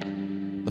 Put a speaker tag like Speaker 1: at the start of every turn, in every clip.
Speaker 1: The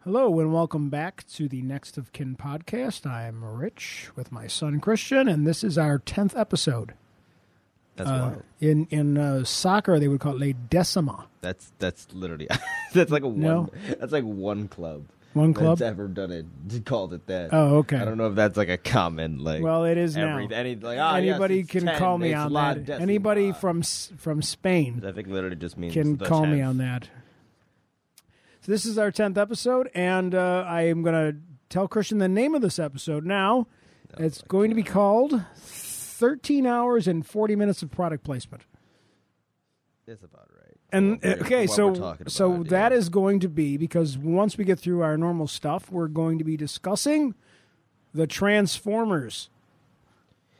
Speaker 2: Hello and welcome back to the Next of Kin podcast. I am Rich with my son Christian, and this is our tenth episode.
Speaker 3: That's
Speaker 2: Uh,
Speaker 3: wild.
Speaker 2: in in uh, soccer, they would call it la decima.
Speaker 3: That's that's literally that's like a one.
Speaker 2: No.
Speaker 3: That's like one club.
Speaker 2: One club?
Speaker 3: that's ever done it called it that.
Speaker 2: Oh, okay.
Speaker 3: I don't know if that's like a common like.
Speaker 2: Well, it is
Speaker 3: every,
Speaker 2: now.
Speaker 3: Any, like, ah, yes,
Speaker 2: Anybody
Speaker 3: it's
Speaker 2: can
Speaker 3: 10,
Speaker 2: call me
Speaker 3: it's
Speaker 2: on
Speaker 3: la
Speaker 2: that.
Speaker 3: decima.
Speaker 2: Anybody from S- from Spain
Speaker 3: Ah. I think literally just means
Speaker 2: can
Speaker 3: the
Speaker 2: call me
Speaker 3: 10th.
Speaker 2: on that. So this is our tenth episode, and uh, I am going to tell Christian the name of this episode now.
Speaker 3: Oh,
Speaker 2: it's going to be called "13 Hours and 40 Minutes of Product Placement."
Speaker 3: It's about right.
Speaker 2: And uh,
Speaker 3: What we're-
Speaker 2: okay,
Speaker 3: what
Speaker 2: so
Speaker 3: we're talking
Speaker 2: so
Speaker 3: about,
Speaker 2: that
Speaker 3: yeah.
Speaker 2: is going to be because once we get through our normal stuff, we're going to be discussing the Transformers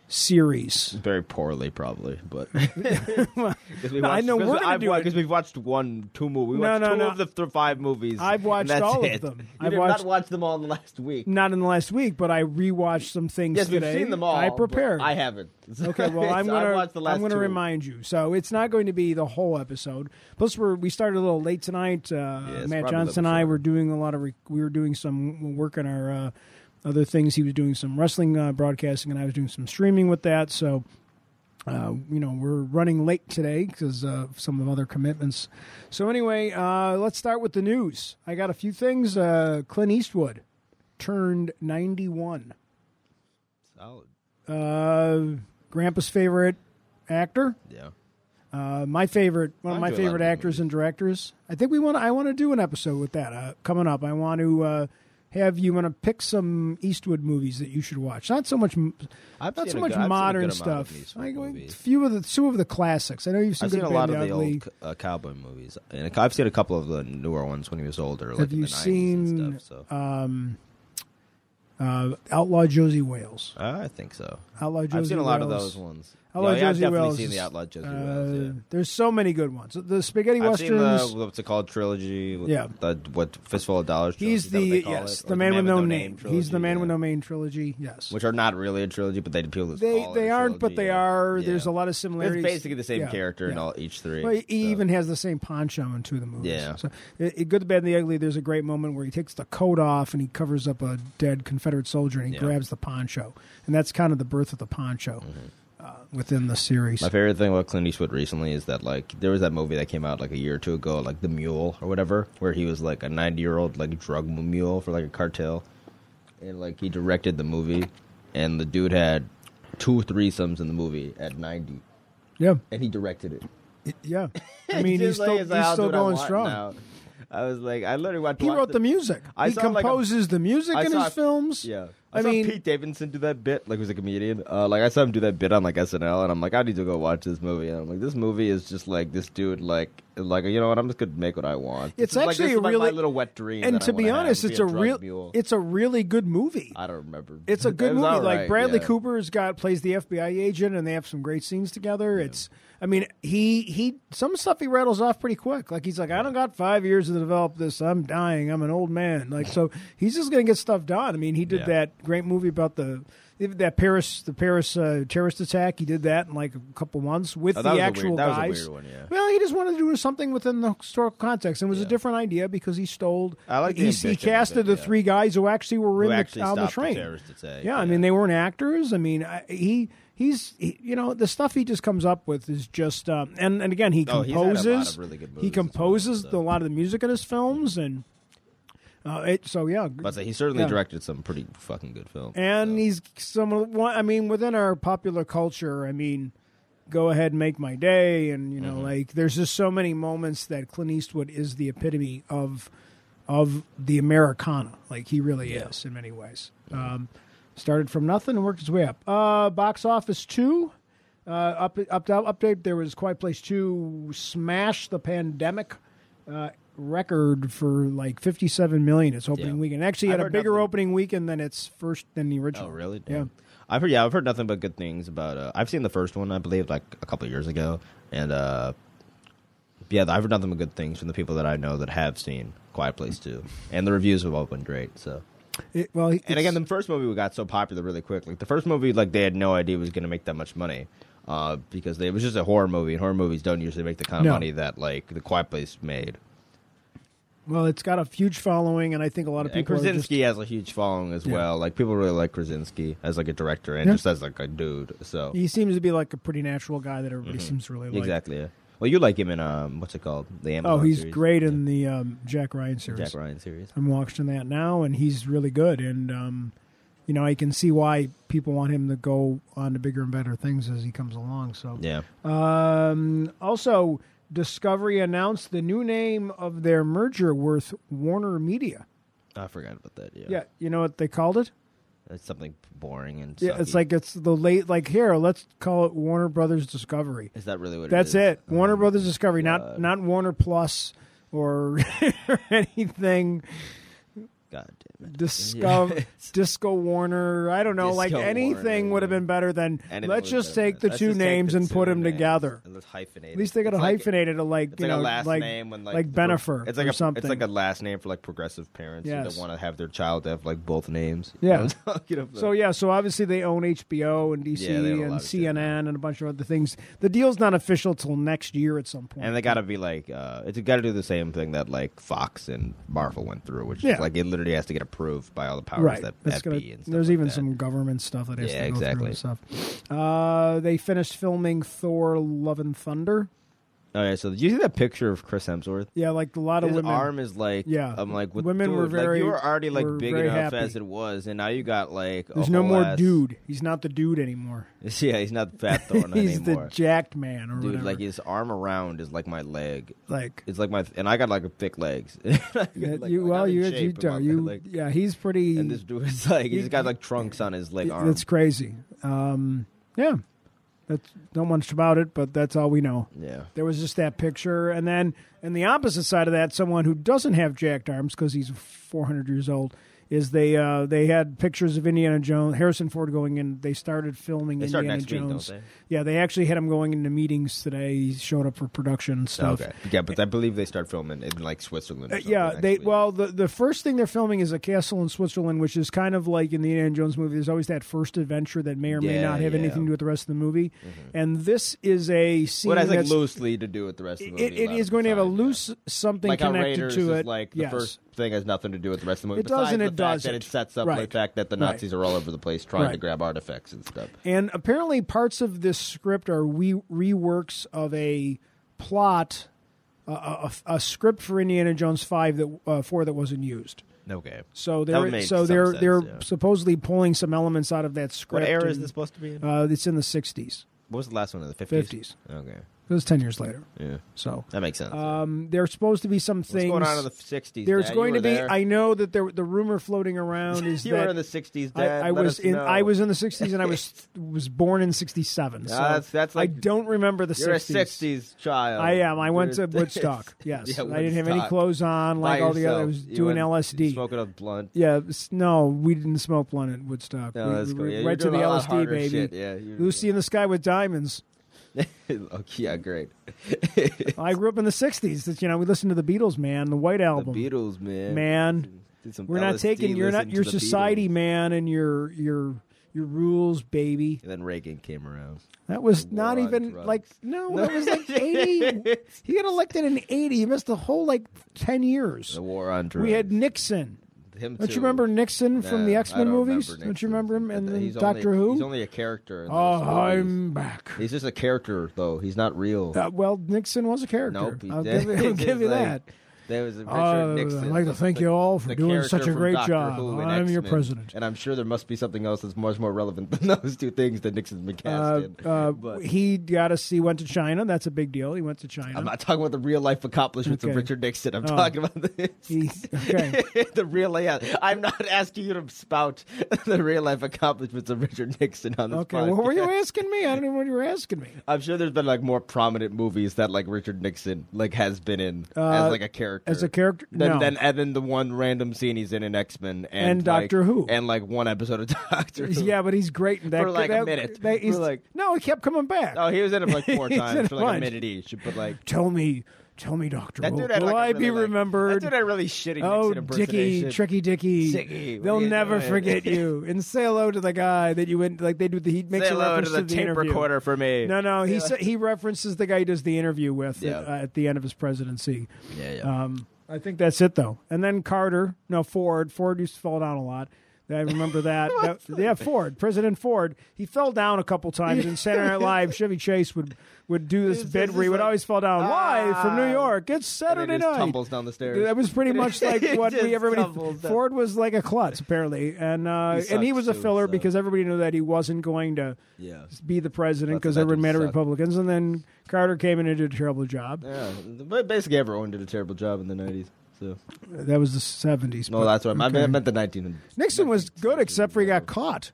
Speaker 2: series.
Speaker 3: very poorly probably, but 'Cause we
Speaker 2: No, I know
Speaker 3: 'cause
Speaker 2: we're gonna
Speaker 3: I've
Speaker 2: do
Speaker 3: wa-
Speaker 2: it.
Speaker 3: 'cause we've watched one two movies. We
Speaker 2: No,
Speaker 3: watched
Speaker 2: no,
Speaker 3: two
Speaker 2: no.
Speaker 3: of the th- five movies.
Speaker 2: I've
Speaker 3: and
Speaker 2: watched
Speaker 3: that's
Speaker 2: all of
Speaker 3: it.
Speaker 2: them.
Speaker 3: You
Speaker 2: I've
Speaker 3: did
Speaker 2: watched-
Speaker 3: not watch them all in the last week.
Speaker 2: Not in the last week, but I rewatched some things
Speaker 3: Yes, we've
Speaker 2: today.
Speaker 3: seen them all.
Speaker 2: I
Speaker 3: but
Speaker 2: prepared.
Speaker 3: I haven't.
Speaker 2: Okay, well, I'm
Speaker 3: So I
Speaker 2: gonna
Speaker 3: watched the last
Speaker 2: I'm gonna
Speaker 3: two.
Speaker 2: remind you. So it's not going to be the whole episode. Plus, we're we started a little late tonight. Uh,
Speaker 3: it's
Speaker 2: Matt
Speaker 3: probably
Speaker 2: Johnson
Speaker 3: the
Speaker 2: and I
Speaker 3: episode.
Speaker 2: were doing a lot of re- we were doing some work on our uh, other things. He was doing some wrestling uh, broadcasting, and I was doing some streaming with that. So. Uh, you know we're running late today because uh, of some of other commitments. So anyway, uh, let's start with the news. I got a few things. Uh, Clint Eastwood turned ninety-one.
Speaker 3: Solid.
Speaker 2: Uh, Grandpa's favorite actor,
Speaker 3: Yeah.
Speaker 2: uh, my favorite, one of
Speaker 3: I
Speaker 2: my
Speaker 3: do a lot of
Speaker 2: favorite
Speaker 3: good
Speaker 2: actors and directors. I think we want. I want to do an episode with that uh, coming up. I want to uh, have you want to pick some Eastwood movies that you should watch. Not so much,
Speaker 3: I've
Speaker 2: not so
Speaker 3: seen a
Speaker 2: much
Speaker 3: good- I've seen a
Speaker 2: modern
Speaker 3: good amount of
Speaker 2: stuff.
Speaker 3: Eastwood
Speaker 2: I go-
Speaker 3: movies.
Speaker 2: few of the two of the classics. I know you've seen,
Speaker 3: I've seen
Speaker 2: Good,
Speaker 3: a
Speaker 2: Bad,
Speaker 3: lot of
Speaker 2: and
Speaker 3: the
Speaker 2: Ugly.
Speaker 3: old uh, cowboy movies, and I've seen a couple of the newer ones when he was older, like
Speaker 2: Have
Speaker 3: in
Speaker 2: you
Speaker 3: the 90s and
Speaker 2: seen
Speaker 3: stuff. So
Speaker 2: um, uh, Outlaw Josie Wales?
Speaker 3: I think so.
Speaker 2: Outlaw Josie
Speaker 3: I've seen a lot of
Speaker 2: Wales.
Speaker 3: those ones.
Speaker 2: Outlaw
Speaker 3: yeah, I've
Speaker 2: Josie
Speaker 3: definitely
Speaker 2: Wales
Speaker 3: seen
Speaker 2: is,
Speaker 3: the Outlaw Josie
Speaker 2: uh,
Speaker 3: Wales.
Speaker 2: There's so many good ones. The spaghetti
Speaker 3: Yeah. I've seen
Speaker 2: westerns.
Speaker 3: the what's it called trilogy. with
Speaker 2: Yeah.
Speaker 3: the, what fistful of dollars. Trilogy,
Speaker 2: He's
Speaker 3: is that what
Speaker 2: the
Speaker 3: they call
Speaker 2: yes,
Speaker 3: it? Or
Speaker 2: the man, with no name. He's
Speaker 3: trilogy,
Speaker 2: the man
Speaker 3: yeah.
Speaker 2: with no name trilogy. Yes,
Speaker 3: which are not really a trilogy, but they people just
Speaker 2: they
Speaker 3: call it
Speaker 2: they
Speaker 3: a
Speaker 2: aren't, but
Speaker 3: trilogy,
Speaker 2: they
Speaker 3: yeah.
Speaker 2: are.
Speaker 3: Yeah.
Speaker 2: There's a lot of
Speaker 3: It's
Speaker 2: similarities.
Speaker 3: basically the same
Speaker 2: Yeah,
Speaker 3: character in
Speaker 2: yeah.
Speaker 3: all each three.
Speaker 2: Well, he
Speaker 3: so.
Speaker 2: even has the same poncho in two of the movies.
Speaker 3: Yeah.
Speaker 2: So, i- i- Good, the Bad, and the Ugly. There's a great moment where he takes the coat off and he covers up a dead Confederate soldier and he
Speaker 3: Yeah.
Speaker 2: grabs the poncho, and that's kind of the birth of the poncho uh, within the series.
Speaker 3: Mm-hmm. My favorite thing about Clint Eastwood recently is that like there was that movie that came out like a year or two ago, like The Mule or whatever, where he was like a ninety year old like drug mule for like a cartel, and like he directed the movie, and the dude had two threesomes in the movie at ninety,
Speaker 2: yeah,
Speaker 3: and he directed it.
Speaker 2: yeah. I mean, he's
Speaker 3: Just like,
Speaker 2: still
Speaker 3: it's like,
Speaker 2: he's
Speaker 3: I'll
Speaker 2: still
Speaker 3: do what I
Speaker 2: going
Speaker 3: want
Speaker 2: strong.
Speaker 3: now. I was like, I literally watched.
Speaker 2: He
Speaker 3: watched
Speaker 2: wrote the music.
Speaker 3: I
Speaker 2: he
Speaker 3: saw, like, a-
Speaker 2: composes the music in
Speaker 3: saw-
Speaker 2: his films.
Speaker 3: Yeah.
Speaker 2: I,
Speaker 3: I, saw
Speaker 2: mean,
Speaker 3: Pete Davidson do that bit, like he was a comedian. Uh, like I saw him do that bit on like SNL, and I'm like, I need to go watch this movie. And I'm like, this movie is just like this dude, like, like you know what? I'm just gonna make what I want.
Speaker 2: It's
Speaker 3: This is, like,
Speaker 2: actually
Speaker 3: this
Speaker 2: a
Speaker 3: is, like,
Speaker 2: really-
Speaker 3: my little wet dream.
Speaker 2: and
Speaker 3: that I
Speaker 2: to be
Speaker 3: wanna have,
Speaker 2: honest,
Speaker 3: be
Speaker 2: it's a,
Speaker 3: drug
Speaker 2: real,
Speaker 3: mule.
Speaker 2: it's a really good movie.
Speaker 3: I don't remember.
Speaker 2: It's a
Speaker 3: It
Speaker 2: good
Speaker 3: was
Speaker 2: movie.
Speaker 3: all
Speaker 2: like
Speaker 3: right,
Speaker 2: Bradley
Speaker 3: yeah.
Speaker 2: Cooper's got plays the FBI agent, and they have some great scenes together. It's, I mean, he he some stuff he rattles off pretty quick. Like he's like, I don't got five years to develop this. I'm dying. I'm an old man. Like so, he's just gonna get stuff done. I mean, he did
Speaker 3: Yeah.
Speaker 2: that great movie about the that Paris the Paris uh, terrorist attack. He did that in like a couple months with
Speaker 3: Oh, that
Speaker 2: the
Speaker 3: was a
Speaker 2: actual
Speaker 3: weird- that was a
Speaker 2: guys.
Speaker 3: weird one, yeah.
Speaker 2: Well, he just wanted to do something within the historical context, and it was a different idea because he stole.
Speaker 3: I like the
Speaker 2: he,
Speaker 3: ambition
Speaker 2: he
Speaker 3: of
Speaker 2: casted
Speaker 3: it,
Speaker 2: the
Speaker 3: yeah.
Speaker 2: three guys who actually were
Speaker 3: Who
Speaker 2: in
Speaker 3: actually
Speaker 2: the, on the
Speaker 3: stopped
Speaker 2: train.
Speaker 3: terrorist attack.
Speaker 2: Yeah, I mean they weren't actors. I mean, I, he he's he, you know the stuff he just comes up with is just um, and and again he
Speaker 3: Oh, he's had a lot of
Speaker 2: composes.
Speaker 3: really good movies
Speaker 2: he
Speaker 3: as well,
Speaker 2: composes
Speaker 3: so.
Speaker 2: the- a lot of the music in his films and uh, it. So yeah,
Speaker 3: but he certainly
Speaker 2: Yeah.
Speaker 3: directed some pretty fucking good films.
Speaker 2: and he's someone. one- I mean, within our popular culture, I mean, go ahead and make my
Speaker 3: Mm-hmm.
Speaker 2: day, and you know, like there's just so many moments that Clint Eastwood is the epitome of of the Americana. Like he really is in many ways. Um, started from nothing and worked his way up. Uh, box office two. Uh, up, up, up, update. There was Quiet Place Two smashed the pandemic uh, record for like fifty-seven million. Its opening
Speaker 3: Yeah.
Speaker 2: weekend actually
Speaker 3: I've
Speaker 2: had a
Speaker 3: heard
Speaker 2: bigger
Speaker 3: nothing.
Speaker 2: opening weekend than its first than the original.
Speaker 3: Oh, really?
Speaker 2: Yeah.
Speaker 3: Damn. I've heard. Yeah, I've heard nothing but good things about. Uh, I've seen the first one, I believe, like a couple of years ago, and uh, yeah, I've heard nothing but good things from the people that I know that have seen Quiet Place Two, and the reviews have all been great. So,
Speaker 2: It, well,
Speaker 3: and again, the first movie got so popular really quick. Like the first movie, like they had no idea it was going to make that much money. Uh, because they, it was just a horror movie, and horror movies don't usually make the kind of
Speaker 2: No.
Speaker 3: money that like the Quiet Place made.
Speaker 2: well, it's got a huge following, and I think a lot of
Speaker 3: And
Speaker 2: people. Are just,
Speaker 3: Krasinski has a huge following as
Speaker 2: Yeah.
Speaker 3: well. Like people really like Krasinski as like a director and
Speaker 2: Yeah.
Speaker 3: just as like a dude. So
Speaker 2: he seems to be like a pretty natural guy that everybody seems to really like.
Speaker 3: Mm-hmm. Exactly. Yeah. Well, you like him in um, what's it called? The
Speaker 2: Oh,
Speaker 3: Amazon
Speaker 2: he's
Speaker 3: series.
Speaker 2: great Uh, in the um, Jack Ryan series.
Speaker 3: Jack Ryan series.
Speaker 2: I'm watching that now, and he's really good. And um, you know, I can see why people want him to go on to bigger and better things as he comes along. So,
Speaker 3: Yeah.
Speaker 2: um, also, Discovery announced the new name of their merger with Warner Media.
Speaker 3: I forgot about that. Yeah.
Speaker 2: Yeah, you know what they called it?
Speaker 3: It's something boring and.
Speaker 2: Yeah, it's
Speaker 3: sucky.
Speaker 2: like it's the late like here. Let's call it Warner Brothers Discovery.
Speaker 3: Is that really what?
Speaker 2: That's
Speaker 3: it is? Oh, Um, uh,
Speaker 2: it. Warner Brothers Discovery,
Speaker 3: God.
Speaker 2: not not Warner Plus or anything.
Speaker 3: God damn it.
Speaker 2: Disco,
Speaker 3: Yeah.
Speaker 2: Disco Warner. I don't know.
Speaker 3: Disco
Speaker 2: like
Speaker 3: Warner,
Speaker 2: anything
Speaker 3: yeah.
Speaker 2: would have been better than
Speaker 3: Anything
Speaker 2: let's
Speaker 3: would've
Speaker 2: just
Speaker 3: been
Speaker 2: take
Speaker 3: better.
Speaker 2: the
Speaker 3: Let's
Speaker 2: two
Speaker 3: just take
Speaker 2: names
Speaker 3: the
Speaker 2: and
Speaker 3: two
Speaker 2: put them
Speaker 3: names
Speaker 2: together.
Speaker 3: And let's hyphenate.
Speaker 2: At least they got to
Speaker 3: It's like-
Speaker 2: hyphenate it to like
Speaker 3: It's
Speaker 2: you
Speaker 3: like
Speaker 2: know
Speaker 3: a last
Speaker 2: like
Speaker 3: name when like
Speaker 2: like
Speaker 3: the pro-
Speaker 2: Benefer
Speaker 3: It's like
Speaker 2: or
Speaker 3: a
Speaker 2: something.
Speaker 3: it's like a last name for like progressive parents who
Speaker 2: Yes.
Speaker 3: that want to have their child to have like both names.
Speaker 2: Yeah.
Speaker 3: You know what I'm talking about?
Speaker 2: so yeah, so obviously they own HBO and DC
Speaker 3: Yeah, they own a
Speaker 2: and
Speaker 3: lot of shit, yeah.
Speaker 2: CNN and a bunch of other things. The deal's not official till next year at some point.
Speaker 3: And they got to be like, uh, it's got to do the same thing that like Fox and Marvel went through, which
Speaker 2: Yeah.
Speaker 3: is like it literally has to get approved by all the powers
Speaker 2: right.
Speaker 3: that,
Speaker 2: That's
Speaker 3: that
Speaker 2: gonna-
Speaker 3: be. And stuff
Speaker 2: there's
Speaker 3: like
Speaker 2: even
Speaker 3: that.
Speaker 2: some government stuff that has
Speaker 3: Yeah,
Speaker 2: to go
Speaker 3: exactly.
Speaker 2: through and stuff. Uh, they finished filming Thor: Love and Thunder.
Speaker 3: All right, Oh, so did you see that picture of Chris Hemsworth?
Speaker 2: Yeah, like a lot
Speaker 3: His
Speaker 2: of women.
Speaker 3: arm is like,
Speaker 2: Yeah.
Speaker 3: I'm like, with,
Speaker 2: Women were
Speaker 3: dude, like,
Speaker 2: very-
Speaker 3: you were already like
Speaker 2: were
Speaker 3: big
Speaker 2: very
Speaker 3: enough
Speaker 2: happy.
Speaker 3: as it was, and now you got like, a
Speaker 2: There's no
Speaker 3: whole
Speaker 2: more
Speaker 3: ass-
Speaker 2: dude. He's not the dude anymore.
Speaker 3: Yeah, he's not fat Thor
Speaker 2: He's
Speaker 3: anymore,
Speaker 2: the jacked man or
Speaker 3: dude.
Speaker 2: whatever.
Speaker 3: Like his arm around is like my leg.
Speaker 2: like
Speaker 3: It's like my, and I got like thick legs. I got,
Speaker 2: yeah,
Speaker 3: like-
Speaker 2: you,
Speaker 3: like,
Speaker 2: well,
Speaker 3: I'm in
Speaker 2: you,
Speaker 3: shape,
Speaker 2: you,
Speaker 3: but
Speaker 2: don't-
Speaker 3: my
Speaker 2: you-
Speaker 3: leg-
Speaker 2: yeah, he's pretty.
Speaker 3: And this dude is like, he's got like trunks on his like arm.
Speaker 2: That's crazy. Um, yeah, that's not much about it, but that's all we know.
Speaker 3: Yeah.
Speaker 2: There was just that picture, and then on the opposite side of that, someone who doesn't have jacked arms because he's 400 years old is they uh, they had pictures of Indiana Jones, Harrison Ford going in. They started filming
Speaker 3: They start
Speaker 2: Indiana
Speaker 3: next week, don't
Speaker 2: Jones.
Speaker 3: they?
Speaker 2: Yeah, they actually had him going into meetings today. He showed up for production and stuff.
Speaker 3: Okay. Yeah, but I believe they start filming in like Switzerland. Or
Speaker 2: Uh,
Speaker 3: something
Speaker 2: yeah,
Speaker 3: next
Speaker 2: they
Speaker 3: week.
Speaker 2: well the the first thing they're filming is a castle in Switzerland, which is kind of like in the Indiana Jones movie. There's always that first adventure that may or may
Speaker 3: Yeah,
Speaker 2: not have
Speaker 3: yeah.
Speaker 2: anything to do with the rest of the movie. And this is a scene
Speaker 3: What has like
Speaker 2: that's
Speaker 3: loosely to do with the rest of the movie?
Speaker 2: it, it
Speaker 3: left
Speaker 2: is going to have a
Speaker 3: aside, yeah.
Speaker 2: loose uh, something
Speaker 3: like how
Speaker 2: connected
Speaker 3: Raiders
Speaker 2: to
Speaker 3: is
Speaker 2: it.
Speaker 3: like the
Speaker 2: yes.
Speaker 3: first thing has nothing to do with the rest of the movie.
Speaker 2: It does
Speaker 3: besides
Speaker 2: and
Speaker 3: the
Speaker 2: it
Speaker 3: fact
Speaker 2: doesn't.
Speaker 3: That it sets up
Speaker 2: Right.
Speaker 3: the fact that the
Speaker 2: Right.
Speaker 3: Nazis are all over the place trying to
Speaker 2: Right.
Speaker 3: grab artifacts and stuff.
Speaker 2: And apparently, parts of this script are re- reworks of a plot, uh, a, a, a- a script for Indiana Jones five that uh, four that wasn't used.
Speaker 3: Okay.
Speaker 2: So
Speaker 3: would
Speaker 2: they're
Speaker 3: make
Speaker 2: so
Speaker 3: some
Speaker 2: they're
Speaker 3: sense,
Speaker 2: they're
Speaker 3: yeah.
Speaker 2: supposedly pulling some elements out of that
Speaker 3: What
Speaker 2: script.
Speaker 3: era is
Speaker 2: and-
Speaker 3: this supposed to be in?
Speaker 2: Uh, it's in the 60s.
Speaker 3: what was the last one in the 50s?
Speaker 2: 50s.
Speaker 3: Okay.
Speaker 2: It was 10 years later.
Speaker 3: Yeah.
Speaker 2: So
Speaker 3: That makes sense.
Speaker 2: um, there's supposed to be some
Speaker 3: What's
Speaker 2: things.
Speaker 3: going on in the 60s?
Speaker 2: there's
Speaker 3: Dad? You
Speaker 2: going
Speaker 3: were
Speaker 2: to be.
Speaker 3: there.
Speaker 2: I know that there, the rumor floating around is
Speaker 3: you
Speaker 2: that
Speaker 3: were in the 60s,
Speaker 2: I,
Speaker 3: Dad.
Speaker 2: I
Speaker 3: Let
Speaker 2: was
Speaker 3: us
Speaker 2: in.
Speaker 3: know.
Speaker 2: I was in the 60s, and I was was born in 67. So
Speaker 3: that's- that's
Speaker 2: I
Speaker 3: like-
Speaker 2: don't remember the
Speaker 3: You're a
Speaker 2: 60s.
Speaker 3: 60s child.
Speaker 2: I am. I went to
Speaker 3: You're-
Speaker 2: Woodstock. Yes,
Speaker 3: Yeah,
Speaker 2: I didn't have any
Speaker 3: Woodstock.
Speaker 2: clothes on,
Speaker 3: By
Speaker 2: like all the other. I
Speaker 3: yourself.
Speaker 2: was
Speaker 3: You
Speaker 2: doing
Speaker 3: went
Speaker 2: LSD.
Speaker 3: Smoking a blunt.
Speaker 2: Yeah, s- no, we didn't smoke blunt at Woodstock.
Speaker 3: No,
Speaker 2: we,
Speaker 3: that's
Speaker 2: we
Speaker 3: cool.
Speaker 2: were
Speaker 3: Yeah, you're
Speaker 2: right to
Speaker 3: doing
Speaker 2: the
Speaker 3: a lot
Speaker 2: LSD
Speaker 3: harder
Speaker 2: baby.
Speaker 3: shit. Yeah, you're-
Speaker 2: Lucy in the Sky with Diamonds.
Speaker 3: oh, yeah, great.
Speaker 2: I grew up in the '60s. That you know, we listened to the Beatles, man, the White
Speaker 3: The
Speaker 2: Album,
Speaker 3: Beatles, man.
Speaker 2: man.
Speaker 3: Did some
Speaker 2: We're not
Speaker 3: LSD
Speaker 2: taking you're not
Speaker 3: listening to
Speaker 2: your
Speaker 3: the
Speaker 2: society,
Speaker 3: Beatles.
Speaker 2: man, and your your your rules, baby.
Speaker 3: And then Reagan came around.
Speaker 2: That was
Speaker 3: The war
Speaker 2: not
Speaker 3: on
Speaker 2: even
Speaker 3: drugs.
Speaker 2: like no, that was like eighty. he got elected in eighty. He missed the whole like ten years.
Speaker 3: The war on drugs.
Speaker 2: We had Nixon.
Speaker 3: him
Speaker 2: Don't
Speaker 3: too.
Speaker 2: you remember Nixon
Speaker 3: Nah,
Speaker 2: from the
Speaker 3: I
Speaker 2: X Men
Speaker 3: don't
Speaker 2: movies?
Speaker 3: remember
Speaker 2: Don't you
Speaker 3: Nixon.
Speaker 2: remember him? And
Speaker 3: But
Speaker 2: then
Speaker 3: he's
Speaker 2: Doctor
Speaker 3: only, He's
Speaker 2: Who.
Speaker 3: only a character. In
Speaker 2: Oh,
Speaker 3: those movies.
Speaker 2: I'm back.
Speaker 3: He's just a character, though. He's not real.
Speaker 2: Uh, well, Nixon was a character.
Speaker 3: Nope, he
Speaker 2: I'll
Speaker 3: did.
Speaker 2: give, you- I'll
Speaker 3: It's
Speaker 2: give you
Speaker 3: like-
Speaker 2: that.
Speaker 3: There was a picture
Speaker 2: Uh,
Speaker 3: of Nixon.
Speaker 2: I'd like to thank you all for
Speaker 3: the
Speaker 2: doing
Speaker 3: character
Speaker 2: such a
Speaker 3: from
Speaker 2: great
Speaker 3: Doctor
Speaker 2: job.
Speaker 3: Who in
Speaker 2: I'm your
Speaker 3: X-Men.
Speaker 2: president.
Speaker 3: And I'm sure there must be something else that's much more relevant than those two things that Nixon's been
Speaker 2: Uh,
Speaker 3: cast in.
Speaker 2: uh,
Speaker 3: but
Speaker 2: he got us. He went to China. That's a big deal. He went to China.
Speaker 3: I'm not talking about the real life accomplishments
Speaker 2: Okay.
Speaker 3: of Richard Nixon. I'm
Speaker 2: Oh.
Speaker 3: talking about this.
Speaker 2: He- okay.
Speaker 3: the real life. I'm not asking you to spout the real life accomplishments of Richard Nixon on this
Speaker 2: Okay.
Speaker 3: podcast.
Speaker 2: What were you asking me? I don't even know what you were asking me.
Speaker 3: I'm sure there's been like more prominent movies that like Richard Nixon like has been in
Speaker 2: Uh,
Speaker 3: as like a character.
Speaker 2: as a character?
Speaker 3: Then,
Speaker 2: No.
Speaker 3: then and then the one random scene he's in in X Men and,
Speaker 2: And
Speaker 3: like-
Speaker 2: Doctor Who.
Speaker 3: and like one episode of Doctor Who.
Speaker 2: Yeah, but he's great in that.
Speaker 3: For like a
Speaker 2: that-
Speaker 3: minute.
Speaker 2: that- he's-
Speaker 3: For like-
Speaker 2: no, he kept coming back.
Speaker 3: Oh, he was in it like four
Speaker 2: He's in
Speaker 3: times for
Speaker 2: a
Speaker 3: like
Speaker 2: bunch.
Speaker 3: a minute each, but like
Speaker 2: tell me, tell me, Doctor.
Speaker 3: that
Speaker 2: Who,
Speaker 3: dude had
Speaker 2: will
Speaker 3: like a
Speaker 2: I be
Speaker 3: really, like-
Speaker 2: remembered?
Speaker 3: That dude had a really shitty
Speaker 2: Oh,
Speaker 3: Nixon
Speaker 2: Dicky,
Speaker 3: impersonation.
Speaker 2: Tricky Dicky,
Speaker 3: Dicky, what
Speaker 2: they'll
Speaker 3: are you
Speaker 2: never
Speaker 3: doing?
Speaker 2: forget you. And say hello to the guy that you went like they do. The, he makes
Speaker 3: Say
Speaker 2: a
Speaker 3: hello
Speaker 2: reference
Speaker 3: to the, tape
Speaker 2: interview.
Speaker 3: recorder for me.
Speaker 2: No, no, he sa- he references the guy he does the interview with
Speaker 3: Yeah.
Speaker 2: at, uh, at the end of his presidency.
Speaker 3: Yeah, yeah.
Speaker 2: Um, I think that's it though. And then Carter, no Ford. Ford used to fall down a lot. I remember that. That- yeah, Ford, President Ford. He fell down a couple times in Saturday Night Live. Chevy Chase would would do this
Speaker 3: It's-
Speaker 2: bit
Speaker 3: it's
Speaker 2: where he
Speaker 3: just
Speaker 2: would
Speaker 3: like,
Speaker 2: always fall down. Live from New
Speaker 3: ah.
Speaker 2: York. It's
Speaker 3: And
Speaker 2: Saturday
Speaker 3: it just
Speaker 2: night.
Speaker 3: tumbles down the stairs.
Speaker 2: That was pretty much like
Speaker 3: It
Speaker 2: what
Speaker 3: just
Speaker 2: we everybody.
Speaker 3: tumbled down.
Speaker 2: Ford was like a klutz apparently, and uh,
Speaker 3: He
Speaker 2: and he
Speaker 3: sucks,
Speaker 2: was a
Speaker 3: too,
Speaker 2: filler
Speaker 3: so.
Speaker 2: because everybody knew that he wasn't going to
Speaker 3: Yeah.
Speaker 2: be the president
Speaker 3: That's what
Speaker 2: because
Speaker 3: that
Speaker 2: everyone
Speaker 3: dude
Speaker 2: mad at
Speaker 3: sucked.
Speaker 2: Republicans, and then Carter came in and did a terrible job.
Speaker 3: Yeah, but basically everyone did a terrible job in the '90s. So
Speaker 2: That was the seventies.
Speaker 3: no, that's what I meant. I meant the 1900s.
Speaker 2: Nixon was good except for he got caught.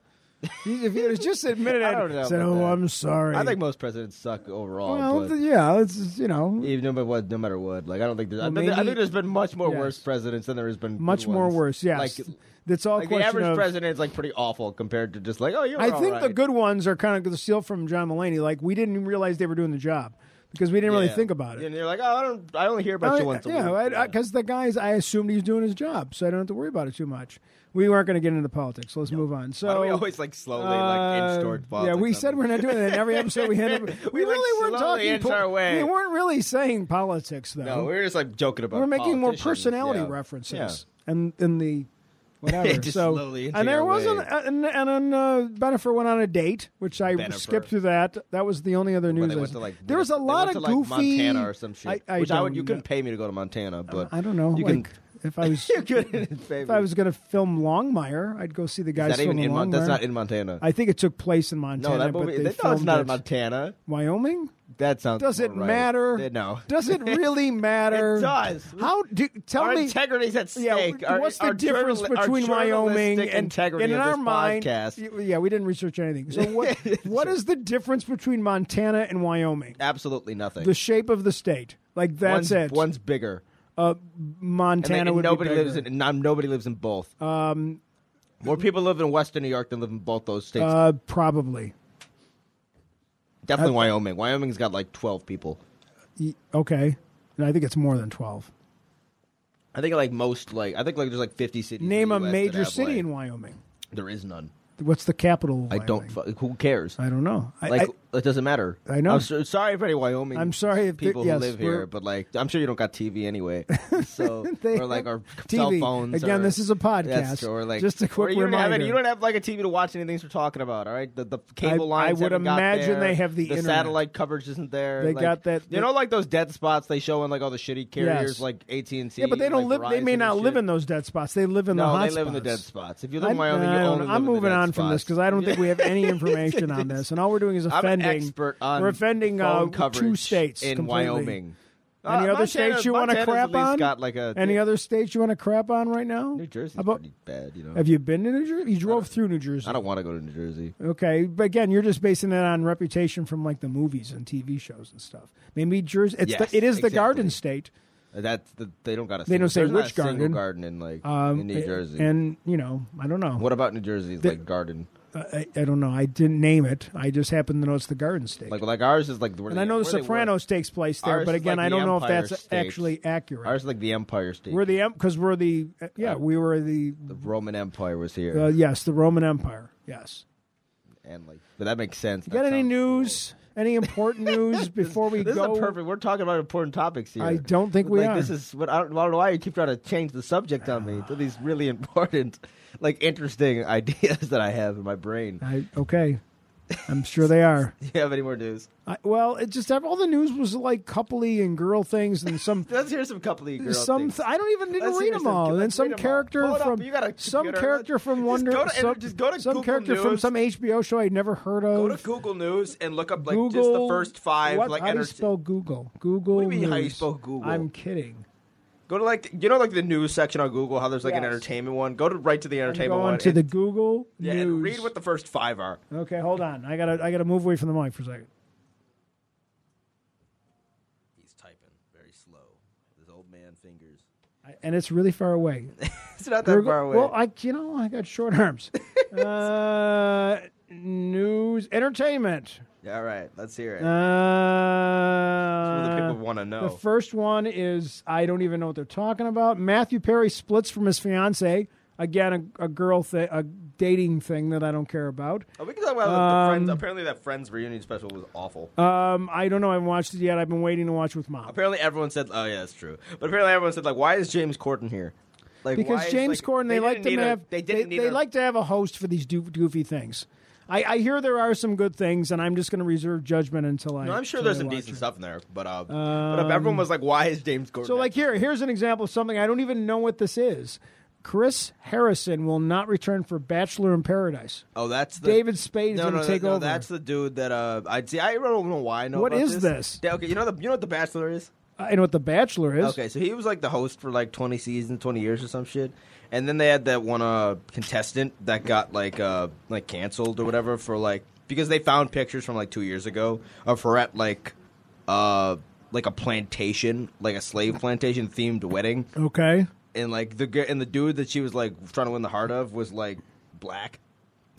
Speaker 2: He- If he was just admitted,
Speaker 3: I
Speaker 2: it,
Speaker 3: don't know
Speaker 2: said,
Speaker 3: about
Speaker 2: "Oh,
Speaker 3: that.
Speaker 2: I'm sorry."
Speaker 3: I think most presidents suck overall.
Speaker 2: Well,
Speaker 3: but-
Speaker 2: th- yeah, it's just, you know
Speaker 3: Even no matter what, no matter what, like I don't think there's. I,
Speaker 2: Well,
Speaker 3: think, I
Speaker 2: maybe-
Speaker 3: think there's been much more
Speaker 2: yes.
Speaker 3: worse presidents than there has been good
Speaker 2: much more
Speaker 3: ones.
Speaker 2: worse. Yes,
Speaker 3: like,
Speaker 2: that's all.
Speaker 3: like the
Speaker 2: question
Speaker 3: average
Speaker 2: of,
Speaker 3: president's like pretty awful compared to just like oh you. Were
Speaker 2: I
Speaker 3: all
Speaker 2: think the
Speaker 3: right.
Speaker 2: good ones are kind of the steal from John Mulaney. Like we didn't even realize they were doing the job because we didn't really
Speaker 3: Yeah.
Speaker 2: think about it.
Speaker 3: And you're like oh I don't I only hear about you
Speaker 2: I-
Speaker 3: once a
Speaker 2: yeah,
Speaker 3: week.
Speaker 2: because the guys, I assumed he was doing his job, so I don't have to worry about it too much. We weren't going to get into politics. so Let's move on. So
Speaker 3: Why do we always like slowly like
Speaker 2: uh,
Speaker 3: inch toward
Speaker 2: Yeah, we
Speaker 3: politics?
Speaker 2: said we're not doing that. In every episode we had, we,
Speaker 3: We, like,
Speaker 2: really weren't
Speaker 3: slowly
Speaker 2: talking.
Speaker 3: inch our way.
Speaker 2: We weren't really saying politics though.
Speaker 3: No, we were just like joking about.
Speaker 2: We were making more
Speaker 3: politicians.
Speaker 2: personality
Speaker 3: Yeah.
Speaker 2: references
Speaker 3: Yeah.
Speaker 2: and in the whatever.
Speaker 3: Just
Speaker 2: so
Speaker 3: slowly inching
Speaker 2: and there
Speaker 3: our
Speaker 2: wasn't
Speaker 3: way.
Speaker 2: and and then uh, Bennifer went on a date, which I
Speaker 3: Bennifer.
Speaker 2: skipped through that. That was the only other news.
Speaker 3: When they
Speaker 2: I-
Speaker 3: went to like
Speaker 2: there was a
Speaker 3: they
Speaker 2: lot
Speaker 3: went
Speaker 2: of
Speaker 3: to, like,
Speaker 2: goofy
Speaker 3: Montana or some shit.
Speaker 2: I, I
Speaker 3: which I would.
Speaker 2: don't
Speaker 3: You
Speaker 2: know.
Speaker 3: couldn't pay me to go to Montana, but
Speaker 2: I don't know.
Speaker 3: You
Speaker 2: like, if I was
Speaker 3: can. You couldn't pay
Speaker 2: if I was going to film Longmire, I'd go see the guys
Speaker 3: Is that even
Speaker 2: filming
Speaker 3: in Mon-
Speaker 2: Longmire.
Speaker 3: that's not in Montana.
Speaker 2: I think it took place in Montana,
Speaker 3: no, that
Speaker 2: but
Speaker 3: movie.
Speaker 2: they
Speaker 3: They, no, it's
Speaker 2: filmed
Speaker 3: not
Speaker 2: it.
Speaker 3: in Montana.
Speaker 2: Wyoming.
Speaker 3: That sounds.
Speaker 2: Does it
Speaker 3: more right.
Speaker 2: matter?
Speaker 3: They- No.
Speaker 2: Does it really matter?
Speaker 3: It does.
Speaker 2: How do tell
Speaker 3: our
Speaker 2: me?
Speaker 3: integrity's at
Speaker 2: yeah,
Speaker 3: stake.
Speaker 2: what's the
Speaker 3: Our- our
Speaker 2: difference
Speaker 3: journal- our
Speaker 2: between Wyoming
Speaker 3: journalistic
Speaker 2: and
Speaker 3: integrity
Speaker 2: and in
Speaker 3: of
Speaker 2: our
Speaker 3: this
Speaker 2: mind?
Speaker 3: podcast?
Speaker 2: y- Yeah, we didn't research anything. So what? what is the difference between Montana and Wyoming?
Speaker 3: Absolutely nothing.
Speaker 2: The shape of the state, like that's
Speaker 3: one's,
Speaker 2: it.
Speaker 3: One's bigger. And,
Speaker 2: Montana
Speaker 3: they- and
Speaker 2: would
Speaker 3: nobody
Speaker 2: be bigger.
Speaker 3: lives in. no- Nobody lives in both. Um, more people live in Western New York than live in both those states.
Speaker 2: uh, probably.
Speaker 3: Definitely Wyoming. Wyoming's got like twelve people.
Speaker 2: Y- Okay, and I think it's more than twelve.
Speaker 3: I think like most like I think like there's like fifty cities. in the
Speaker 2: Name a
Speaker 3: US that
Speaker 2: major
Speaker 3: have,
Speaker 2: city
Speaker 3: like-
Speaker 2: in Wyoming.
Speaker 3: There is none.
Speaker 2: What's the capital? Of
Speaker 3: I don't.
Speaker 2: Wyoming?
Speaker 3: fu- Who cares?
Speaker 2: I don't know. I,
Speaker 3: Like
Speaker 2: I-
Speaker 3: it doesn't matter.
Speaker 2: I know.
Speaker 3: I'm so, sorry for any Wyoming.
Speaker 2: I'm sorry if the-
Speaker 3: people
Speaker 2: yes,
Speaker 3: who live
Speaker 2: we're-
Speaker 3: here, but like I'm sure you don't got TV anyway. So
Speaker 2: They
Speaker 3: or like our
Speaker 2: have
Speaker 3: cell
Speaker 2: TV.
Speaker 3: phones.
Speaker 2: Again,
Speaker 3: or-
Speaker 2: this is a podcast.
Speaker 3: That's true. Or like
Speaker 2: Just a quick
Speaker 3: or you don't have
Speaker 2: reminder.
Speaker 3: any- you don't have like a TV to watch any things we're talking about. All right, the, the cable
Speaker 2: I- I
Speaker 3: lines.
Speaker 2: would
Speaker 3: haven't got
Speaker 2: imagine
Speaker 3: there.
Speaker 2: they have the internet.
Speaker 3: satellite coverage isn't there.
Speaker 2: They
Speaker 3: Like,
Speaker 2: got that-
Speaker 3: You know, like those dead spots they show on like all the shitty carriers,
Speaker 2: Yes.
Speaker 3: like AT and T.
Speaker 2: yeah, but they don't live. They may not live in those dead spots. They live in the
Speaker 3: No,
Speaker 2: hot
Speaker 3: they live in the
Speaker 2: spots.
Speaker 3: dead spots. If you live in Wyoming,
Speaker 2: I
Speaker 3: you
Speaker 2: don't
Speaker 3: only
Speaker 2: know.
Speaker 3: live
Speaker 2: I'm
Speaker 3: in the
Speaker 2: moving
Speaker 3: dead
Speaker 2: on from this
Speaker 3: spots.
Speaker 2: because I don't think we have any information on this, and all we're doing is
Speaker 3: I'm an
Speaker 2: offending.
Speaker 3: expert on
Speaker 2: we're offending uh,
Speaker 3: phone coverage
Speaker 2: two states
Speaker 3: in
Speaker 2: completely.
Speaker 3: Wyoming.
Speaker 2: Any
Speaker 3: Uh,
Speaker 2: other
Speaker 3: Montana's-
Speaker 2: states you want to
Speaker 3: Montana's at
Speaker 2: crap
Speaker 3: least
Speaker 2: on?
Speaker 3: Got like a
Speaker 2: Any other states you want to crap on right now?
Speaker 3: New Jersey's
Speaker 2: How about-
Speaker 3: pretty bad, you know.
Speaker 2: have you been to New Jersey? You drove through New Jersey.
Speaker 3: I don't want to go to New Jersey.
Speaker 2: Okay, but again, you're just basing it on reputation from like the movies and TV shows and stuff. Maybe Jersey, it's
Speaker 3: Yes,
Speaker 2: the, it is the
Speaker 3: exactly.
Speaker 2: Garden State,
Speaker 3: That's the, they don't got a.
Speaker 2: They don't say
Speaker 3: single- there's
Speaker 2: which
Speaker 3: not a single
Speaker 2: garden. Um,
Speaker 3: garden in like in New Jersey.
Speaker 2: and you know, I don't know.
Speaker 3: what about New Jersey's like garden?
Speaker 2: I, I don't know. I didn't name it. I just happen to know it's the Garden State.
Speaker 3: Like like ours is like. where
Speaker 2: and
Speaker 3: they-
Speaker 2: I know The
Speaker 3: where they were.
Speaker 2: Sopranos takes place there,
Speaker 3: Ours
Speaker 2: but
Speaker 3: is
Speaker 2: again,
Speaker 3: like
Speaker 2: I
Speaker 3: the
Speaker 2: don't know if
Speaker 3: Empire
Speaker 2: that's
Speaker 3: State.
Speaker 2: actually accurate.
Speaker 3: Ours is like the Empire State.
Speaker 2: we're the because we're the uh, yeah
Speaker 3: Uh,
Speaker 2: we were the
Speaker 3: the Roman Empire was here,
Speaker 2: uh, yes the Roman Empire yes.
Speaker 3: and like but that makes sense.
Speaker 2: You got any news? Any important news before we
Speaker 3: This
Speaker 2: go?
Speaker 3: is a perfect. We're talking about important topics here.
Speaker 2: I don't think we
Speaker 3: like,
Speaker 2: are.
Speaker 3: This is what I don't, I don't know why you keep trying to change the subject on me to these really important, like interesting ideas that I have in my brain.
Speaker 2: I, okay. I'm sure they are.
Speaker 3: Do you have any more news?
Speaker 2: I, well, it just all the news was like coupley and girl things and some
Speaker 3: Let's hear some couple of you girls.
Speaker 2: some th- I don't even need to
Speaker 3: Let's
Speaker 2: read
Speaker 3: hear
Speaker 2: them
Speaker 3: some.
Speaker 2: all. And
Speaker 3: Let's
Speaker 2: some
Speaker 3: read 'em all.
Speaker 2: character
Speaker 3: Hold up,
Speaker 2: from
Speaker 3: you got a
Speaker 2: some
Speaker 3: computer.
Speaker 2: character from
Speaker 3: Just
Speaker 2: Wonder
Speaker 3: go to-
Speaker 2: some,
Speaker 3: just go to
Speaker 2: some
Speaker 3: Google
Speaker 2: character from
Speaker 3: News.
Speaker 2: some HBO show I'd never heard of.
Speaker 3: Go to Google News and look up like
Speaker 2: Google
Speaker 3: just the first five.
Speaker 2: What,
Speaker 3: like
Speaker 2: how do you
Speaker 3: enter-
Speaker 2: spell Google? Google.
Speaker 3: What do you mean, how you
Speaker 2: News.
Speaker 3: spell Google?
Speaker 2: I'm kidding.
Speaker 3: Go to like you know like the news section on Google. How there's like an
Speaker 2: Yes.
Speaker 3: entertainment one. Go to right to the
Speaker 2: I'm
Speaker 3: entertainment
Speaker 2: going
Speaker 3: one.
Speaker 2: to
Speaker 3: and,
Speaker 2: the Google
Speaker 3: yeah,
Speaker 2: News.
Speaker 3: and read what the first five are.
Speaker 2: okay, hold on. I gotta I gotta move away from the mic for a second.
Speaker 3: He's typing very slow. His old man fingers.
Speaker 2: I- and it's really far away.
Speaker 3: It's not that
Speaker 2: Google-
Speaker 3: far away.
Speaker 2: Well, I you know I got short arms. uh, news, entertainment.
Speaker 3: Yeah, all right, let's hear it.
Speaker 2: Uh,
Speaker 3: what the people want to know.
Speaker 2: The first one is I don't even know what they're talking about. Matthew Perry splits from his fiance. Again, a, a girl thing, a dating thing that I don't care about.
Speaker 3: Oh, we can talk about the Friends. Apparently, that Friends reunion special was awful.
Speaker 2: Um, I don't know. I haven't watched it yet. I've been waiting to watch with mom
Speaker 3: apparently, everyone said, "Oh yeah, that's true." But apparently, everyone said, "Like, why is James Corden here?" Like, why
Speaker 2: because
Speaker 3: is,
Speaker 2: James
Speaker 3: like-
Speaker 2: Corden they, like
Speaker 3: didn't
Speaker 2: to
Speaker 3: need a-
Speaker 2: have
Speaker 3: they didn't need
Speaker 2: they
Speaker 3: a-
Speaker 2: like to have a host for these doof, goofy things. I, I hear there are some good things, and I'm just going to reserve judgment until I.
Speaker 3: No, I'm sure
Speaker 2: until
Speaker 3: there's
Speaker 2: I
Speaker 3: some
Speaker 2: watch
Speaker 3: decent
Speaker 2: it.
Speaker 3: stuff in there, but uh, but uh, everyone was like, "Why is James Corden?"
Speaker 2: So, like here, here's an example of something I don't even know what this is. Chris Harrison will not return for Bachelor in Paradise.
Speaker 3: Oh, that's the,
Speaker 2: David Spade is
Speaker 3: no,
Speaker 2: gonna
Speaker 3: no,
Speaker 2: take
Speaker 3: no,
Speaker 2: over.
Speaker 3: That's the dude that uh, I see. I don't know why. I know
Speaker 2: What
Speaker 3: about
Speaker 2: is
Speaker 3: this?
Speaker 2: this?
Speaker 3: Yeah, okay, you know the you know what the Bachelor is.
Speaker 2: I Uh, know what The Bachelor is.
Speaker 3: Okay, so he was like the host for like 20 seasons, 20 years or some shit. And then they had that one uh contestant that got like uh like canceled or whatever for like because they found pictures from like 2 years ago of her at like uh like a plantation, like a slave plantation themed wedding
Speaker 2: Okay.
Speaker 3: and like the gu- and the dude that she was like trying to win the heart of was like black.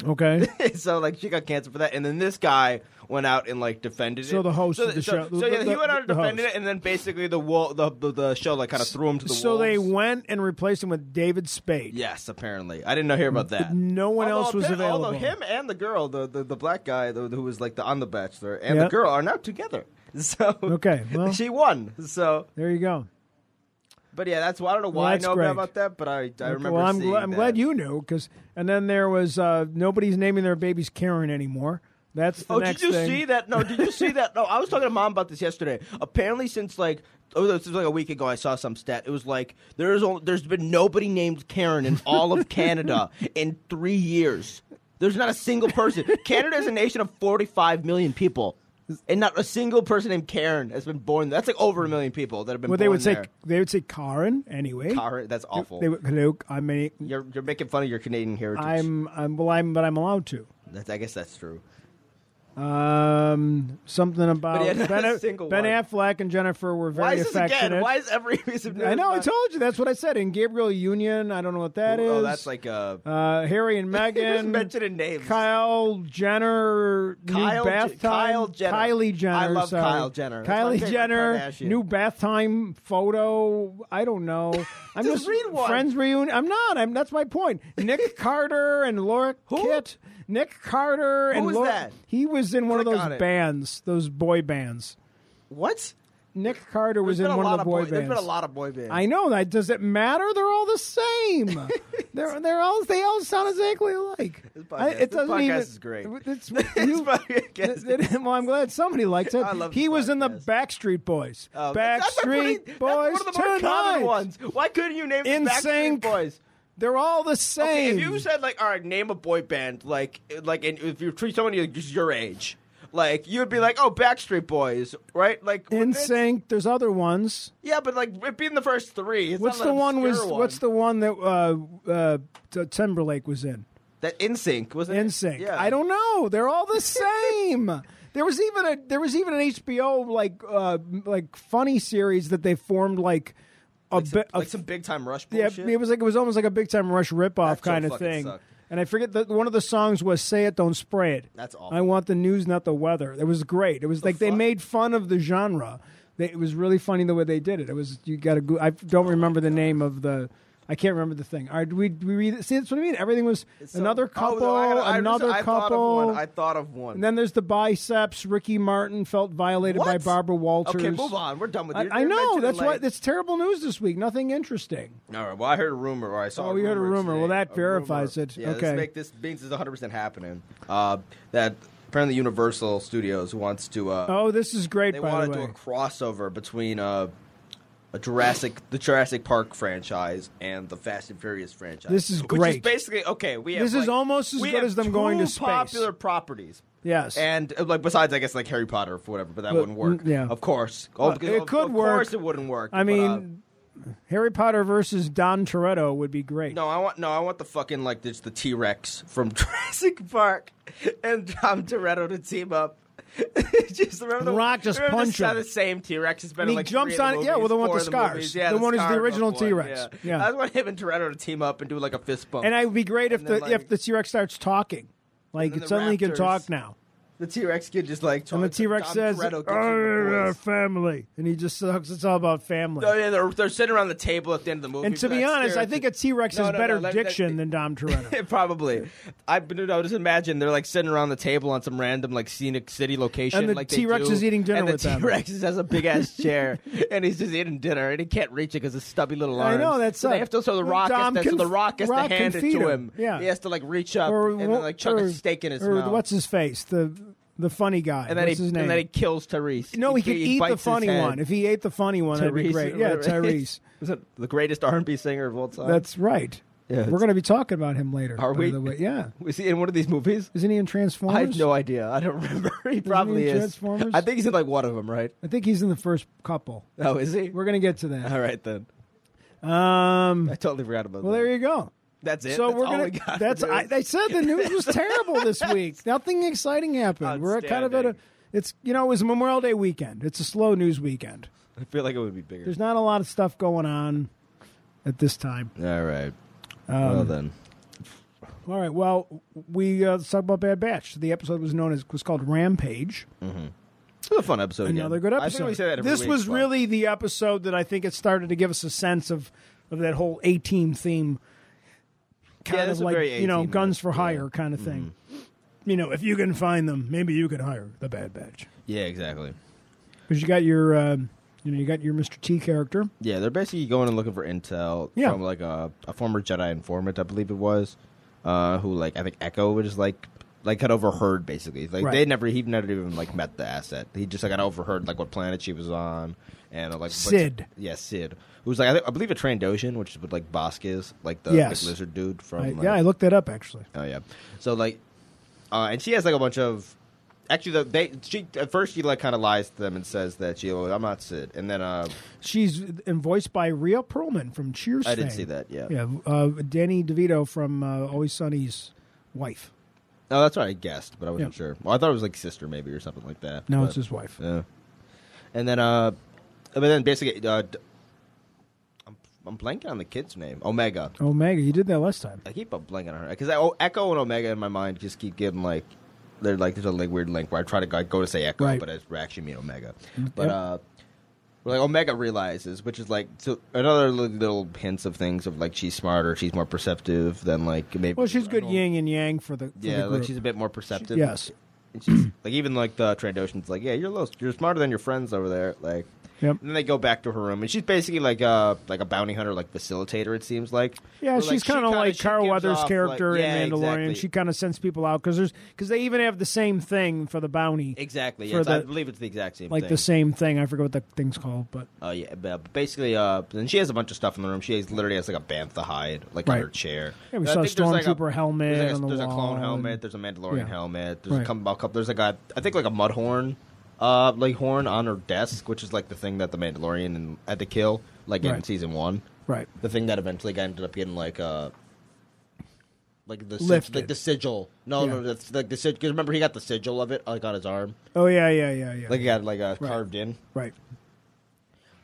Speaker 2: Okay.
Speaker 3: so like she got canceled for that, and then this guy went out and like defended
Speaker 2: So
Speaker 3: it.
Speaker 2: the host of the
Speaker 3: so,
Speaker 2: show-
Speaker 3: So, yeah,
Speaker 2: the-
Speaker 3: he went out and
Speaker 2: the
Speaker 3: defended
Speaker 2: host.
Speaker 3: it, and then basically the wall, the the, the show like kind of threw him to the
Speaker 2: so they
Speaker 3: wolves.
Speaker 2: went and replaced him with David Spade.
Speaker 3: Yes, apparently. I didn't know hear about that.
Speaker 2: No one
Speaker 3: Although
Speaker 2: else was
Speaker 3: appa- Although
Speaker 2: available.
Speaker 3: him and the girl, the, the, the black guy the, who was like the on the Bachelor, and the
Speaker 2: Yep.
Speaker 3: girl are now together. So
Speaker 2: Okay, well.
Speaker 3: she won. So,
Speaker 2: There you go.
Speaker 3: but yeah, that's why I don't know
Speaker 2: Well,
Speaker 3: why I
Speaker 2: that's
Speaker 3: know
Speaker 2: great.
Speaker 3: about that, but I I remember.
Speaker 2: well, I'm,
Speaker 3: seeing
Speaker 2: gl- I'm
Speaker 3: that.
Speaker 2: glad you knew because. And then there was uh, nobody's naming their babies Karen anymore. That's the
Speaker 3: Oh,
Speaker 2: next
Speaker 3: did you
Speaker 2: thing.
Speaker 3: see that? No, did you see that? No, I was talking to mom about this yesterday. Apparently, since like oh, this was like a week ago, I saw some stat. It was like there's only, there's been nobody named Karen in all of Canada in three years. There's not a single person. Canada is a nation of 45 million people, and not a single person named Karen has been born. That's like over a million people that have been.
Speaker 2: Well,
Speaker 3: born
Speaker 2: they would say
Speaker 3: there.
Speaker 2: they would say Karen anyway.
Speaker 3: Karen, that's awful.
Speaker 2: They would hello. I'm a,
Speaker 3: you're, you're making fun of your Canadian heritage.
Speaker 2: I'm I'm well I'm but I'm allowed to.
Speaker 3: That's, I guess that's true.
Speaker 2: Um, something about
Speaker 3: But yeah, not
Speaker 2: Ben, uh,
Speaker 3: a single
Speaker 2: Ben
Speaker 3: one.
Speaker 2: Affleck and Jennifer were very
Speaker 3: Why is this
Speaker 2: affectionate.
Speaker 3: again? Why is every piece of news?
Speaker 2: I know. I
Speaker 3: about-
Speaker 2: told you. That's what I said. And Gabriel Union. I don't know what that is.
Speaker 3: Oh, that's like a.
Speaker 2: uh, Harry and
Speaker 3: just
Speaker 2: Meghan.
Speaker 3: mentioning names.
Speaker 2: Kyle Jenner.
Speaker 3: Kyle
Speaker 2: new bath
Speaker 3: Je-
Speaker 2: time.
Speaker 3: Kyle Jenner.
Speaker 2: Kylie Jenner.
Speaker 3: I love
Speaker 2: sorry.
Speaker 3: Kyle Jenner. That's my
Speaker 2: Kylie
Speaker 3: favorite
Speaker 2: Jenner.
Speaker 3: Kardashian.
Speaker 2: New bath time photo. I don't know. I'm
Speaker 3: Just
Speaker 2: just,
Speaker 3: read one.
Speaker 2: Friends reunion. I'm not. I'm. That's my point. Nick Carter and Laura Kitt. Nick Carter and
Speaker 3: was
Speaker 2: Laura.
Speaker 3: that?
Speaker 2: He was in one of
Speaker 3: Click on
Speaker 2: those
Speaker 3: it.
Speaker 2: bands. Those boy bands.
Speaker 3: What?
Speaker 2: Nick Carter was
Speaker 3: There's
Speaker 2: in
Speaker 3: been a
Speaker 2: one
Speaker 3: lot
Speaker 2: of the boy,
Speaker 3: There's
Speaker 2: bands.
Speaker 3: been a lot of boy bands.
Speaker 2: I know that. Does it matter? They're all the same. they're they're all they all sound exactly alike.
Speaker 3: podcast-
Speaker 2: I- it
Speaker 3: this
Speaker 2: doesn't
Speaker 3: podcast
Speaker 2: even,
Speaker 3: is great.
Speaker 2: It's,
Speaker 3: This
Speaker 2: you-
Speaker 3: podcast
Speaker 2: th- th- well, I'm glad somebody likes it.
Speaker 3: I love
Speaker 2: he
Speaker 3: this
Speaker 2: was in the
Speaker 3: podcast.
Speaker 2: Backstreet Boys.
Speaker 3: Oh, that's- that's a pretty-
Speaker 2: Backstreet
Speaker 3: that's
Speaker 2: Boys
Speaker 3: one of the more
Speaker 2: tonight.
Speaker 3: common ones. Why couldn't you name
Speaker 2: In
Speaker 3: the Backstreet
Speaker 2: sync.
Speaker 3: Boys?
Speaker 2: They're all the same.
Speaker 3: Okay, if you said like, all right, name a boy band, like, like, and if you treat somebody like just your age, like, you would be like, oh, Backstreet Boys, right? Like,
Speaker 2: in
Speaker 3: wouldn't it-
Speaker 2: sync, there's other ones.
Speaker 3: Yeah, but like, it being the first three. It's
Speaker 2: What's
Speaker 3: not
Speaker 2: the
Speaker 3: an
Speaker 2: one was?
Speaker 3: obscure one
Speaker 2: What's the one that uh, uh, T- Timberlake was in?
Speaker 3: that InSync was
Speaker 2: In sync.
Speaker 3: Yeah.
Speaker 2: I don't know. They're all the same. there was even a there was even an HBO like uh like funny series that they formed like a
Speaker 3: like some,
Speaker 2: bit
Speaker 3: like some big time rush
Speaker 2: yeah,
Speaker 3: bullshit.
Speaker 2: it was like it was almost like a big time rush ripoff
Speaker 3: That show
Speaker 2: kind of
Speaker 3: fucking
Speaker 2: thing.
Speaker 3: sucked.
Speaker 2: And I forget that one of the songs was "Say It, Don't Spray It."
Speaker 3: That's awful.
Speaker 2: I want the news, not the weather. It was great. It was like they
Speaker 3: fuck?
Speaker 2: made fun of the genre. They, it was really funny the way they did it. It was you got to go. I don't remember the name of the. I can't remember the thing. All right, we we read, see that's what I mean. Everything was
Speaker 3: So-
Speaker 2: another
Speaker 3: Oh,
Speaker 2: couple,
Speaker 3: no, I gotta- I just-
Speaker 2: another
Speaker 3: I
Speaker 2: couple.
Speaker 3: Thought of one. I thought of one.
Speaker 2: and then there's the biceps. Ricky Martin felt violated by
Speaker 3: What?
Speaker 2: Barbara Walters.
Speaker 3: Okay, move on. We're done with
Speaker 2: I,
Speaker 3: you.
Speaker 2: I
Speaker 3: You're
Speaker 2: know
Speaker 3: mentioning,
Speaker 2: that's why
Speaker 3: like-
Speaker 2: that's terrible news this week. Nothing interesting.
Speaker 3: All right. Well, I heard a rumor, or I saw.
Speaker 2: Oh,
Speaker 3: a
Speaker 2: you heard a rumor.
Speaker 3: today.
Speaker 2: Well, that
Speaker 3: A
Speaker 2: verifies it.
Speaker 3: Yeah,
Speaker 2: Okay.
Speaker 3: This, make, this means it's 100 percent happening. Uh, that apparently Universal Studios wants to. Uh,
Speaker 2: Oh, this is great.
Speaker 3: they
Speaker 2: by
Speaker 3: want
Speaker 2: the
Speaker 3: to do
Speaker 2: way,
Speaker 3: a crossover between uh, a Jurassic, the Jurassic Park franchise, and the Fast and Furious franchise.
Speaker 2: This is
Speaker 3: Which
Speaker 2: great.
Speaker 3: is basically okay. We have
Speaker 2: This is
Speaker 3: like-
Speaker 2: almost as
Speaker 3: we
Speaker 2: good
Speaker 3: have
Speaker 2: as them
Speaker 3: two
Speaker 2: going to space.
Speaker 3: popular properties.
Speaker 2: yes,
Speaker 3: And uh, like besides, I guess like Harry Potter or whatever, but that
Speaker 2: Well,
Speaker 3: wouldn't work.
Speaker 2: mm, yeah.
Speaker 3: of course. Oh,
Speaker 2: Well,
Speaker 3: because
Speaker 2: it
Speaker 3: of-
Speaker 2: could
Speaker 3: of
Speaker 2: work.
Speaker 3: course it wouldn't work.
Speaker 2: I
Speaker 3: but, uh,
Speaker 2: mean, Harry Potter versus Don Toretto would be great.
Speaker 3: no, I want no, I want the fucking like just the T Rex from Jurassic Park and Tom Toretto to team up. just remember the
Speaker 2: The Rock just
Speaker 3: remember
Speaker 2: punch
Speaker 3: the,
Speaker 2: him.
Speaker 3: the same T Rex has been.
Speaker 2: And
Speaker 3: in,
Speaker 2: he
Speaker 3: like,
Speaker 2: jumps
Speaker 3: three of
Speaker 2: on it.
Speaker 3: the
Speaker 2: Yeah, well, the one
Speaker 3: movies,
Speaker 2: with the
Speaker 3: four of
Speaker 2: scars.
Speaker 3: movies. Yeah,
Speaker 2: The one is the
Speaker 3: scarred
Speaker 2: original
Speaker 3: one.
Speaker 2: T-Rex.
Speaker 3: Yeah.
Speaker 2: Yeah.
Speaker 3: I just want him and Toretto to team up and do like a fist bump.
Speaker 2: and it would be great if
Speaker 3: And
Speaker 2: the
Speaker 3: then, like-
Speaker 2: if the T Rex starts talking, like
Speaker 3: And then
Speaker 2: it
Speaker 3: the
Speaker 2: suddenly can
Speaker 3: raptors.
Speaker 2: talk now.
Speaker 3: the T Rex kid just like
Speaker 2: And the T Rex says,
Speaker 3: Toretto gives him the
Speaker 2: "Arr,
Speaker 3: voice.
Speaker 2: "Family," and he just talks. It's all about family.
Speaker 3: Oh, yeah, they're, they're sitting around the table at the end of the movie.
Speaker 2: and to
Speaker 3: for
Speaker 2: be
Speaker 3: that
Speaker 2: honest, I
Speaker 3: stereotyp-
Speaker 2: think a T Rex
Speaker 3: No,
Speaker 2: has
Speaker 3: no,
Speaker 2: better
Speaker 3: no, let- let-
Speaker 2: diction than Dom Toretto.
Speaker 3: Probably. I, dude, I would just imagine they're like sitting around the table on some random like scenic city location.
Speaker 2: And the
Speaker 3: like they
Speaker 2: T-Rex
Speaker 3: do,
Speaker 2: is eating dinner
Speaker 3: and
Speaker 2: with
Speaker 3: the
Speaker 2: them.
Speaker 3: T-Rex has a big ass chair, and he's just eating dinner, and he can't reach it because his stubby little
Speaker 2: I
Speaker 3: arms.
Speaker 2: know, that's
Speaker 3: so
Speaker 2: it.
Speaker 3: they have to so the rock
Speaker 2: Dom
Speaker 3: has to,
Speaker 2: can-
Speaker 3: so the rock has
Speaker 2: Rock
Speaker 3: to
Speaker 2: can
Speaker 3: hand it
Speaker 2: feed
Speaker 3: to
Speaker 2: him.
Speaker 3: him.
Speaker 2: Yeah.
Speaker 3: he has to like reach up and then like chuck
Speaker 2: or-
Speaker 3: a steak in his
Speaker 2: or
Speaker 3: mouth.
Speaker 2: What's his face? The the funny guy.
Speaker 3: and then
Speaker 2: what's
Speaker 3: he
Speaker 2: his name?
Speaker 3: and then he kills Tyrese.
Speaker 2: no, he,
Speaker 3: he
Speaker 2: could eat the
Speaker 3: bites his
Speaker 2: funny
Speaker 3: head.
Speaker 2: one. If he ate the funny one, that'd be
Speaker 3: Tyrese,
Speaker 2: great. Yeah,
Speaker 3: whatever.
Speaker 2: Tyrese.
Speaker 3: Is it the greatest R and B singer of all time?
Speaker 2: That's right.
Speaker 3: Uh, Yeah,
Speaker 2: We're
Speaker 3: it's-
Speaker 2: going to be talking about him later.
Speaker 3: Are
Speaker 2: by
Speaker 3: we?
Speaker 2: the way. Yeah.
Speaker 3: was he in one of these movies?
Speaker 2: Isn't he in Transformers?
Speaker 3: I have no idea. I don't remember. he probably
Speaker 2: in
Speaker 3: is.
Speaker 2: Transformers?
Speaker 3: I think he's in like one of them, right?
Speaker 2: I think he's in the first couple.
Speaker 3: Oh, is he?
Speaker 2: We're going to get to that.
Speaker 3: All right then.
Speaker 2: Um,
Speaker 3: I totally forgot about
Speaker 2: well,
Speaker 3: that.
Speaker 2: there you go.
Speaker 3: that's it.
Speaker 2: So
Speaker 3: that's
Speaker 2: we're
Speaker 3: all
Speaker 2: gonna.
Speaker 3: we got
Speaker 2: that's.
Speaker 3: for
Speaker 2: I,
Speaker 3: news.
Speaker 2: they said the news was terrible this week. Nothing exciting happened. We're kind of at a.
Speaker 3: Outstanding.
Speaker 2: It's you know it was Memorial Day weekend. It's a slow news weekend.
Speaker 3: I feel like it would be bigger.
Speaker 2: There's not a lot of stuff going on at this time.
Speaker 3: All right.
Speaker 2: Um,
Speaker 3: well then.
Speaker 2: All right. Well, we uh, let's talk about Bad Batch. The episode was known as was called Rampage.
Speaker 3: It was a fun episode. again.
Speaker 2: Another good episode.
Speaker 3: I think we say that every
Speaker 2: this
Speaker 3: week,
Speaker 2: was
Speaker 3: but-
Speaker 2: really the episode that I think it started to give us a sense of of that whole A team theme, kind
Speaker 3: this
Speaker 2: of
Speaker 3: is a
Speaker 2: like
Speaker 3: very
Speaker 2: you know
Speaker 3: A-team Mm-hmm.
Speaker 2: guns
Speaker 3: match,
Speaker 2: for hire kind of thing. You know, if you can find them, maybe you can hire the Bad Batch
Speaker 3: Yeah, exactly.
Speaker 2: because you got your uh, you know you got your Mr. T character.
Speaker 3: Yeah, they're basically going and looking for intel
Speaker 2: Yeah.
Speaker 3: from like a, a former Jedi informant, I believe it was, uh, who like I think Echo was just like like had overheard basically. Like
Speaker 2: Right.
Speaker 3: they never he never even like met the asset. He just like had overheard like what planet she was on and uh, like what's-
Speaker 2: Sid.
Speaker 3: yeah, Sid. Who's like I, think, I believe a Trandoshan, which is what like Bosk is, like the
Speaker 2: Yes.
Speaker 3: like, lizard dude from
Speaker 2: I-
Speaker 3: like,
Speaker 2: yeah, I looked that up actually.
Speaker 3: Oh yeah. So like, uh, and she has like a bunch of. Actually, the, they she at first she like kind of lies to them and says that she oh, I'm not Sid, and then uh,
Speaker 2: She's and voiced by Rhea Perlman from Cheers.
Speaker 3: I didn't
Speaker 2: fame.
Speaker 3: see that. Yeah.
Speaker 2: Yeah, uh, Danny DeVito from uh, Always Sunny's wife.
Speaker 3: Oh, that's what I guessed, but I wasn't
Speaker 2: Yeah.
Speaker 3: sure. Well, I thought it was like sister maybe or something like that.
Speaker 2: No,
Speaker 3: but-
Speaker 2: it's his wife.
Speaker 3: Yeah. And then, uh, but then basically, uh, d- I'm I'm blanking on the kid's name. Omega.
Speaker 2: Omega, Oh, you did that last time.
Speaker 3: I keep on blanking on her because oh, Echo and Omega in my mind just keep getting like they're like there's a like weird link where I try to go, go to say Echo,
Speaker 2: Right. Mm,
Speaker 3: but it's actually mean Omega. But
Speaker 2: Yep.
Speaker 3: uh, like Omega realizes, which is like so another li- little hints of things of like she's smarter, she's more perceptive than like maybe.
Speaker 2: Well, she's good yin and yang for the for
Speaker 3: Yeah,
Speaker 2: the
Speaker 3: like
Speaker 2: group.
Speaker 3: she's a bit more perceptive.
Speaker 2: yes.
Speaker 3: And she's, like even like the Trandoshan's like, yeah, you're a little, you're smarter than your friends over there. Like,
Speaker 2: Yep.
Speaker 3: And then they go back to her room, and she's basically like a like a bounty hunter, like facilitator. It seems like.
Speaker 2: Yeah,
Speaker 3: Where,
Speaker 2: she's
Speaker 3: she
Speaker 2: kind of like
Speaker 3: she
Speaker 2: Carl
Speaker 3: gives
Speaker 2: Weathers'
Speaker 3: off,
Speaker 2: character
Speaker 3: like, yeah,
Speaker 2: in Mandalorian.
Speaker 3: Exactly.
Speaker 2: She kind of sends people out because there's because they even have the same thing for the bounty,
Speaker 3: exactly.
Speaker 2: for
Speaker 3: Yes, I
Speaker 2: the-
Speaker 3: believe it's the exact same
Speaker 2: like
Speaker 3: thing.
Speaker 2: the same thing. I forget what that thing's called, but
Speaker 3: Oh yeah, but basically, uh, and she has a bunch of stuff in the room. She has, literally has like a bantha hide, like
Speaker 2: Right.
Speaker 3: on her chair.
Speaker 2: Yeah, we
Speaker 3: And I
Speaker 2: saw a
Speaker 3: think there's, like,
Speaker 2: stormtrooper helmet
Speaker 3: There's, like, a,
Speaker 2: on the
Speaker 3: there's a
Speaker 2: wall
Speaker 3: clone helmet.
Speaker 2: and-
Speaker 3: there's a Mandalorian
Speaker 2: Yeah.
Speaker 3: helmet. There's
Speaker 2: Right.
Speaker 3: a combo cup. There's like a I think like a mud horn, uh, like horn on her desk, which is like the thing that the Mandalorian and, had to kill, like in
Speaker 2: Right.
Speaker 3: season one.
Speaker 2: right.
Speaker 3: The thing that eventually got ended up getting like uh, like the sig-
Speaker 2: Lifted.
Speaker 3: like the sigil. No,
Speaker 2: Yeah.
Speaker 3: no, that's like the sigil. Because remember, he got the sigil of it like on his arm,
Speaker 2: Oh yeah, yeah, yeah, yeah.
Speaker 3: like he got like uh,
Speaker 2: Right.
Speaker 3: carved in.
Speaker 2: right.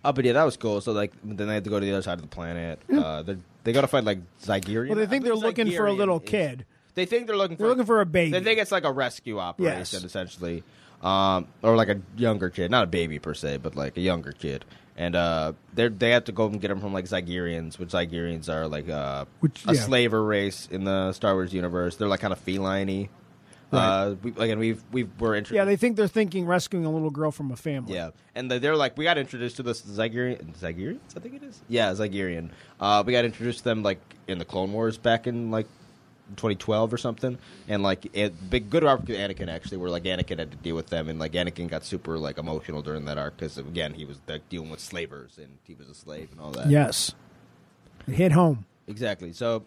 Speaker 3: Oh, but yeah, that was cool. So like, then they had to go to the other side of the planet. Uh, they they got to find like Zygerian.
Speaker 2: Well, they
Speaker 3: I
Speaker 2: think they're looking for a
Speaker 3: Zygerian
Speaker 2: little
Speaker 3: is-
Speaker 2: kid.
Speaker 3: They think they're looking. For,
Speaker 2: They're looking for a baby.
Speaker 3: They think it's like a rescue operation,
Speaker 2: Yes.
Speaker 3: essentially, um, or like a younger kid, not a baby per se, but like a younger kid. And uh, they they have to go and get him from like Zygerians, which Zygerians are like uh,
Speaker 2: Which-
Speaker 3: a
Speaker 2: yeah.
Speaker 3: slaver race in the Star Wars universe. They're like kind of feline-y. Uh, we, like, and we've we were introduced.
Speaker 2: Yeah, they think they're thinking rescuing a little girl from a family.
Speaker 3: Yeah, and they- they're like, we got introduced to this Zygerian, Zygerians, I think it is. Yeah, Zygerian. Uh, we got introduced to them like in the Clone Wars back in like 2012 or something, and like it, big good arc with Anakin actually, where like Anakin had to deal with them, and like Anakin got super like emotional during that arc because again he was like dealing with slavers and he was a slave and all that.
Speaker 2: Yes. It hit home.
Speaker 3: exactly. So,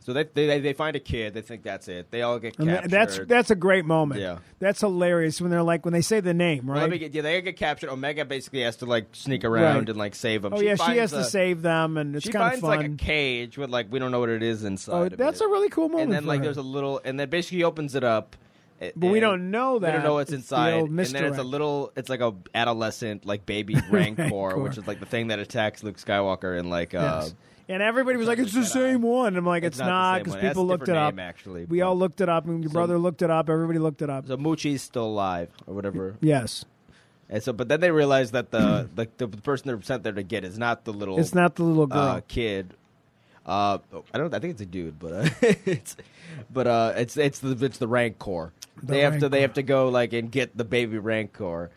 Speaker 3: so they they, they find a kid, they think that's it, they all get
Speaker 2: And that-
Speaker 3: captured.
Speaker 2: that's that's a great moment.
Speaker 3: Yeah.
Speaker 2: That's hilarious when they're like when they say the name,
Speaker 3: Well,
Speaker 2: right?
Speaker 3: let me get, yeah, they get captured. Omega basically has to like sneak around
Speaker 2: Right.
Speaker 3: and like save them.
Speaker 2: oh yeah, she
Speaker 3: finds
Speaker 2: has to
Speaker 3: a-
Speaker 2: save them, and it's
Speaker 3: She
Speaker 2: kind of
Speaker 3: finds
Speaker 2: fun.
Speaker 3: like a cage with like we don't know what it is inside.
Speaker 2: oh,
Speaker 3: of
Speaker 2: that's
Speaker 3: it.
Speaker 2: a really cool moment.
Speaker 3: and then
Speaker 2: for
Speaker 3: like
Speaker 2: her.
Speaker 3: there's a little, and then basically he opens it up. a-
Speaker 2: But we
Speaker 3: and
Speaker 2: don't know
Speaker 3: We
Speaker 2: that.
Speaker 3: don't know what's
Speaker 2: It's the
Speaker 3: inside.
Speaker 2: old
Speaker 3: and then it's
Speaker 2: misdirect.
Speaker 3: a little, it's like a adolescent like baby rancor, which is like the thing that attacks Luke Skywalker and like uh,
Speaker 2: Yes. And everybody was like, "It's the same one." I'm like, "It's,
Speaker 3: It's not the
Speaker 2: not," because
Speaker 3: same one. It has
Speaker 2: people
Speaker 3: a
Speaker 2: looked it
Speaker 3: different
Speaker 2: up.
Speaker 3: name, actually,
Speaker 2: we
Speaker 3: but-
Speaker 2: all looked it up, and your brother looked it up. Everybody looked it up.
Speaker 3: so Moochie's still alive or whatever.
Speaker 2: yes,
Speaker 3: And so, but then they realize that the like the person they're sent there to get is not the little.
Speaker 2: it's not the little girl.
Speaker 3: uh, kid. Uh, I don't. I think it's a dude, but uh, it's, but uh, it's it's the it's the Rancor.
Speaker 2: The
Speaker 3: they have to
Speaker 2: Rancor.
Speaker 3: they have to go like and get the baby Rancor.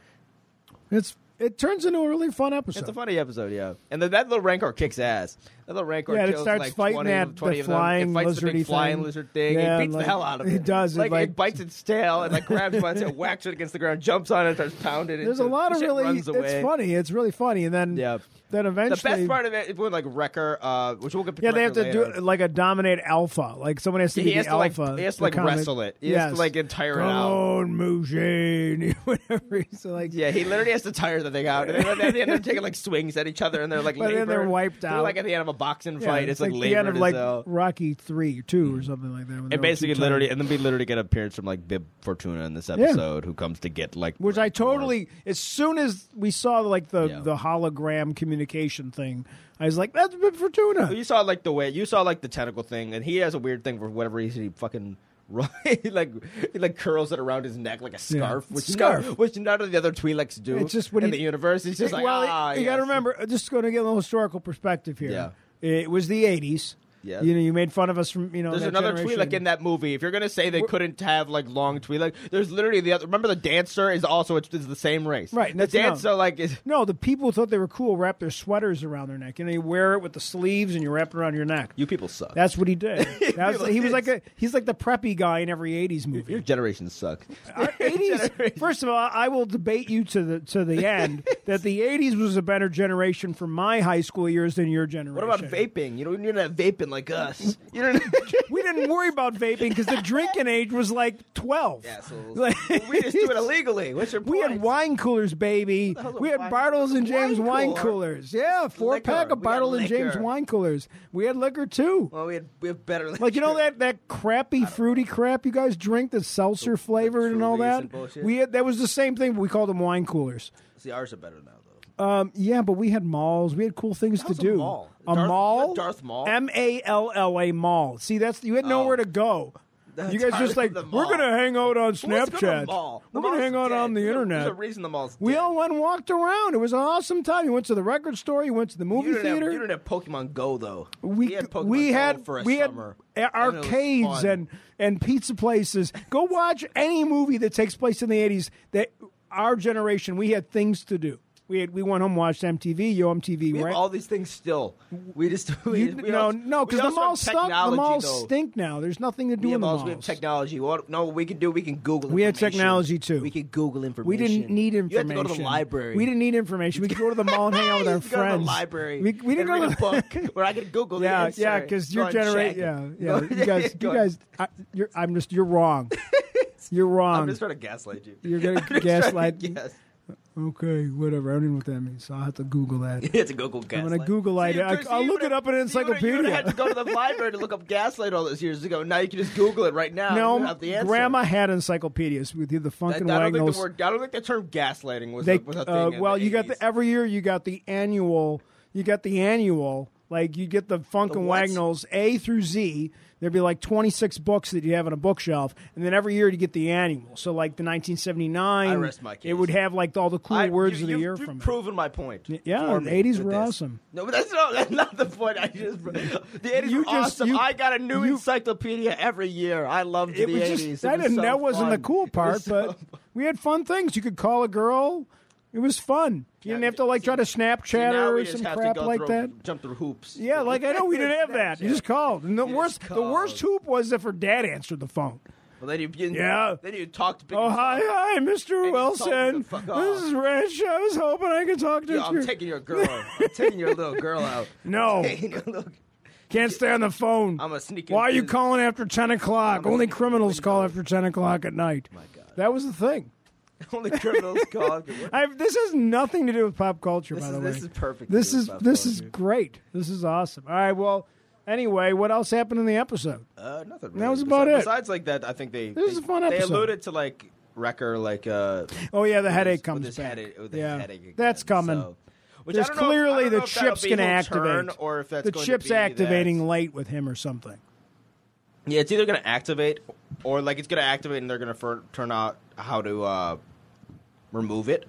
Speaker 2: it's it turns into a really fun episode.
Speaker 3: It's a funny episode, yeah. And then that little Rancor kicks ass. That little Rancor
Speaker 2: Yeah, and it
Speaker 3: kills
Speaker 2: starts
Speaker 3: like
Speaker 2: fighting
Speaker 3: 20,
Speaker 2: that-
Speaker 3: 20
Speaker 2: the
Speaker 3: of them.
Speaker 2: flying
Speaker 3: it fights the
Speaker 2: lizardy
Speaker 3: big flying
Speaker 2: thing.
Speaker 3: lizard thing.
Speaker 2: Yeah,
Speaker 3: it beats
Speaker 2: like-
Speaker 3: the hell out of
Speaker 2: it
Speaker 3: it.
Speaker 2: does, it,
Speaker 3: Like,
Speaker 2: like-
Speaker 3: it bites its tail and like grabs by its tail, whacks it against the ground, jumps on it, and starts pounding it.
Speaker 2: There's a lot of
Speaker 3: Shit
Speaker 2: really.
Speaker 3: runs away.
Speaker 2: It's funny. It's really funny, and then
Speaker 3: Yeah.
Speaker 2: then
Speaker 3: The
Speaker 2: eventually
Speaker 3: best part of it is when like Wrecker, uh, which we'll get.
Speaker 2: Yeah, they have
Speaker 3: Wrecker
Speaker 2: to
Speaker 3: later.
Speaker 2: do like a dominate alpha. Like someone has to be
Speaker 3: he has
Speaker 2: the
Speaker 3: to like
Speaker 2: alpha.
Speaker 3: he has to
Speaker 2: the
Speaker 3: like
Speaker 2: comic.
Speaker 3: wrestle it. He
Speaker 2: yes.
Speaker 3: has to like entire it
Speaker 2: Come
Speaker 3: out.
Speaker 2: on, Mujin, whatever. He's like,
Speaker 3: Yeah, he literally has to tire the thing out. And then at the end, they're taking like swings at each other, and they're like,
Speaker 2: But then they're
Speaker 3: labored.
Speaker 2: wiped
Speaker 3: They're,
Speaker 2: out.
Speaker 3: like at the end of a boxing
Speaker 2: yeah,
Speaker 3: fight, it's, like,
Speaker 2: the end
Speaker 3: labored
Speaker 2: of
Speaker 3: as
Speaker 2: like
Speaker 3: hell.
Speaker 2: Rocky three, two, or something like that. when they're
Speaker 3: And
Speaker 2: all
Speaker 3: basically,
Speaker 2: too tired.
Speaker 3: literally, and then we literally get an appearance from like Bib Fortuna in this episode, who comes to get like,
Speaker 2: which I totally. As soon as we saw like the
Speaker 3: Yeah.
Speaker 2: the hologram communication thing, I was like, that's been Fortuna.
Speaker 3: You saw like the way you saw like the tentacle thing, and he has a weird thing for whatever reason. He fucking run- he like he like curls it around his neck like a scarf, which
Speaker 2: Scarf.
Speaker 3: No, which none of the other Twi'leks do.
Speaker 2: It's just what
Speaker 3: in
Speaker 2: he-
Speaker 3: the universe. It's just like
Speaker 2: well,
Speaker 3: ah,
Speaker 2: you got to
Speaker 3: yes."
Speaker 2: remember. uh, Just going to get a little historical perspective here.
Speaker 3: Yeah.
Speaker 2: It was the '80s.
Speaker 3: Yeah.
Speaker 2: You know, you made fun of us from you know.
Speaker 3: There's
Speaker 2: that
Speaker 3: another
Speaker 2: generation.
Speaker 3: Twi'lek in that movie. If you're gonna say they couldn't have like long Twi'lek, there's literally the other. Remember the dancer is also it's, it's the same race,
Speaker 2: Right,
Speaker 3: The
Speaker 2: that's known.
Speaker 3: dancer like is
Speaker 2: No, the people thought they were cool. Wrap their sweaters around their neck, and they wear it with the sleeves, and you wrap it around your neck.
Speaker 3: you people suck.
Speaker 2: That's what he did. That was,
Speaker 3: really
Speaker 2: he was
Speaker 3: is.
Speaker 2: like a he's like the preppy guy in every '80s
Speaker 3: your
Speaker 2: movie.
Speaker 3: generation sucks.
Speaker 2: Our '80s. Uh, First of all, I will debate you to the to the end that the '80s was a better generation for my high school years than your generation.
Speaker 3: What about vaping? You don't you're not vaping like us. You don't.
Speaker 2: We didn't worry about vaping because the drinking age was like twelve.
Speaker 3: Assholes.
Speaker 2: Like-
Speaker 3: we just do it illegally. What's your point?
Speaker 2: We had wine coolers, baby.
Speaker 3: hell's a
Speaker 2: We had
Speaker 3: wine-
Speaker 2: Bartles and James wine,
Speaker 3: wine cooler?
Speaker 2: coolers. Yeah, four
Speaker 3: Liquor.
Speaker 2: pack of
Speaker 3: We had
Speaker 2: Bartles and James
Speaker 3: liquor.
Speaker 2: wine coolers. We had liquor too.
Speaker 3: Well, we had we have better.
Speaker 2: Like you know that that crappy fruity crap you guys drink that's seltzer flavored and all
Speaker 3: Trulies
Speaker 2: that.
Speaker 3: and bullshit.
Speaker 2: we had, that was the same thing. But we called them wine coolers.
Speaker 3: See, ours are better now though.
Speaker 2: Um, yeah, but we had malls. We had cool things to
Speaker 3: How's a
Speaker 2: do.
Speaker 3: mall?
Speaker 2: A
Speaker 3: Darth-
Speaker 2: mall,
Speaker 3: Darth Maul? Oh.
Speaker 2: M A L L A mall. See, that's you had nowhere to go.
Speaker 3: That's
Speaker 2: you guys just
Speaker 3: hardly
Speaker 2: like
Speaker 3: the
Speaker 2: we're
Speaker 3: mall.
Speaker 2: gonna hang out on
Speaker 3: Who wants to go to the
Speaker 2: Snapchat.
Speaker 3: mall? The
Speaker 2: we're gonna
Speaker 3: mall's
Speaker 2: hang out
Speaker 3: dead.
Speaker 2: on the
Speaker 3: There's a-
Speaker 2: internet.
Speaker 3: There's a reason the mall's
Speaker 2: we
Speaker 3: dead.
Speaker 2: all went and walked around. It was an awesome time. You went to the record store. You went to the movie
Speaker 3: You didn't, have,
Speaker 2: theater.
Speaker 3: you didn't have Pokemon Go though.
Speaker 2: We
Speaker 3: we had Pokemon
Speaker 2: we
Speaker 3: Go
Speaker 2: had
Speaker 3: for a
Speaker 2: we
Speaker 3: summer.
Speaker 2: had a-
Speaker 3: and it was
Speaker 2: arcades
Speaker 3: fun.
Speaker 2: and and pizza places. Go watch any movie that takes place in the eighties. That our generation, we had things to do. We had, we went home, watched MTV, Yo MTV,
Speaker 3: We
Speaker 2: right?
Speaker 3: have all these things still. We just we,
Speaker 2: You-
Speaker 3: we
Speaker 2: no,
Speaker 3: also-
Speaker 2: no,
Speaker 3: we
Speaker 2: because the
Speaker 3: also
Speaker 2: malls
Speaker 3: have
Speaker 2: stink. The
Speaker 3: technology,
Speaker 2: malls
Speaker 3: though.
Speaker 2: stink now. There's nothing to do
Speaker 3: We
Speaker 2: in
Speaker 3: have,
Speaker 2: the
Speaker 3: malls,
Speaker 2: malls.
Speaker 3: we have technology. What, no, what we can do we can Google.
Speaker 2: We had
Speaker 3: information.
Speaker 2: technology, too.
Speaker 3: We could Google information.
Speaker 2: We didn't need information.
Speaker 3: You had to go to the library.
Speaker 2: We didn't need information. We could go to the mall and hang out with
Speaker 3: You
Speaker 2: our
Speaker 3: had to go to
Speaker 2: friends.
Speaker 3: the library.
Speaker 2: We, we didn't
Speaker 3: and
Speaker 2: go to
Speaker 3: read
Speaker 2: the
Speaker 3: a book where I could Google. the
Speaker 2: Yeah,
Speaker 3: answer.
Speaker 2: yeah, because
Speaker 3: Go
Speaker 2: your
Speaker 3: on
Speaker 2: generation. Yeah,
Speaker 3: Shaggy.
Speaker 2: yeah.
Speaker 3: Go-
Speaker 2: You guys,
Speaker 3: go
Speaker 2: you
Speaker 3: on.
Speaker 2: guys, I, you're. I'm just. You're wrong. You're wrong.
Speaker 3: I'm just trying to gaslight you.
Speaker 2: um, You're gonna
Speaker 3: I'm just trying to
Speaker 2: gaslight me?
Speaker 3: Yes,
Speaker 2: Okay, whatever. I don't even know what that means. So I'll have to Google that.
Speaker 3: it's a Google gaslight.
Speaker 2: gonna Google it.
Speaker 3: See,
Speaker 2: I-
Speaker 3: Chris,
Speaker 2: I'll
Speaker 3: you
Speaker 2: look
Speaker 3: would've-
Speaker 2: it up in an
Speaker 3: you would've- You would've
Speaker 2: encyclopedia.
Speaker 3: had to go to the library to look up gaslight all those years ago. Now you can just Google it right now. and you
Speaker 2: No,
Speaker 3: have the answer.
Speaker 2: Grandma had encyclopedias with you, the
Speaker 3: I, I
Speaker 2: Funkin'
Speaker 3: don't think
Speaker 2: Wagnalls.
Speaker 3: the word. I don't think the term gaslighting was
Speaker 2: They,
Speaker 3: a, was a thing.
Speaker 2: uh,
Speaker 3: in
Speaker 2: well,
Speaker 3: the
Speaker 2: you got the
Speaker 3: 80s.
Speaker 2: every year. You got the annual. You got the annual. Like you get the Funkin'
Speaker 3: what?
Speaker 2: Wagnalls A through Z. There'd be like 26 books that you have on a bookshelf, and then every year you get the annual. So like the 1979,
Speaker 3: I rest my case.
Speaker 2: it would have like all the cool
Speaker 3: I-
Speaker 2: words
Speaker 3: you,
Speaker 2: of the
Speaker 3: you've
Speaker 2: year
Speaker 3: pr-
Speaker 2: from it.
Speaker 3: proven my point.
Speaker 2: yeah,
Speaker 3: for
Speaker 2: the
Speaker 3: me
Speaker 2: 80s
Speaker 3: with
Speaker 2: were
Speaker 3: this.
Speaker 2: awesome.
Speaker 3: No, but that's not that's not the point. I just the eighties
Speaker 2: You
Speaker 3: were
Speaker 2: just-
Speaker 3: awesome.
Speaker 2: you-
Speaker 3: I got a new
Speaker 2: you-
Speaker 3: encyclopedia every year. I loved
Speaker 2: It
Speaker 3: the
Speaker 2: was
Speaker 3: eighties.
Speaker 2: just that, didn't, that wasn't the cool part,
Speaker 3: so
Speaker 2: but we had fun things. You could call a girl. It was fun. You didn't have to like try to Snapchat
Speaker 3: now
Speaker 2: or
Speaker 3: we just
Speaker 2: some
Speaker 3: have to
Speaker 2: crap
Speaker 3: go
Speaker 2: like
Speaker 3: through-
Speaker 2: that.
Speaker 3: Jump through hoops.
Speaker 2: Yeah, like I know we didn't have that. You just called. And the
Speaker 3: You
Speaker 2: worst,
Speaker 3: just
Speaker 2: the worst hoop was if her dad answered the phone.
Speaker 3: Well, then you, you
Speaker 2: Yeah.
Speaker 3: Then you talked. to big
Speaker 2: Oh hi, hi, Mr.
Speaker 3: you told him
Speaker 2: Wilson.
Speaker 3: to fuck off.
Speaker 2: This is Rich. I was hoping I could talk to
Speaker 3: Yo, I'm
Speaker 2: you.
Speaker 3: taking your girl. I'm taking your little girl out.
Speaker 2: no,
Speaker 3: Taking your little-
Speaker 2: can't stay on the phone.
Speaker 3: I'm a sneaky-
Speaker 2: Why are you calling after ten o'clock?
Speaker 3: a
Speaker 2: Only
Speaker 3: sneaky
Speaker 2: criminals call
Speaker 3: window.
Speaker 2: after ten o'clock at night. My
Speaker 3: God.
Speaker 2: that was the thing.
Speaker 3: Only criminals call. This
Speaker 2: I've, this has nothing to do with pop culture, by
Speaker 3: is
Speaker 2: the way.
Speaker 3: this is perfect.
Speaker 2: This
Speaker 3: Dude,
Speaker 2: is
Speaker 3: by
Speaker 2: this
Speaker 3: far,
Speaker 2: is
Speaker 3: dude.
Speaker 2: great. This is awesome. All right. Well, anyway, what else happened in the episode?
Speaker 3: Uh, nothing. Really.
Speaker 2: was about
Speaker 3: Besides-
Speaker 2: it.
Speaker 3: Besides, like that, I think they.
Speaker 2: This
Speaker 3: they,
Speaker 2: is a fun
Speaker 3: They
Speaker 2: episode.
Speaker 3: alluded to like Wrecker, like uh,
Speaker 2: Oh yeah, the
Speaker 3: with
Speaker 2: headache
Speaker 3: his-
Speaker 2: comes
Speaker 3: with his
Speaker 2: back.
Speaker 3: Headache, with his
Speaker 2: yeah,
Speaker 3: headache again,
Speaker 2: that's coming.
Speaker 3: So. Which I
Speaker 2: There's
Speaker 3: don't know if- I
Speaker 2: clearly
Speaker 3: don't
Speaker 2: the
Speaker 3: know if that'll
Speaker 2: chip's
Speaker 3: be
Speaker 2: gonna
Speaker 3: he'll turn
Speaker 2: activate.
Speaker 3: or if that's
Speaker 2: the
Speaker 3: going
Speaker 2: chip's
Speaker 3: to be
Speaker 2: activating
Speaker 3: That.
Speaker 2: late with him or something.
Speaker 3: Yeah, it's either going to activate or like it's going to activate and they're going to fir- turn out how to uh, remove it.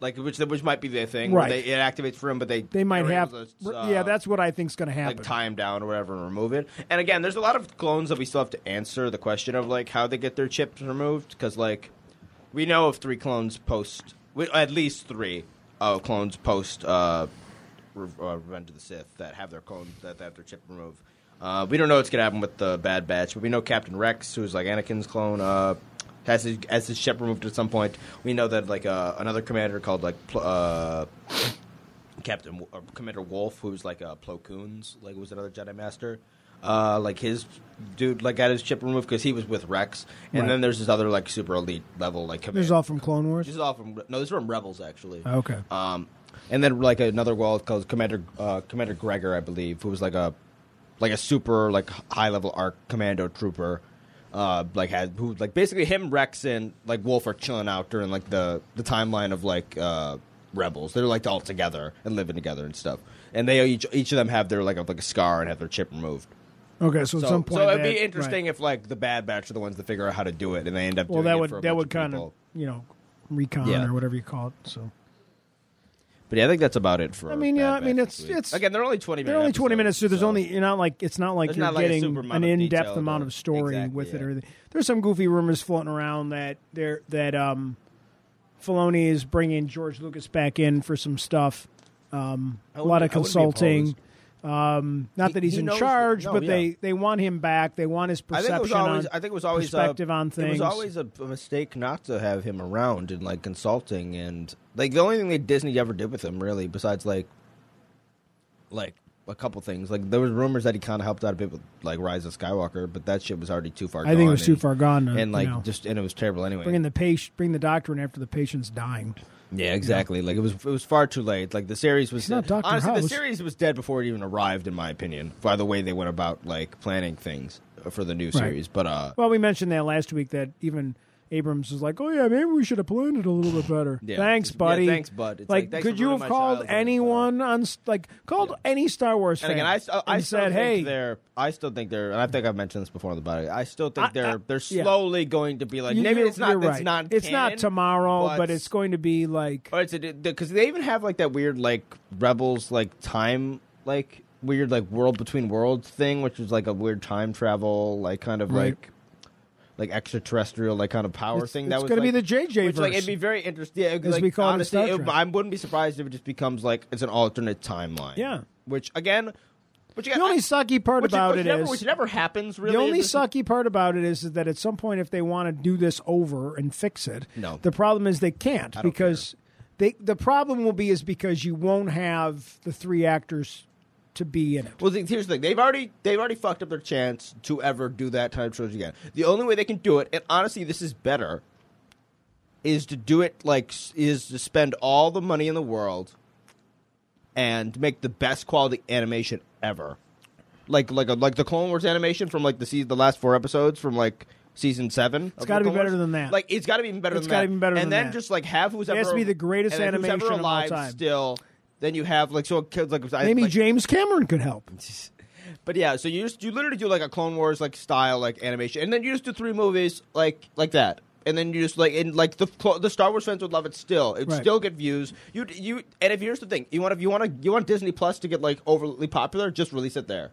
Speaker 3: Like which which might be their thing. where
Speaker 2: Right.
Speaker 3: They, it activates for him, but they
Speaker 2: They might
Speaker 3: they're
Speaker 2: have.
Speaker 3: able to, uh,
Speaker 2: yeah, that's what I think's going to happen.
Speaker 3: like tie him down or whatever and remove it. And again, there's a lot of clones that we still have to answer the question of like how they get their chips removed because like we know of three clones post we, at least three uh, clones post uh, Re- uh, Revenge of the Sith that have their clone that have their chip removed. Uh, we don't know what's gonna happen with the Bad Batch, but we know Captain Rex, who's like Anakin's clone, uh, has his, has his chip removed at some point. We know that like uh, another commander called like Pl- uh, Captain W- or Commander Wolf, who's like uh, Plo Koon's, like was another Jedi Master. Uh, like his dude, like got his chip removed because he was with Rex, and
Speaker 2: Right.
Speaker 3: then there's this other like super elite level like commander.
Speaker 2: this is all from Clone
Speaker 3: This
Speaker 2: Wars.
Speaker 3: is all from no, this is from Rebels actually.
Speaker 2: Okay.
Speaker 3: Um, and then like another wall called Commander uh, Commander Gregor, I believe, who was like a like a super like high level arc commando trooper. Uh, like had who like basically him Rex and like Wolf are chilling out during like the the timeline of like uh rebels. They're like all together and living together and stuff. And they each each of them have their like a, like a scar and have their chip removed.
Speaker 2: Okay, so, at some point,
Speaker 3: so it'd
Speaker 2: that-
Speaker 3: be interesting
Speaker 2: right.
Speaker 3: if like the bad batch are the ones that figure out how to do it and they end up.
Speaker 2: well,
Speaker 3: doing
Speaker 2: that
Speaker 3: it for a
Speaker 2: would that
Speaker 3: bunch
Speaker 2: would kind
Speaker 3: people.
Speaker 2: of you know recon
Speaker 3: Yeah.
Speaker 2: or whatever you call it. So
Speaker 3: But yeah, I think that's about it for.
Speaker 2: I mean, yeah,
Speaker 3: Bad
Speaker 2: I mean,
Speaker 3: Batch
Speaker 2: it's-
Speaker 3: this week.
Speaker 2: it's-
Speaker 3: again, they're only twenty.
Speaker 2: they're only twenty
Speaker 3: episodes,
Speaker 2: minutes, so there's
Speaker 3: so-
Speaker 2: only you're not like it's not like
Speaker 3: There's
Speaker 2: you're
Speaker 3: not like a
Speaker 2: getting
Speaker 3: super
Speaker 2: an
Speaker 3: amount of
Speaker 2: in depth
Speaker 3: detail, though.
Speaker 2: amount of story
Speaker 3: Exactly,
Speaker 2: with it
Speaker 3: yeah.
Speaker 2: or the, there's some goofy rumors floating around that there that um, Filoni is bringing George Lucas back in for some stuff, um, a
Speaker 3: wouldn't
Speaker 2: lot
Speaker 3: be-
Speaker 2: of
Speaker 3: I wouldn't be
Speaker 2: consulting.
Speaker 3: opposed.
Speaker 2: Um, not
Speaker 3: He-
Speaker 2: that he's
Speaker 3: he
Speaker 2: in
Speaker 3: knows that-
Speaker 2: charge,
Speaker 3: no,
Speaker 2: but
Speaker 3: yeah.
Speaker 2: they they want him back. They want his
Speaker 3: I
Speaker 2: perception.
Speaker 3: think it was always.
Speaker 2: on,
Speaker 3: I think it was always
Speaker 2: perspective
Speaker 3: uh,
Speaker 2: on things.
Speaker 3: It was always a, a mistake not to have him around and like consulting and like the only thing that Disney ever did with him really, besides like, like a couple things. Like there was rumors that he kind of helped out a bit with like Rise of Skywalker, but that shit was already too far.
Speaker 2: I think it
Speaker 3: gone
Speaker 2: was too
Speaker 3: and-
Speaker 2: far gone. To,
Speaker 3: and like
Speaker 2: you know,
Speaker 3: just and it was terrible anyway.
Speaker 2: bring in the patient, bring the doctor in after the patient's dying.
Speaker 3: Yeah, exactly. Like it was, it was far too late. Like the series was
Speaker 2: He's not Dr.
Speaker 3: honestly the
Speaker 2: House.
Speaker 3: series was dead before it even arrived, in my opinion. By the way, they went about like planning things for the new series, but uh,
Speaker 2: Well, we mentioned that last week that even Abrams was like, "Oh yeah, maybe we should have planned it a little bit better."
Speaker 3: Yeah.
Speaker 2: Thanks,
Speaker 3: Yeah,
Speaker 2: buddy.
Speaker 3: thanks, bud. It's like,
Speaker 2: like,
Speaker 3: thanks
Speaker 2: could
Speaker 3: for
Speaker 2: you
Speaker 3: ruining
Speaker 2: have
Speaker 3: my
Speaker 2: called
Speaker 3: childhood.
Speaker 2: anyone on s- like called any Star Wars
Speaker 3: and
Speaker 2: fan
Speaker 3: again, I, I, I
Speaker 2: and
Speaker 3: still
Speaker 2: said,
Speaker 3: think
Speaker 2: "Hey,
Speaker 3: they're, I still think they're, and I think I've mentioned this before on the body. I still think
Speaker 2: I-
Speaker 3: they're,
Speaker 2: I-
Speaker 3: they're
Speaker 2: yeah.
Speaker 3: slowly going to be like
Speaker 2: you-
Speaker 3: maybe
Speaker 2: you're-
Speaker 3: it's not,
Speaker 2: you're
Speaker 3: it's
Speaker 2: right.
Speaker 3: not,
Speaker 2: it's not
Speaker 3: canon, Oh,
Speaker 2: tomorrow, but, it's going to be like."
Speaker 3: Or it's because they even have like that weird like rebels like time like weird like world between worlds thing, which is like a weird time travel like kind of
Speaker 2: Right.
Speaker 3: like like extraterrestrial like kind of power
Speaker 2: It's-
Speaker 3: thing.
Speaker 2: it's
Speaker 3: that was
Speaker 2: gonna be
Speaker 3: like-
Speaker 2: the JJ
Speaker 3: Which like
Speaker 2: verse.
Speaker 3: it'd be very interesting. Yeah,
Speaker 2: As
Speaker 3: like,
Speaker 2: we call it in
Speaker 3: honestly,
Speaker 2: Star Trek.
Speaker 3: I wouldn't be surprised if it just becomes like it's an alternate timeline.
Speaker 2: Yeah.
Speaker 3: which again, which again,
Speaker 2: The only
Speaker 3: I-
Speaker 2: sucky part
Speaker 3: which,
Speaker 2: about
Speaker 3: which
Speaker 2: it
Speaker 3: never,
Speaker 2: is-
Speaker 3: which never happens. Really,
Speaker 2: The only
Speaker 3: This is-
Speaker 2: sucky part about it is that at some point, if they want to do this over and fix it,
Speaker 3: No.
Speaker 2: the problem is they can't
Speaker 3: don't
Speaker 2: because they the problem will be is because you won't have the three actors to be in it.
Speaker 3: Well, the, here's the thing: they've already they've already fucked up their chance to ever do that time trilogy again. The only way they can do it, and honestly, this is better, is to do it like s- is to spend all the money in the world and make the best quality animation ever, like like a, like the Clone Wars animation from like the season, the last four episodes from like season seven. It's
Speaker 2: gotta be better than that.
Speaker 3: Like it's got to be even better.
Speaker 2: It's
Speaker 3: than
Speaker 2: gotta
Speaker 3: that.
Speaker 2: be better
Speaker 3: And
Speaker 2: than
Speaker 3: then
Speaker 2: that.
Speaker 3: just like have who's
Speaker 2: It has
Speaker 3: ever
Speaker 2: to be the greatest
Speaker 3: and then who's
Speaker 2: animation of
Speaker 3: ever
Speaker 2: all
Speaker 3: alive
Speaker 2: time.
Speaker 3: still. Then you have like so kids like I-
Speaker 2: Maybe
Speaker 3: like,
Speaker 2: James Cameron could help.
Speaker 3: but yeah, so you just you literally do like a Clone Wars like style like animation, and then you just do three movies like like that, and then you just like and like the clo- the Star Wars fans would love it still. It would
Speaker 2: Right.
Speaker 3: still get views. You you and if here's the thing, you want if you want to you want Disney Plus to get like overly popular, just release it there.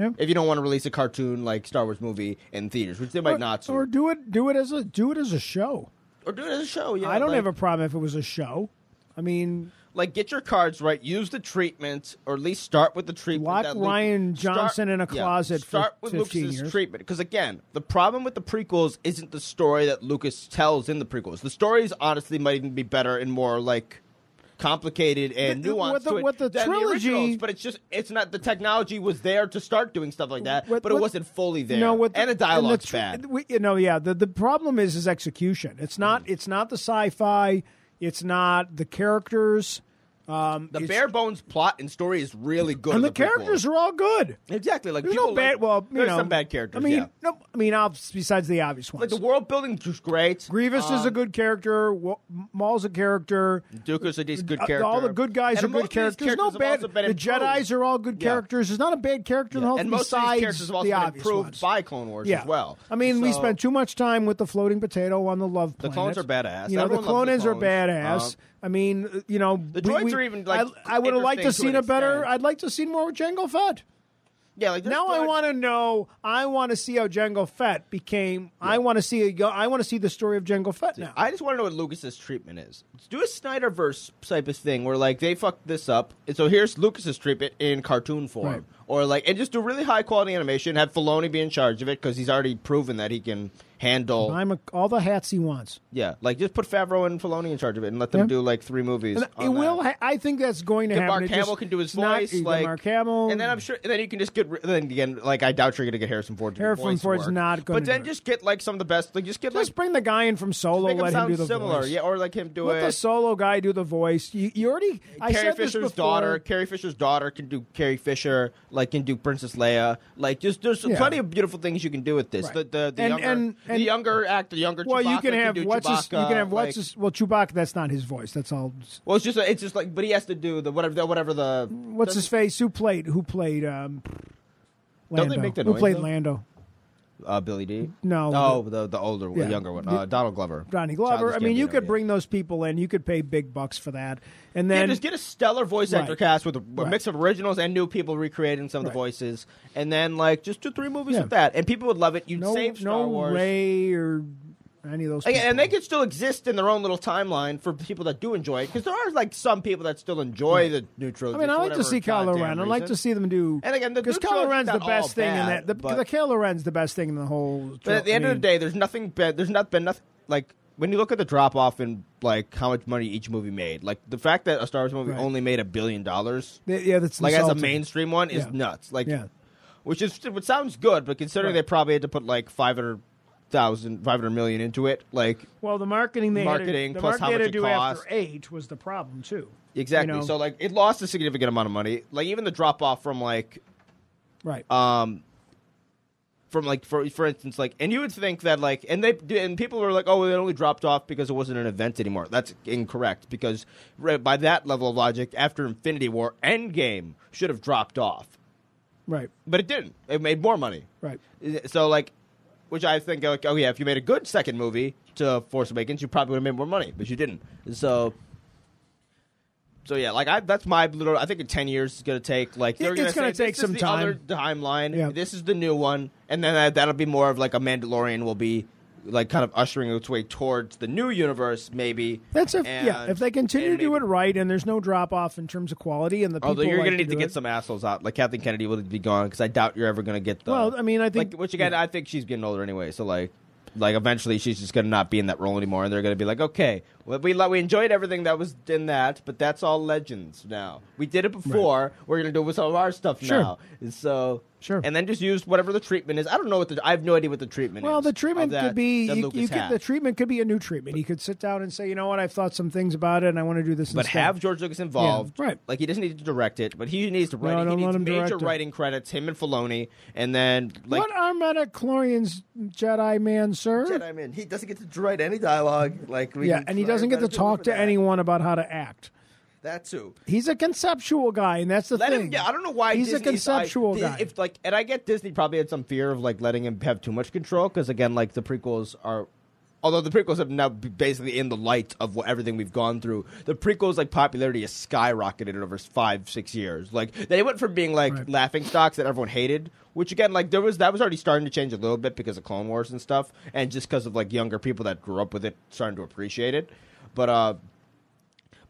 Speaker 2: Yeah.
Speaker 3: If you don't want to release a cartoon like Star Wars movie in theaters, which they might
Speaker 2: Or-
Speaker 3: not,
Speaker 2: Or
Speaker 3: to.
Speaker 2: do it do it as a do it as a show.
Speaker 3: or do it as a show. Yeah,
Speaker 2: I don't
Speaker 3: like,
Speaker 2: have a problem if it was a show. I mean,
Speaker 3: like get your cards right. Use the treatment, or at least start with the treatment.
Speaker 2: Lock
Speaker 3: that Luke-
Speaker 2: Ryan Johnson in a
Speaker 3: yeah,
Speaker 2: closet for
Speaker 3: start with
Speaker 2: 15
Speaker 3: Lucas's
Speaker 2: years.
Speaker 3: treatment, because again, the problem with the prequels isn't the story that Lucas tells in the prequels. The stories honestly might even be better and more like complicated and
Speaker 2: The- the-
Speaker 3: nuanced
Speaker 2: what the-
Speaker 3: to it
Speaker 2: what the
Speaker 3: than
Speaker 2: trilogy-
Speaker 3: originals, but it's just it's not the technology was there to start doing stuff like that,
Speaker 2: What-
Speaker 3: Uh, but it
Speaker 2: what-
Speaker 3: wasn't fully there.
Speaker 2: No, what the-
Speaker 3: and the
Speaker 2: and the
Speaker 3: dialogue's
Speaker 2: tr-
Speaker 3: bad.
Speaker 2: We, you know, yeah. The, the problem is is execution. It's not
Speaker 3: Mm.
Speaker 2: it's not the sci-fi. It's not the characters. Um,
Speaker 3: The
Speaker 2: it's-
Speaker 3: bare bones plot and story is really good. in
Speaker 2: and the,
Speaker 3: prequels.
Speaker 2: characters are all good.
Speaker 3: exactly like
Speaker 2: There's
Speaker 3: people
Speaker 2: no bad.
Speaker 3: like-
Speaker 2: Well, you
Speaker 3: there's
Speaker 2: know,
Speaker 3: some bad characters.
Speaker 2: I mean,
Speaker 3: yeah.
Speaker 2: no. I mean, obvi- besides the obvious ones.
Speaker 3: Like the uh, world building is great. Um,
Speaker 2: Grievous is a good character. Wa- Maul's a character.
Speaker 3: Duke is a decent good
Speaker 2: Uh,
Speaker 3: character.
Speaker 2: All the good guys
Speaker 3: And
Speaker 2: are
Speaker 3: most
Speaker 2: good
Speaker 3: of
Speaker 2: characters.
Speaker 3: these
Speaker 2: There's no
Speaker 3: have
Speaker 2: bad.
Speaker 3: also been
Speaker 2: The
Speaker 3: improved.
Speaker 2: Jedi's are all good
Speaker 3: Yeah.
Speaker 2: characters. There's not a bad character in the whole
Speaker 3: and
Speaker 2: thing
Speaker 3: most of these
Speaker 2: besides
Speaker 3: characters have also
Speaker 2: the
Speaker 3: been
Speaker 2: obvious
Speaker 3: improved
Speaker 2: ones.
Speaker 3: by Clone Wars
Speaker 2: yeah.
Speaker 3: as well.
Speaker 2: I mean, we
Speaker 3: So-
Speaker 2: spent too much time with the floating potato on the love
Speaker 3: The
Speaker 2: planet.
Speaker 3: clones are badass.
Speaker 2: You know, the
Speaker 3: Everyone loves
Speaker 2: clonins
Speaker 3: the
Speaker 2: are
Speaker 3: clones.
Speaker 2: badass.
Speaker 3: Uh,
Speaker 2: I mean, uh, you know,
Speaker 3: The
Speaker 2: we-
Speaker 3: droids
Speaker 2: we-
Speaker 3: are even, like,
Speaker 2: I, I would have liked to
Speaker 3: interesting to
Speaker 2: seen
Speaker 3: an
Speaker 2: a better.
Speaker 3: extent.
Speaker 2: I'd like to see more with Jango Fett.
Speaker 3: yeah, like
Speaker 2: Now I want to know. I want to see how Jango Fett became. I want to see. A, yo- I want to see the story of Jango Fett now.
Speaker 3: I just want to know what Lucas's treatment is. Do a Snyderverse type of thing where like they fucked this up, and so here's Lucas's treatment in cartoon form,
Speaker 2: Right.
Speaker 3: or like and just do really high quality animation. Have Filoni be in charge of it because he's already proven that he can handle.
Speaker 2: I'm a, all the hats he wants.
Speaker 3: yeah, like just put Favreau and Filoni in charge of it and let them
Speaker 2: Yeah.
Speaker 3: do like three movies.
Speaker 2: And
Speaker 3: on
Speaker 2: it will.
Speaker 3: that.
Speaker 2: Ha- I think that's going to
Speaker 3: Then
Speaker 2: happen.
Speaker 3: Mark
Speaker 2: It
Speaker 3: Hamill
Speaker 2: just-
Speaker 3: can do his
Speaker 2: it's not-
Speaker 3: voice,
Speaker 2: you got
Speaker 3: like
Speaker 2: Mark Hamill,
Speaker 3: and then I'm sure, and then you can just get. ri- Then again, like I doubt you're going to get Harrison Ford. To do
Speaker 2: Harrison
Speaker 3: voice
Speaker 2: Ford's
Speaker 3: work.
Speaker 2: not gonna
Speaker 3: But then
Speaker 2: do it.
Speaker 3: just get like some of the best. Like just get
Speaker 2: Just
Speaker 3: like
Speaker 2: bring the guy in from Solo.
Speaker 3: make him
Speaker 2: Let him
Speaker 3: sound
Speaker 2: do the
Speaker 3: similar,
Speaker 2: voice.
Speaker 3: yeah, or like him do
Speaker 2: Let the
Speaker 3: it.
Speaker 2: solo guy do the voice. You, you already. I
Speaker 3: Carrie
Speaker 2: said this
Speaker 3: Fisher's
Speaker 2: before.
Speaker 3: daughter, Carrie Fisher's daughter can do Carrie Fisher, like can do Princess Leia. Like just there's
Speaker 2: Yeah.
Speaker 3: plenty of beautiful things you can do with this.
Speaker 2: Right.
Speaker 3: The the, the
Speaker 2: And-
Speaker 3: younger
Speaker 2: and-
Speaker 3: the
Speaker 2: and-
Speaker 3: younger actor, the younger
Speaker 2: Well,
Speaker 3: Chewbacca
Speaker 2: you can have
Speaker 3: do
Speaker 2: what's his, you
Speaker 3: Chewbacca,
Speaker 2: can have
Speaker 3: like-
Speaker 2: what's his, well Chewbacca. That's not his voice. That's all.
Speaker 3: Well, it's just it's just like, but he has to do the whatever the, whatever the
Speaker 2: What's his face? Who played? Who played? Um, Lando.
Speaker 3: Don't they make that
Speaker 2: Who
Speaker 3: noise,
Speaker 2: played
Speaker 3: though?
Speaker 2: Lando?
Speaker 3: uh, Billy D.
Speaker 2: No.
Speaker 3: oh the the older one,
Speaker 2: Yeah.
Speaker 3: the younger one, uh, Donald Glover,
Speaker 2: Donnie Glover. I
Speaker 3: Childish
Speaker 2: mean, you
Speaker 3: Gambino,
Speaker 2: could
Speaker 3: yeah.
Speaker 2: bring those people in. You could pay big bucks for that, and
Speaker 3: Yeah,
Speaker 2: then
Speaker 3: just get a stellar voice actor
Speaker 2: Right.
Speaker 3: cast with a, a
Speaker 2: Right.
Speaker 3: mix of originals and new people recreating some of the voices, and then like just do three movies
Speaker 2: Yeah.
Speaker 3: with that, and people would love it. You'd
Speaker 2: no,
Speaker 3: save Star
Speaker 2: no
Speaker 3: Wars,
Speaker 2: Ray or any of those.
Speaker 3: Like,
Speaker 2: people.
Speaker 3: and they could still exist in their own little timeline for people that do enjoy it, because there are like some people that still enjoy the new trilogy.
Speaker 2: I mean, I
Speaker 3: for
Speaker 2: like to
Speaker 3: whatever
Speaker 2: see Kylo
Speaker 3: goddamn
Speaker 2: Ren. I
Speaker 3: reason.
Speaker 2: like to see them do.
Speaker 3: And again, the
Speaker 2: because
Speaker 3: new trilogy's
Speaker 2: Kylo Ren's the
Speaker 3: not all
Speaker 2: best thing in
Speaker 3: bad,
Speaker 2: that. The,
Speaker 3: but-
Speaker 2: the Kylo Ren's the best thing in the whole.
Speaker 3: But at the
Speaker 2: I
Speaker 3: end of
Speaker 2: mean,
Speaker 3: the day, there's nothing. Been, there's not been nothing like when you look at the drop off in like how much money each movie made. Like the fact that a Star Wars movie
Speaker 2: Right.
Speaker 3: only made a billion dollars,
Speaker 2: th- yeah, that's
Speaker 3: like as a
Speaker 2: insulting.
Speaker 3: mainstream one, is
Speaker 2: Yeah.
Speaker 3: nuts. Like,
Speaker 2: Yeah.
Speaker 3: which is which sounds good, but considering
Speaker 2: Right.
Speaker 3: they probably had to put like 500,000, 500 million into it, like
Speaker 2: Well, the marketing they
Speaker 3: Marketing
Speaker 2: had to, the marketing
Speaker 3: plus how
Speaker 2: they had
Speaker 3: much
Speaker 2: to do
Speaker 3: it cost.
Speaker 2: after eight was the problem too.
Speaker 3: exactly.
Speaker 2: You know?
Speaker 3: So like it lost a significant amount of money. Like even the drop off from like
Speaker 2: Right.
Speaker 3: um from like for for instance like and you would think that like and they and people were like oh it only dropped off because it wasn't an event anymore that's incorrect because right, by that level of logic after infinity war endgame should have dropped off
Speaker 2: right.
Speaker 3: but it didn't it made more money
Speaker 2: Right.
Speaker 3: so like which i think like oh yeah if you made a good second movie to force awakens you probably would have made more money but you didn't so so yeah, like I, that's my little. I think in ten years it's gonna take like they're
Speaker 2: It's
Speaker 3: gonna,
Speaker 2: gonna
Speaker 3: say,
Speaker 2: take
Speaker 3: this
Speaker 2: some
Speaker 3: is the
Speaker 2: time.
Speaker 3: Other timeline.
Speaker 2: Yeah.
Speaker 3: This is the new one, and then that, that'll be more of like a Mandalorian will be like kind of ushering its way towards the new universe, maybe.
Speaker 2: That's if
Speaker 3: And-
Speaker 2: yeah. If they continue to
Speaker 3: and
Speaker 2: do
Speaker 3: maybe-
Speaker 2: it right, and there's no drop off in terms of quality, and the people
Speaker 3: Although Oh, you're
Speaker 2: like
Speaker 3: gonna need to,
Speaker 2: do
Speaker 3: get
Speaker 2: it.
Speaker 3: some assholes out, like Kathleen Kennedy will be gone because I doubt you're ever gonna get the.
Speaker 2: Well, I mean, I think-
Speaker 3: like, which again, I think she's getting older anyway. So like, like eventually she's just gonna not be in that role anymore, and they're gonna be like, okay, well, we lo- we enjoyed everything that was in that, but that's all legends now. We did it before. We're gonna do it with some of our stuff
Speaker 2: Sure.
Speaker 3: now. And so
Speaker 2: Sure.
Speaker 3: and then just use whatever the treatment is. I don't know what the I have no idea what the treatment is.
Speaker 2: Well, the
Speaker 3: of
Speaker 2: treatment
Speaker 3: that-
Speaker 2: could be
Speaker 3: that
Speaker 2: you,
Speaker 3: Lucas
Speaker 2: you could,
Speaker 3: had.
Speaker 2: the treatment could be a new treatment. You could sit down and say, you know what, I've thought some things about it, and I want to do this.
Speaker 3: But
Speaker 2: instead.
Speaker 3: have George Lucas involved.
Speaker 2: right.
Speaker 3: Like he doesn't need to direct it, but he needs to write
Speaker 2: No,
Speaker 3: it. He
Speaker 2: don't let
Speaker 3: needs
Speaker 2: him
Speaker 3: major
Speaker 2: direct it.
Speaker 3: writing credits, him and Filoni, and then like
Speaker 2: what are metachlorians, Jedi man, sir?
Speaker 3: I mean, he doesn't get to write any dialogue. Like we
Speaker 2: Yeah, and he doesn't get to talk to anyone about how to act.
Speaker 3: That too.
Speaker 2: He's a conceptual guy, and that's the
Speaker 3: Let
Speaker 2: thing.
Speaker 3: him. Yeah, I don't know why
Speaker 2: he's
Speaker 3: Disney's-
Speaker 2: a conceptual
Speaker 3: I,
Speaker 2: guy.
Speaker 3: If like, and I get Disney probably had some fear of like letting him have too much control because again, like the prequels are although the prequels have now be- basically in the light of what everything we've gone through, the prequels like popularity has skyrocketed over five, six years. Like they went from being like
Speaker 2: Right.
Speaker 3: laughing stocks that everyone hated, which again, like there was that was already starting to change a little bit because of Clone Wars and stuff, and just because of like younger people that grew up with it starting to appreciate it. But uh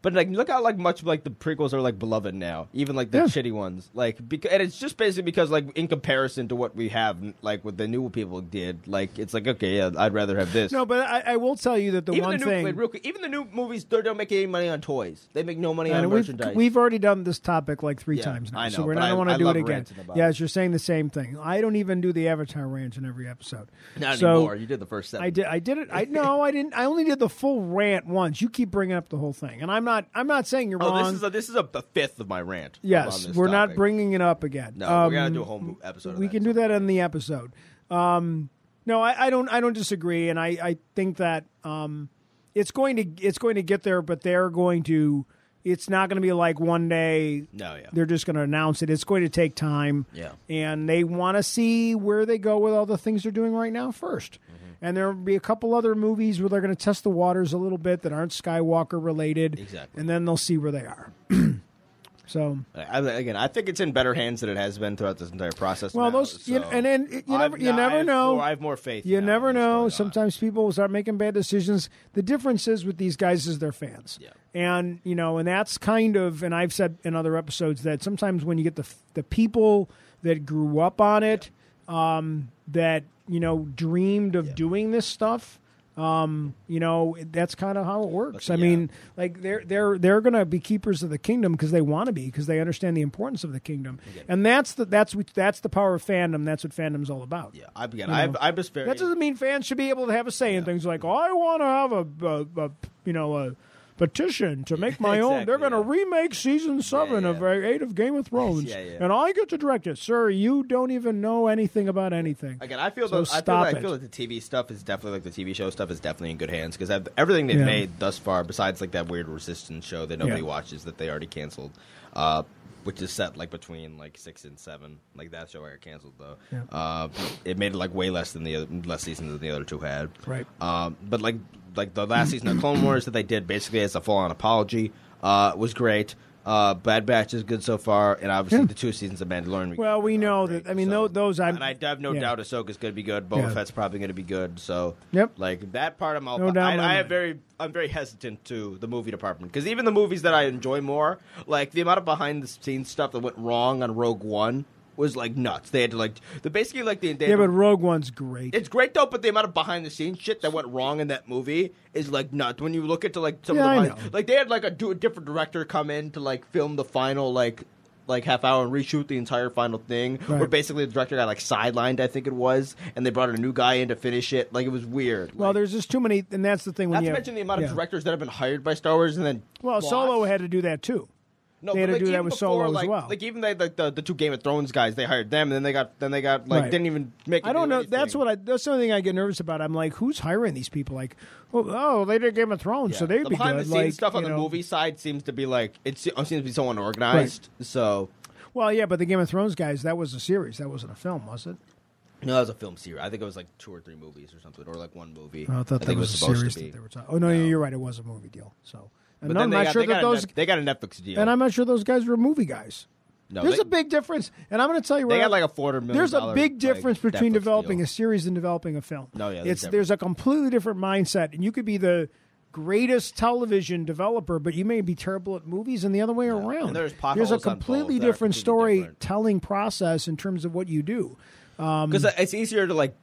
Speaker 3: but like, look how like much like the prequels are like beloved now, even like the
Speaker 2: Yeah.
Speaker 3: shitty ones. Like, because and it's just basically because like in comparison to what we have, like what the new people did, like it's like okay, yeah, I'd rather have this.
Speaker 2: No, but I, I will tell you that the
Speaker 3: even
Speaker 2: one
Speaker 3: the new,
Speaker 2: thing
Speaker 3: wait, real quick, even the new movies, they don't make any money on toys. They make no money on
Speaker 2: And we've,
Speaker 3: merchandise.
Speaker 2: we've already done this topic like three
Speaker 3: Yeah,
Speaker 2: times now,
Speaker 3: I
Speaker 2: so
Speaker 3: know,
Speaker 2: we're
Speaker 3: but
Speaker 2: not
Speaker 3: I-
Speaker 2: going to
Speaker 3: I
Speaker 2: do
Speaker 3: love
Speaker 2: it again.
Speaker 3: ranting about
Speaker 2: Yeah,
Speaker 3: it.
Speaker 2: it's you're saying the same thing. I don't even do the Avatar rant in every episode.
Speaker 3: Not
Speaker 2: so
Speaker 3: anymore. You did the first seven.
Speaker 2: I did. I did it. I no. I didn't. I only did the full rant once. You keep bringing up the whole thing, and I'm not. I'm not saying you're
Speaker 3: Oh,
Speaker 2: wrong.
Speaker 3: this is a, this is a, a fifth of my rant.
Speaker 2: yes,
Speaker 3: on this
Speaker 2: we're not
Speaker 3: topic.
Speaker 2: bringing it up again.
Speaker 3: No,
Speaker 2: Um,
Speaker 3: we gotta do a whole mo- episode. Of
Speaker 2: we
Speaker 3: that
Speaker 2: can do that in the episode. Um, no, I, I don't. I don't disagree, and I, I think that um, it's going to it's going to get there, but they're going to. It's not going to be like one day.
Speaker 3: No, yeah.
Speaker 2: They're just going to announce it. It's going to take time.
Speaker 3: Yeah.
Speaker 2: And they want to see where they go with all the things they're doing right now 1st
Speaker 3: Mm-hmm.
Speaker 2: And there will be a couple other movies where they're going to test the waters a little bit that aren't Skywalker related.
Speaker 3: Exactly.
Speaker 2: And then they'll see where they are. so
Speaker 3: I, I- again, I think it's in better hands than it has been throughout this entire process.
Speaker 2: Well,
Speaker 3: now,
Speaker 2: those- you-
Speaker 3: so-
Speaker 2: and then you
Speaker 3: I've
Speaker 2: never- you
Speaker 3: now- I
Speaker 2: never
Speaker 3: have
Speaker 2: know.
Speaker 3: more- I have more faith.
Speaker 2: You
Speaker 3: now
Speaker 2: never
Speaker 3: in what's going
Speaker 2: know.
Speaker 3: on.
Speaker 2: Sometimes people will start making bad decisions. The difference is with these guys is they're fans.
Speaker 3: Yeah.
Speaker 2: And you know, and that's kind of and I've said in other episodes that sometimes when you get the the people that grew up on it um that, you know, dreamed of doing this stuff um, you know, that's kind of how it works. I
Speaker 3: yeah.
Speaker 2: mean, like they're they're they're going to be keepers of the kingdom because they want to be because they understand the importance of the kingdom, and that's the that's what that's the power of fandom. That's what fandom's all about.
Speaker 3: Yeah, I've again,
Speaker 2: You know,
Speaker 3: I've, I've experienced.
Speaker 2: That doesn't mean fans should be able to have a say in things like, oh, I want to have a, a, a you know a petition to make my own. They're going to
Speaker 3: Exactly,
Speaker 2: remake season seven
Speaker 3: yeah.
Speaker 2: of uh, eight of Game of Thrones,
Speaker 3: Yeah, yeah.
Speaker 2: and I get to direct it, sir. You don't even know anything about anything.
Speaker 3: Again, I feel
Speaker 2: So
Speaker 3: that I feel,
Speaker 2: stop
Speaker 3: that, I
Speaker 2: it.
Speaker 3: feel that the TV stuff is definitely like the TV show stuff is definitely in good hands because everything they've
Speaker 2: Yeah.
Speaker 3: made thus far, besides like that weird Resistance show that nobody
Speaker 2: Yeah.
Speaker 3: watches that they already canceled, uh, which is set like between like six and seven, like that show I got canceled though.
Speaker 2: Yeah.
Speaker 3: Uh, it made it like way less than the other, less seasons than the other two had.
Speaker 2: Right.
Speaker 3: Um, but like like the last season of Clone Wars that they did basically as a full on apology uh, was great. Uh, Bad Batch is good so far, and obviously
Speaker 2: Yeah.
Speaker 3: the two seasons of Mandalorian.
Speaker 2: Well, we
Speaker 3: are
Speaker 2: know
Speaker 3: great,
Speaker 2: that- I mean, tho- those I'm-
Speaker 3: and I have no
Speaker 2: yeah.
Speaker 3: doubt Ahsoka's going to be good. Boba
Speaker 2: Yeah.
Speaker 3: Fett's probably going to be good. So
Speaker 2: Yep.
Speaker 3: like that part, I'm all.
Speaker 2: No doubt in my
Speaker 3: I, I have
Speaker 2: mind.
Speaker 3: very, I'm very hesitant to the movie department because even the movies that I enjoy more, like the amount of behind the scenes stuff that went wrong on Rogue One was like nuts. They had to like the basically like the they
Speaker 2: yeah,
Speaker 3: had to-
Speaker 2: but Rogue One's great.
Speaker 3: it's great though, but the amount of behind the scenes shit that went wrong in that movie is like nuts. When you look into like some
Speaker 2: Yeah, I
Speaker 3: of the
Speaker 2: know.
Speaker 3: behind, like they had like a, do, a different director come in to like film the final like like half hour and reshoot the entire final thing.
Speaker 2: Right.
Speaker 3: Where basically the director got like sidelined, I think it was, and they brought a new guy in to finish it. Like it was weird.
Speaker 2: well,
Speaker 3: Like,
Speaker 2: there's just too many, and that's the thing. When
Speaker 3: not
Speaker 2: you
Speaker 3: to
Speaker 2: have-
Speaker 3: mention the amount of
Speaker 2: yeah.
Speaker 3: directors that have been hired by Star Wars and then
Speaker 2: Well,
Speaker 3: lost.
Speaker 2: Solo had to do that too.
Speaker 3: No,
Speaker 2: They had
Speaker 3: but,
Speaker 2: to do
Speaker 3: like,
Speaker 2: that
Speaker 3: even
Speaker 2: with
Speaker 3: before,
Speaker 2: Solo as
Speaker 3: like,
Speaker 2: well.
Speaker 3: Like even they, like the, the two Game of Thrones guys, they hired them, and then they got then they got like
Speaker 2: Right.
Speaker 3: didn't even make. It
Speaker 2: I don't
Speaker 3: do
Speaker 2: know.
Speaker 3: Anything.
Speaker 2: That's what I. That's the only thing I get nervous about. I'm like, who's hiring these people? Like, oh, oh they did Game of Thrones, so they'd be
Speaker 3: the behind
Speaker 2: good.
Speaker 3: the scenes
Speaker 2: like,
Speaker 3: stuff on
Speaker 2: you
Speaker 3: the
Speaker 2: know.
Speaker 3: movie side seems to be like it se- seems to be so unorganized. So
Speaker 2: Well, yeah, but the Game of Thrones guys, that was a series. That wasn't a film, was it?
Speaker 3: no, that was a film series. I think it was like two or three movies or something, or like one movie.
Speaker 2: Oh, I thought that
Speaker 3: think
Speaker 2: was,
Speaker 3: it
Speaker 2: a
Speaker 3: supposed
Speaker 2: series
Speaker 3: to be.
Speaker 2: that they were talking. Oh no, you're right. It was a movie deal. So, and
Speaker 3: But
Speaker 2: no,
Speaker 3: then
Speaker 2: I'm
Speaker 3: they
Speaker 2: not
Speaker 3: got,
Speaker 2: sure
Speaker 3: they
Speaker 2: that
Speaker 3: got a
Speaker 2: those.
Speaker 3: Net- they got a Netflix deal,
Speaker 2: and I'm not sure those guys were movie guys.
Speaker 3: No,
Speaker 2: there's
Speaker 3: they-
Speaker 2: a big difference, and I'm going to tell you
Speaker 3: they
Speaker 2: right.
Speaker 3: got like a four million.
Speaker 2: there's a
Speaker 3: dollar,
Speaker 2: big
Speaker 3: like,
Speaker 2: difference between
Speaker 3: Netflix
Speaker 2: developing
Speaker 3: deal.
Speaker 2: a series and developing a film.
Speaker 3: No, yeah, there's
Speaker 2: it's there's a completely different mindset, and you could be the greatest television developer, but you may be terrible at movies, and the other way around.
Speaker 3: and there's
Speaker 2: a
Speaker 3: potholes on
Speaker 2: completely
Speaker 3: both that are
Speaker 2: different
Speaker 3: completely different.
Speaker 2: storytelling process in terms of what you do.
Speaker 3: because it's easier to like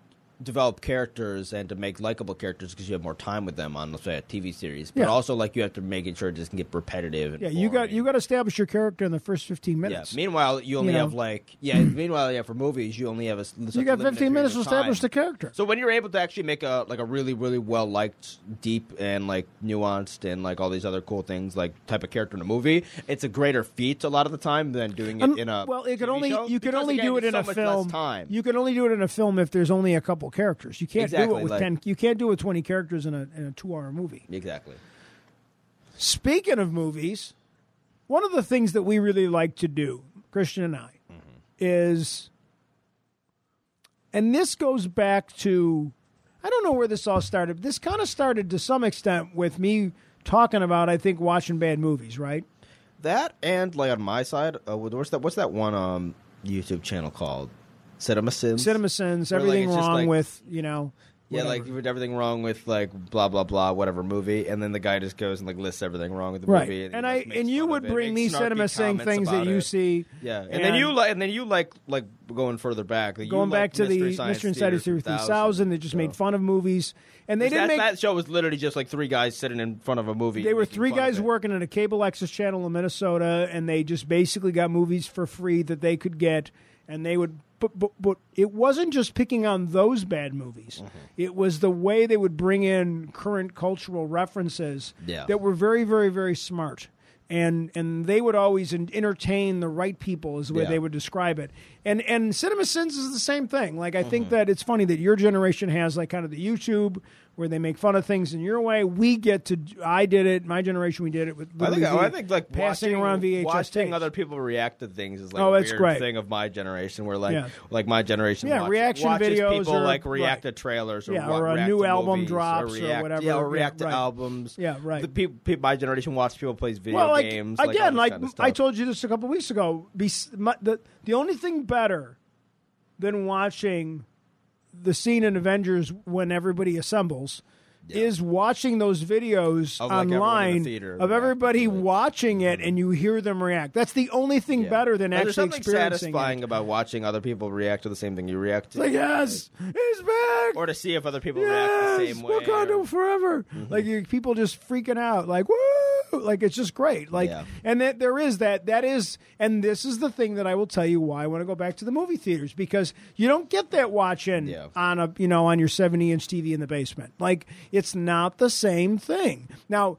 Speaker 3: develop characters and to make likable characters because you have more time with them on let's say a TV series. But
Speaker 2: Yeah.
Speaker 3: also like you have to make it sure it doesn't get repetitive. And
Speaker 2: Yeah, you got
Speaker 3: boring.
Speaker 2: you got to establish your character in the first 15
Speaker 3: Yeah.
Speaker 2: minutes.
Speaker 3: Meanwhile, you only
Speaker 2: know.
Speaker 3: have like yeah. meanwhile, yeah. For movies, you only have a s- such a
Speaker 2: you got
Speaker 3: limited
Speaker 2: 15 minutes to
Speaker 3: period of time.
Speaker 2: establish the character.
Speaker 3: So when you're able to actually make a like a really really well liked, deep and like nuanced and like all these other cool things like type of character in a movie, it's a greater feat a lot of the time than doing it
Speaker 2: Um,
Speaker 3: in a
Speaker 2: well, it could
Speaker 3: TV
Speaker 2: only
Speaker 3: show,
Speaker 2: you could
Speaker 3: because,
Speaker 2: only
Speaker 3: again,
Speaker 2: do it
Speaker 3: it's
Speaker 2: in
Speaker 3: so
Speaker 2: a
Speaker 3: much
Speaker 2: film.
Speaker 3: Less time.
Speaker 2: You can only do it in a film if there's only a couple characters. You can't do it
Speaker 3: Exactly,
Speaker 2: with
Speaker 3: like-
Speaker 2: 10 you can't do it with 20 characters in a in a 2-hour movie.
Speaker 3: exactly.
Speaker 2: Speaking of movies, one of the things that we really like to do, Christian and I, is, and this goes back to, I don't know where this all started. This kind of started to some extent with me talking about, I think, watching bad movies, right?
Speaker 3: That and like on my side, uh, what's that? What's that one um, YouTube channel called? Cinema Sins.
Speaker 2: Cinema Sins,
Speaker 3: Where, like,
Speaker 2: everything
Speaker 3: it's just,
Speaker 2: wrong
Speaker 3: like-
Speaker 2: with, you know.
Speaker 3: Yeah,
Speaker 2: whatever.
Speaker 3: like with everything wrong with like blah blah blah whatever movie, and then the guy just goes and like lists everything wrong with the
Speaker 2: Right,
Speaker 3: movie.
Speaker 2: and
Speaker 3: he
Speaker 2: I
Speaker 3: just makes
Speaker 2: and you
Speaker 3: fun
Speaker 2: would
Speaker 3: of it,
Speaker 2: bring me
Speaker 3: makes snarky
Speaker 2: cinema saying
Speaker 3: comments
Speaker 2: things that
Speaker 3: about
Speaker 2: you
Speaker 3: it.
Speaker 2: see,
Speaker 3: Yeah, and, then you like, and then you like, like going further back, like, you
Speaker 2: going
Speaker 3: like
Speaker 2: back to the
Speaker 3: Mystery Science
Speaker 2: Mystery Inside
Speaker 3: Theater Oh.
Speaker 2: Theater 3000, they just made fun of movies, and they didn't
Speaker 3: that,
Speaker 2: make
Speaker 3: that show was literally just like three guys sitting in front of a movie.
Speaker 2: They were
Speaker 3: making
Speaker 2: three
Speaker 3: fun of
Speaker 2: guys
Speaker 3: it.
Speaker 2: working at a cable access channel in Minnesota, and they just basically got movies for free that they could get, and they would. But, but, but it wasn't just picking on those bad movies.
Speaker 3: Mm-hmm.
Speaker 2: It was the way they would bring in current cultural references
Speaker 3: Yeah.
Speaker 2: that were very, very, very smart. And and they would always en- entertain the right people is the way
Speaker 3: Yeah.
Speaker 2: they would describe it. And and CinemaSins is the same thing. Like I think
Speaker 3: Mm-hmm.
Speaker 2: that it's funny that your generation has like kind of the YouTube where they make fun of things in your way. We get to I did it. My generation we did it with.
Speaker 3: I think, oh,
Speaker 2: literally
Speaker 3: I think like
Speaker 2: passing
Speaker 3: watching,
Speaker 2: around VHS
Speaker 3: watching
Speaker 2: tapes.
Speaker 3: other people react to things is like
Speaker 2: Oh,
Speaker 3: a
Speaker 2: that's
Speaker 3: weird
Speaker 2: great.
Speaker 3: thing of my generation where like
Speaker 2: Yeah.
Speaker 3: like my generation
Speaker 2: Yeah,
Speaker 3: watch-
Speaker 2: reaction
Speaker 3: watches
Speaker 2: videos
Speaker 3: people
Speaker 2: or-
Speaker 3: like react
Speaker 2: right.
Speaker 3: to trailers or,
Speaker 2: Yeah,
Speaker 3: wa-
Speaker 2: or a
Speaker 3: react
Speaker 2: new
Speaker 3: to
Speaker 2: album
Speaker 3: movies,
Speaker 2: drops or
Speaker 3: react,
Speaker 2: whatever.
Speaker 3: yeah or
Speaker 2: Yeah,
Speaker 3: react
Speaker 2: right.
Speaker 3: to albums
Speaker 2: Yeah, right.
Speaker 3: the people, people my generation watch people play video
Speaker 2: well, like
Speaker 3: games all
Speaker 2: again,
Speaker 3: this
Speaker 2: like,
Speaker 3: kind of
Speaker 2: I
Speaker 3: stuff.
Speaker 2: told you this a couple weeks ago. Be, my, the the only thing better than watching the scene in Avengers when everybody assembles is watching those videos
Speaker 3: Of, like, everyone in the
Speaker 2: online
Speaker 3: theater
Speaker 2: of
Speaker 3: reacting
Speaker 2: everybody
Speaker 3: to it. Mm-hmm.
Speaker 2: watching it and you hear them react. That's the only thing
Speaker 3: Yeah.
Speaker 2: better than
Speaker 3: And there's
Speaker 2: actually
Speaker 3: something
Speaker 2: experiencing.
Speaker 3: satisfying about watching other people react to the same thing you react
Speaker 2: It.
Speaker 3: to
Speaker 2: Like yes, he's back.
Speaker 3: or to see if other people
Speaker 2: yes,
Speaker 3: react the same way
Speaker 2: Wakanda
Speaker 3: or- Mm-hmm.
Speaker 2: forever. Like you, people just freaking out, like woo, like it's just great. Like
Speaker 3: Yeah.
Speaker 2: and that there is that that is, and this is the thing that I will tell you why I want to go back to the movie theaters because you don't get that watching
Speaker 3: Yeah.
Speaker 2: on a you know on your seventy inch TV in the basement. Like it's not the same thing now.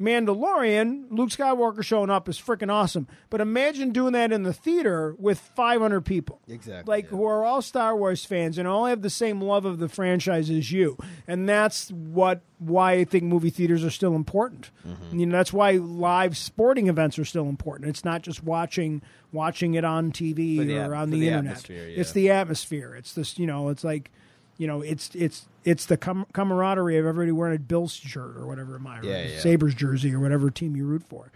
Speaker 2: Mandalorian, Luke Skywalker showing up is freaking awesome. But imagine doing that in the theater with 500 people.
Speaker 3: Exactly,
Speaker 2: Like,
Speaker 3: yeah.
Speaker 2: who are all Star Wars fans and all have the same love of the franchise as you. And that's what why I think movie theaters are still important.
Speaker 3: Mm-hmm.
Speaker 2: You know, that's why live sporting events are still important. It's not just watching watching it on TV
Speaker 3: the
Speaker 2: or
Speaker 3: at-
Speaker 2: on
Speaker 3: for
Speaker 2: the,
Speaker 3: the
Speaker 2: internet.
Speaker 3: atmosphere,
Speaker 2: It's
Speaker 3: yeah.
Speaker 2: the atmosphere. It's this, you know, it's like you know, it's it's it's the com- camaraderie of everybody wearing a Bills shirt or whatever it might
Speaker 3: Yeah, yeah.
Speaker 2: Sabres jersey or whatever team you root for.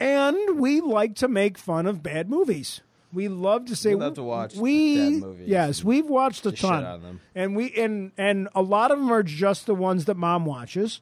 Speaker 2: And we like to make fun of bad movies. We love to say
Speaker 3: We love to watch
Speaker 2: we-
Speaker 3: bad movies
Speaker 2: Yes, we've watched a
Speaker 3: just shit
Speaker 2: ton
Speaker 3: on them.
Speaker 2: and we and and a lot of them are just the ones that mom watches.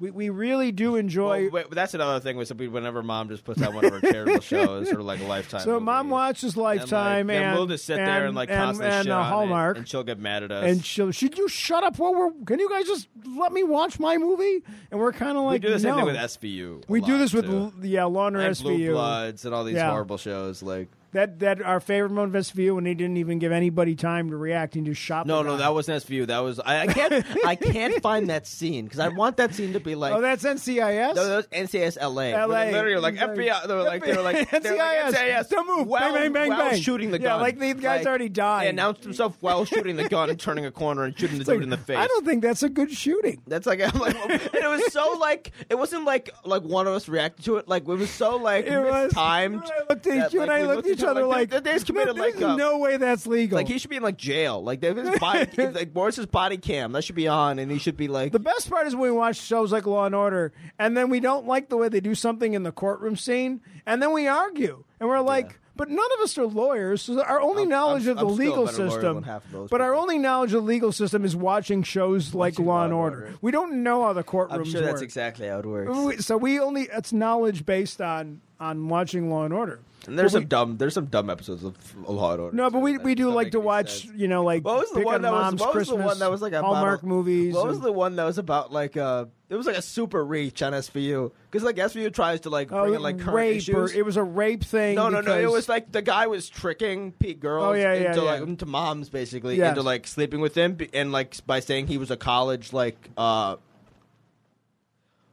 Speaker 2: We we really do enjoy.
Speaker 3: Well, wait, that's another thing with some people. Whenever mom just puts out one of her charitable shows or like a Lifetime.
Speaker 2: so mom
Speaker 3: movie,
Speaker 2: watches
Speaker 3: and, like,
Speaker 2: Lifetime, and,
Speaker 3: then we'll just sit there and like constantly
Speaker 2: and,
Speaker 3: shit
Speaker 2: uh,
Speaker 3: on it,
Speaker 2: Hallmark,
Speaker 3: and she'll get mad at us.
Speaker 2: and she'll should you shut up? Well, we're can you guys just let me watch my movie? And we're kind of
Speaker 3: we
Speaker 2: like
Speaker 3: do the same
Speaker 2: no.
Speaker 3: thing with SVU. a
Speaker 2: we do
Speaker 3: lot,
Speaker 2: this with
Speaker 3: too.
Speaker 2: l yeah, Law and Order
Speaker 3: and Blue
Speaker 2: SVU.
Speaker 3: Bloods and all these
Speaker 2: Yeah.
Speaker 3: horrible shows. Like
Speaker 2: That that our favorite moment of SVU when they didn't even give anybody time to react and just shot.
Speaker 3: no,
Speaker 2: the
Speaker 3: no,
Speaker 2: guy.
Speaker 3: that wasn't SVU. That was I, I can't I can't find that scene because I want that scene to be like.
Speaker 2: Oh, that's NCIS.
Speaker 3: no, that was NCIS LA.
Speaker 2: LA.
Speaker 3: Where they Literally, like
Speaker 2: Exactly.
Speaker 3: FBI. They were like, they were like, they were
Speaker 2: NCIS,
Speaker 3: like NCIS.
Speaker 2: don't move,
Speaker 3: While,
Speaker 2: bang, bang, bang,
Speaker 3: while
Speaker 2: bang.
Speaker 3: shooting the
Speaker 2: Yeah,
Speaker 3: gun.
Speaker 2: like, these guys already died.
Speaker 3: He announced himself while shooting the gun and turning a corner and shooting the dude in the face.
Speaker 2: I don't think that's a good shooting.
Speaker 3: That's like, I'm like and it was so like it wasn't like like one of us reacted to it. Like it was so like
Speaker 2: It was
Speaker 3: timed.
Speaker 2: I looked at
Speaker 3: that,
Speaker 2: you and I
Speaker 3: like, we
Speaker 2: looked at each other like,
Speaker 3: they, they just committed
Speaker 2: there's
Speaker 3: like a,
Speaker 2: no way that's legal.
Speaker 3: like he should be in like jail. Like they his body, like Boris's body cam that should be on, and he should be like
Speaker 2: the best part is when we watch shows like Law and Order, and then we don't like the way they do something in the courtroom scene, and then we argue, and we're like. But none of us are lawyers, so our only
Speaker 3: I'm-
Speaker 2: knowledge
Speaker 3: I'm-
Speaker 2: of the
Speaker 3: I'm still a
Speaker 2: legal
Speaker 3: better lawyer
Speaker 2: system.
Speaker 3: than half of those
Speaker 2: But our
Speaker 3: people.
Speaker 2: only knowledge of the legal system is watching shows like
Speaker 3: Watching
Speaker 2: Law and Order. We don't know how the courtrooms
Speaker 3: I'm sure that's
Speaker 2: work.
Speaker 3: exactly how it works.
Speaker 2: We- So we only it's knowledge based on on watching Law and Order.
Speaker 3: and there's
Speaker 2: But
Speaker 3: some
Speaker 2: we-
Speaker 3: dumb there's some dumb episodes of Law and Order.
Speaker 2: No, but
Speaker 3: too,
Speaker 2: we,
Speaker 3: that
Speaker 2: we do
Speaker 3: don't
Speaker 2: like
Speaker 3: make
Speaker 2: to
Speaker 3: any
Speaker 2: watch,
Speaker 3: sense.
Speaker 2: you know, like
Speaker 3: What was the
Speaker 2: pick
Speaker 3: one
Speaker 2: on
Speaker 3: that was?
Speaker 2: Mom's
Speaker 3: What was the
Speaker 2: Christmas,
Speaker 3: one that was like a
Speaker 2: Hallmark
Speaker 3: bottle-
Speaker 2: movies?
Speaker 3: What was
Speaker 2: and-
Speaker 3: the one that was about like uh? It was like a super reach on SVU because like SVU tries to like
Speaker 2: oh,
Speaker 3: bring in like current
Speaker 2: rape or
Speaker 3: issues.
Speaker 2: it was a rape thing?
Speaker 3: no, no, no. It
Speaker 2: because-
Speaker 3: was like the guy was tricking Pete girls
Speaker 2: Oh, yeah, yeah,
Speaker 3: into
Speaker 2: yeah.
Speaker 3: like into moms basically
Speaker 2: Yes.
Speaker 3: into like sleeping with them be- and like by saying he was a college like uh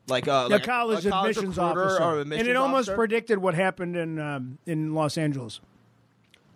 Speaker 3: like uh
Speaker 2: the
Speaker 3: like
Speaker 2: college
Speaker 3: a college
Speaker 2: admissions
Speaker 3: recruiter
Speaker 2: officer,
Speaker 3: or admissions
Speaker 2: and it almost
Speaker 3: officer.
Speaker 2: predicted what happened in um, in Los Angeles.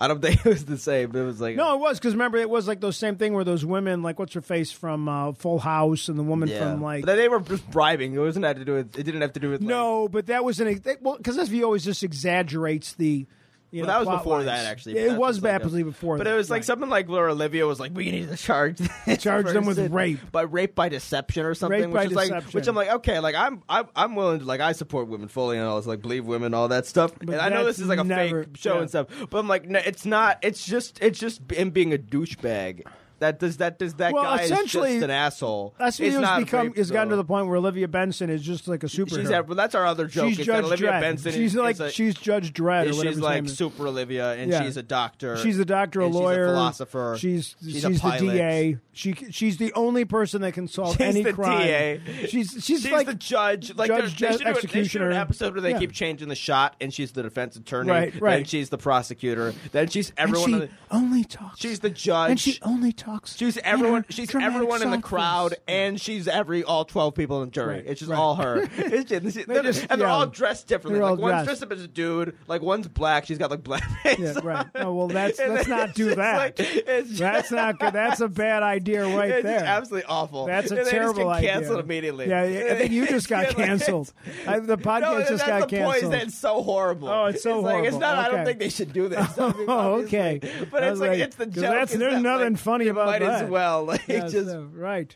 Speaker 3: I don't think it was the same. It was like
Speaker 2: No, it was because remember it was like those same thing where those women, like what's her face from uh, Full House, and the woman
Speaker 3: yeah.
Speaker 2: from like
Speaker 3: but they were just bribing. It wasn't had to do with. It didn't have to do with like,
Speaker 2: No, but that was an ex- they- well because SVU always just exaggerates the you
Speaker 3: well,
Speaker 2: know,
Speaker 3: that was
Speaker 2: plot
Speaker 3: before
Speaker 2: lines.
Speaker 3: that, actually.
Speaker 2: Yeah,
Speaker 3: That
Speaker 2: it was
Speaker 3: like a-
Speaker 2: rapidly before.
Speaker 3: But
Speaker 2: that,
Speaker 3: it was like
Speaker 2: right.
Speaker 3: something like where Olivia was like, "We need to charge this
Speaker 2: Charge them with
Speaker 3: person
Speaker 2: rape.
Speaker 3: by rape by deception or something."
Speaker 2: Rape
Speaker 3: which
Speaker 2: by
Speaker 3: is like,
Speaker 2: deception.
Speaker 3: which I'm like, okay, like I'm I'm I'm willing to like I support women fully and all this, like believe women, all that stuff. and I know
Speaker 2: that's
Speaker 3: this is like a
Speaker 2: never-
Speaker 3: fake show
Speaker 2: yeah.
Speaker 3: and stuff, but I'm like, no, it's not. It's just it's just him being a douchebag. That does that does that
Speaker 2: Well,
Speaker 3: guy
Speaker 2: essentially,
Speaker 3: is just an asshole.
Speaker 2: That's
Speaker 3: It's
Speaker 2: video's
Speaker 3: not
Speaker 2: become
Speaker 3: rape,
Speaker 2: has gotten to
Speaker 3: though.
Speaker 2: the point where Olivia Benson is just like a superhero.
Speaker 3: She's at, well, that's our other joke.
Speaker 2: she's
Speaker 3: is that
Speaker 2: Judge
Speaker 3: Olivia
Speaker 2: Dredd.
Speaker 3: Benson.
Speaker 2: she's
Speaker 3: is-
Speaker 2: like
Speaker 3: is a-
Speaker 2: she's Judge Dredd or
Speaker 3: is
Speaker 2: whatever.
Speaker 3: she's
Speaker 2: his
Speaker 3: like
Speaker 2: name is.
Speaker 3: super Olivia, and
Speaker 2: Yeah.
Speaker 3: she's a doctor.
Speaker 2: She's a doctor, a
Speaker 3: and
Speaker 2: lawyer,
Speaker 3: she's a philosopher.
Speaker 2: She's
Speaker 3: she's,
Speaker 2: she's,
Speaker 3: a
Speaker 2: the
Speaker 3: pilot.
Speaker 2: DA. She she's the only person that can solve
Speaker 3: She's
Speaker 2: any
Speaker 3: the
Speaker 2: crime.
Speaker 3: DA.
Speaker 2: She's she's,
Speaker 3: She's
Speaker 2: like
Speaker 3: the judge, like
Speaker 2: judge,
Speaker 3: they're- they should do an- they should do
Speaker 2: executioner.
Speaker 3: an episode where they
Speaker 2: Yeah.
Speaker 3: keep changing the shot, and she's the defense attorney.
Speaker 2: Right,
Speaker 3: Then
Speaker 2: right.
Speaker 3: she's the prosecutor. Then she's
Speaker 2: And
Speaker 3: everyone.
Speaker 2: she
Speaker 3: in the-
Speaker 2: only talks.
Speaker 3: she's the judge.
Speaker 2: and she only talks.
Speaker 3: she's
Speaker 2: in her
Speaker 3: everyone. She's
Speaker 2: dramatic
Speaker 3: everyone in the
Speaker 2: soft
Speaker 3: crowd,
Speaker 2: voice.
Speaker 3: and she's every all twelve people in the jury.
Speaker 2: Right,
Speaker 3: it's just
Speaker 2: right.
Speaker 3: all her. It's just- they're
Speaker 2: just-
Speaker 3: just- and they're
Speaker 2: yeah.
Speaker 3: all dressed differently.
Speaker 2: They're
Speaker 3: like
Speaker 2: all
Speaker 3: one's
Speaker 2: dressed.
Speaker 3: dressed up as a dude. Like one's black. She's got like black face.
Speaker 2: Yeah, right. Oh well, that's
Speaker 3: And
Speaker 2: let's
Speaker 3: then
Speaker 2: not
Speaker 3: it's
Speaker 2: do
Speaker 3: just
Speaker 2: that.
Speaker 3: like- it's just-
Speaker 2: That's not good. That's a bad idea right
Speaker 3: it's
Speaker 2: there.
Speaker 3: just absolutely awful.
Speaker 2: That's a
Speaker 3: And they
Speaker 2: terrible
Speaker 3: just get
Speaker 2: idea.
Speaker 3: Canceled immediately.
Speaker 2: Yeah, yeah, I think you just got
Speaker 3: Like, it's-
Speaker 2: canceled. I, the podcast
Speaker 3: no,
Speaker 2: just
Speaker 3: that's
Speaker 2: got
Speaker 3: the point. is
Speaker 2: canceled.
Speaker 3: that it's so horrible.
Speaker 2: Oh, it's so
Speaker 3: Like, it's
Speaker 2: horrible.
Speaker 3: not. I don't
Speaker 2: Okay.
Speaker 3: think they should do this. I mean,
Speaker 2: Oh,
Speaker 3: obviously.
Speaker 2: okay.
Speaker 3: But
Speaker 2: I
Speaker 3: it's
Speaker 2: was
Speaker 3: like,
Speaker 2: like,
Speaker 3: it's the
Speaker 2: 'cause
Speaker 3: joke.
Speaker 2: that's-
Speaker 3: is
Speaker 2: there's
Speaker 3: that,
Speaker 2: nothing
Speaker 3: like,
Speaker 2: funny
Speaker 3: you
Speaker 2: about
Speaker 3: might as
Speaker 2: that.
Speaker 3: well. Like
Speaker 2: Yeah,
Speaker 3: just.
Speaker 2: so, right.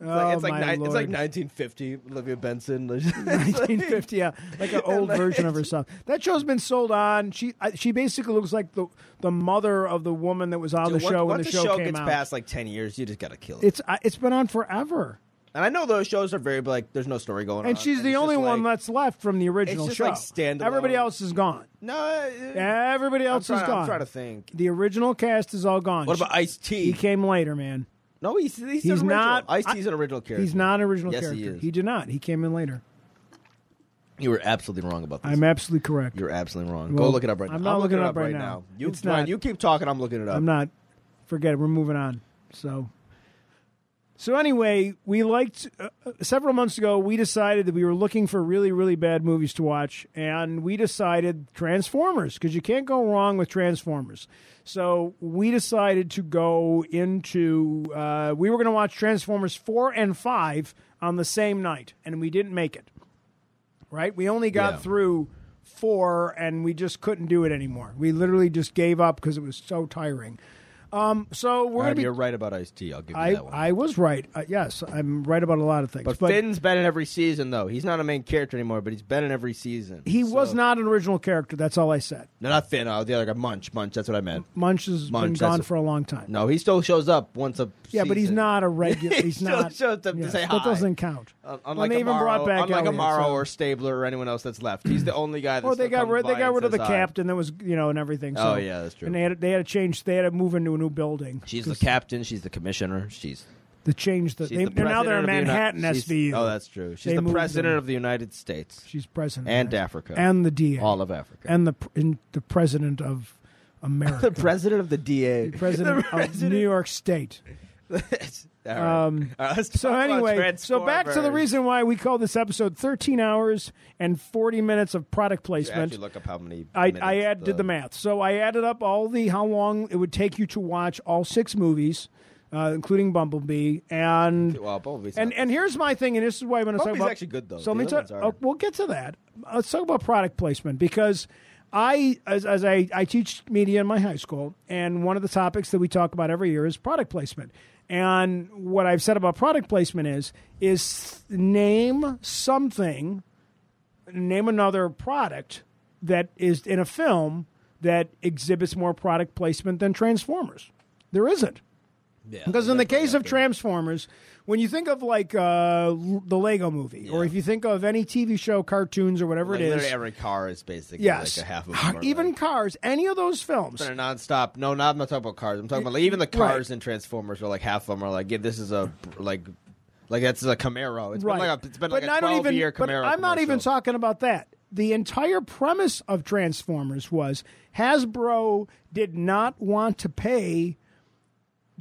Speaker 3: It's like, it's,
Speaker 2: oh,
Speaker 3: like
Speaker 2: my
Speaker 3: ni- it's like
Speaker 2: Lord.
Speaker 3: 1950 Olivia Benson.
Speaker 2: 1950, yeah, like an old version of herself. That show's been sold on. She I, she basically looks like the the mother of the woman that was on the
Speaker 3: Once-
Speaker 2: show when
Speaker 3: once
Speaker 2: the show, came
Speaker 3: gets
Speaker 2: out.
Speaker 3: past like 10 years, you just gotta kill it.
Speaker 2: It's I- it's been on forever,
Speaker 3: and I know those shows are very like there's no story going on.
Speaker 2: and she's the
Speaker 3: Uh, it's
Speaker 2: only
Speaker 3: just
Speaker 2: one
Speaker 3: like-
Speaker 2: that's left from the original
Speaker 3: just
Speaker 2: show.
Speaker 3: like standalone.
Speaker 2: Everybody else is gone.
Speaker 3: No, uh,
Speaker 2: Everybody
Speaker 3: I'm
Speaker 2: else
Speaker 3: trying,
Speaker 2: is
Speaker 3: I'm
Speaker 2: gone.
Speaker 3: trying to think.
Speaker 2: The original cast is all gone.
Speaker 3: What about Ice T?
Speaker 2: he came later, man.
Speaker 3: No, he's he's,
Speaker 2: He's
Speaker 3: an original.
Speaker 2: not-
Speaker 3: Ice T's an original character.
Speaker 2: He's not an original
Speaker 3: Yes, he
Speaker 2: character.
Speaker 3: is.
Speaker 2: did not. He came in later.
Speaker 3: You were absolutely wrong about this.
Speaker 2: I'm absolutely correct.
Speaker 3: You're absolutely wrong.
Speaker 2: Well,
Speaker 3: Go look it up right now.
Speaker 2: I'm not looking
Speaker 3: looking it
Speaker 2: it
Speaker 3: up,
Speaker 2: up right
Speaker 3: right
Speaker 2: now.
Speaker 3: now. You,
Speaker 2: It's not-
Speaker 3: Ryan, you keep talking. I'm looking it up.
Speaker 2: I'm not. Forget it. We're moving on. So, so anyway, we liked uh, uh, several months ago. We decided that we were looking for really, really bad movies to watch, and we decided Transformers because you can't go wrong with Transformers. So we decided to go into. Uh, we were going to watch Transformers four and five on the same night, and we didn't make it. Right, we only got
Speaker 3: Yeah.
Speaker 2: through four, and we just couldn't do it anymore. We literally just gave up because it was so tiring. Um, So we're
Speaker 3: Ryan,
Speaker 2: gonna be.
Speaker 3: you're right about Ice T. I'll give you
Speaker 2: I,
Speaker 3: that one.
Speaker 2: I was right. Uh, yes, I'm right about a lot of things. But,
Speaker 3: but, Finn's been in every season, though. He's not a main character anymore, but he's been in every season.
Speaker 2: he
Speaker 3: So-
Speaker 2: was not an original character. That's all I said.
Speaker 3: No, not Finn. Oh, the other guy, Munch. Munch. That's what I meant.
Speaker 2: Munch has been
Speaker 3: Munch, that's
Speaker 2: gone
Speaker 3: a-
Speaker 2: for a long time.
Speaker 3: No, he still shows up once a.
Speaker 2: yeah, but he's
Speaker 3: season.
Speaker 2: not a regular.
Speaker 3: He
Speaker 2: He's
Speaker 3: still
Speaker 2: not.
Speaker 3: shows up to say
Speaker 2: That
Speaker 3: hi. Oh,
Speaker 2: doesn't count.
Speaker 3: Un-
Speaker 2: And
Speaker 3: Uh, Unlike
Speaker 2: they even
Speaker 3: Amaro,
Speaker 2: brought back
Speaker 3: unlike
Speaker 2: Elliot,
Speaker 3: Amaro
Speaker 2: so-
Speaker 3: or Stabler or anyone else that's left. He's the only guy. That
Speaker 2: Or they
Speaker 3: still
Speaker 2: got
Speaker 3: comes
Speaker 2: rid. They
Speaker 3: by
Speaker 2: got
Speaker 3: and
Speaker 2: rid of the
Speaker 3: says hi.
Speaker 2: captain that was you know and everything. So,
Speaker 3: Oh, yeah, that's true.
Speaker 2: And they had they had to change. They had to move into a new building.
Speaker 3: She's the captain. She's the commissioner. She's
Speaker 2: The change that
Speaker 3: She's
Speaker 2: they,
Speaker 3: the
Speaker 2: they're now they're in
Speaker 3: president of the
Speaker 2: Manhattan
Speaker 3: Uni-
Speaker 2: SVU.
Speaker 3: she's- Oh, that's true. She's
Speaker 2: They
Speaker 3: the
Speaker 2: moved
Speaker 3: president
Speaker 2: them.
Speaker 3: of the United States
Speaker 2: She's president
Speaker 3: and
Speaker 2: right?
Speaker 3: Africa
Speaker 2: and the DA
Speaker 3: all of Africa.
Speaker 2: and the pr- and the president of America.
Speaker 3: the president of the DA.
Speaker 2: president
Speaker 3: The
Speaker 2: of New York State.
Speaker 3: All right. All right, let's
Speaker 2: Um, So
Speaker 3: talk about
Speaker 2: anyway, so back to the
Speaker 3: Transformers.
Speaker 2: reason why we call this episode 13 hours and 40 minutes of product
Speaker 3: You actually
Speaker 2: placement.
Speaker 3: look up how many.
Speaker 2: I,
Speaker 3: minutes
Speaker 2: I add, did the math. So I added up all the how long it would take you to watch all six movies, uh, incling Bumblebee, and
Speaker 3: Well, Bumblebee's
Speaker 2: and
Speaker 3: not-
Speaker 2: and here's my thing, and this is why I'm going to talk
Speaker 3: Bumblebee's
Speaker 2: about.
Speaker 3: actually good, though.
Speaker 2: So
Speaker 3: The
Speaker 2: let me
Speaker 3: other
Speaker 2: talk.
Speaker 3: ones aren't.
Speaker 2: oh, we'll get to that. Uh, Let's talk about product placement because I, as, as I, I teach media in my high school, and one of the topics that we talk about every year is product placement. And what I've said about product placement is is name something, name another product that is in a film that exhibits more product placement than Transformers. There isn't.
Speaker 3: Yeah,
Speaker 2: Because in the
Speaker 3: definitely
Speaker 2: case
Speaker 3: not
Speaker 2: of
Speaker 3: good.
Speaker 2: Transformers, when you think of like uh, L- the Lego movie, or
Speaker 3: Yeah.
Speaker 2: if you think of any TV show, cartoons, or whatever
Speaker 3: like,
Speaker 2: it is,
Speaker 3: literally every car is basically
Speaker 2: yes,
Speaker 3: like a half of
Speaker 2: Car-
Speaker 3: them are
Speaker 2: even
Speaker 3: like-
Speaker 2: Cars, any of those films,
Speaker 3: They're nonstop. No, not, I'm not talking about cars. I'm talking about like, even the cars in Transformers are like half of them are like, yeah, this is a like, like that's a Camaro. It's
Speaker 2: right?
Speaker 3: been like a, it's been
Speaker 2: but
Speaker 3: like
Speaker 2: I
Speaker 3: a
Speaker 2: don't
Speaker 3: 12
Speaker 2: even.
Speaker 3: year
Speaker 2: but
Speaker 3: Camaro.
Speaker 2: I'm not even
Speaker 3: commercial.
Speaker 2: talking about that. The entire premise of Transformers was Hasbro did not want to pay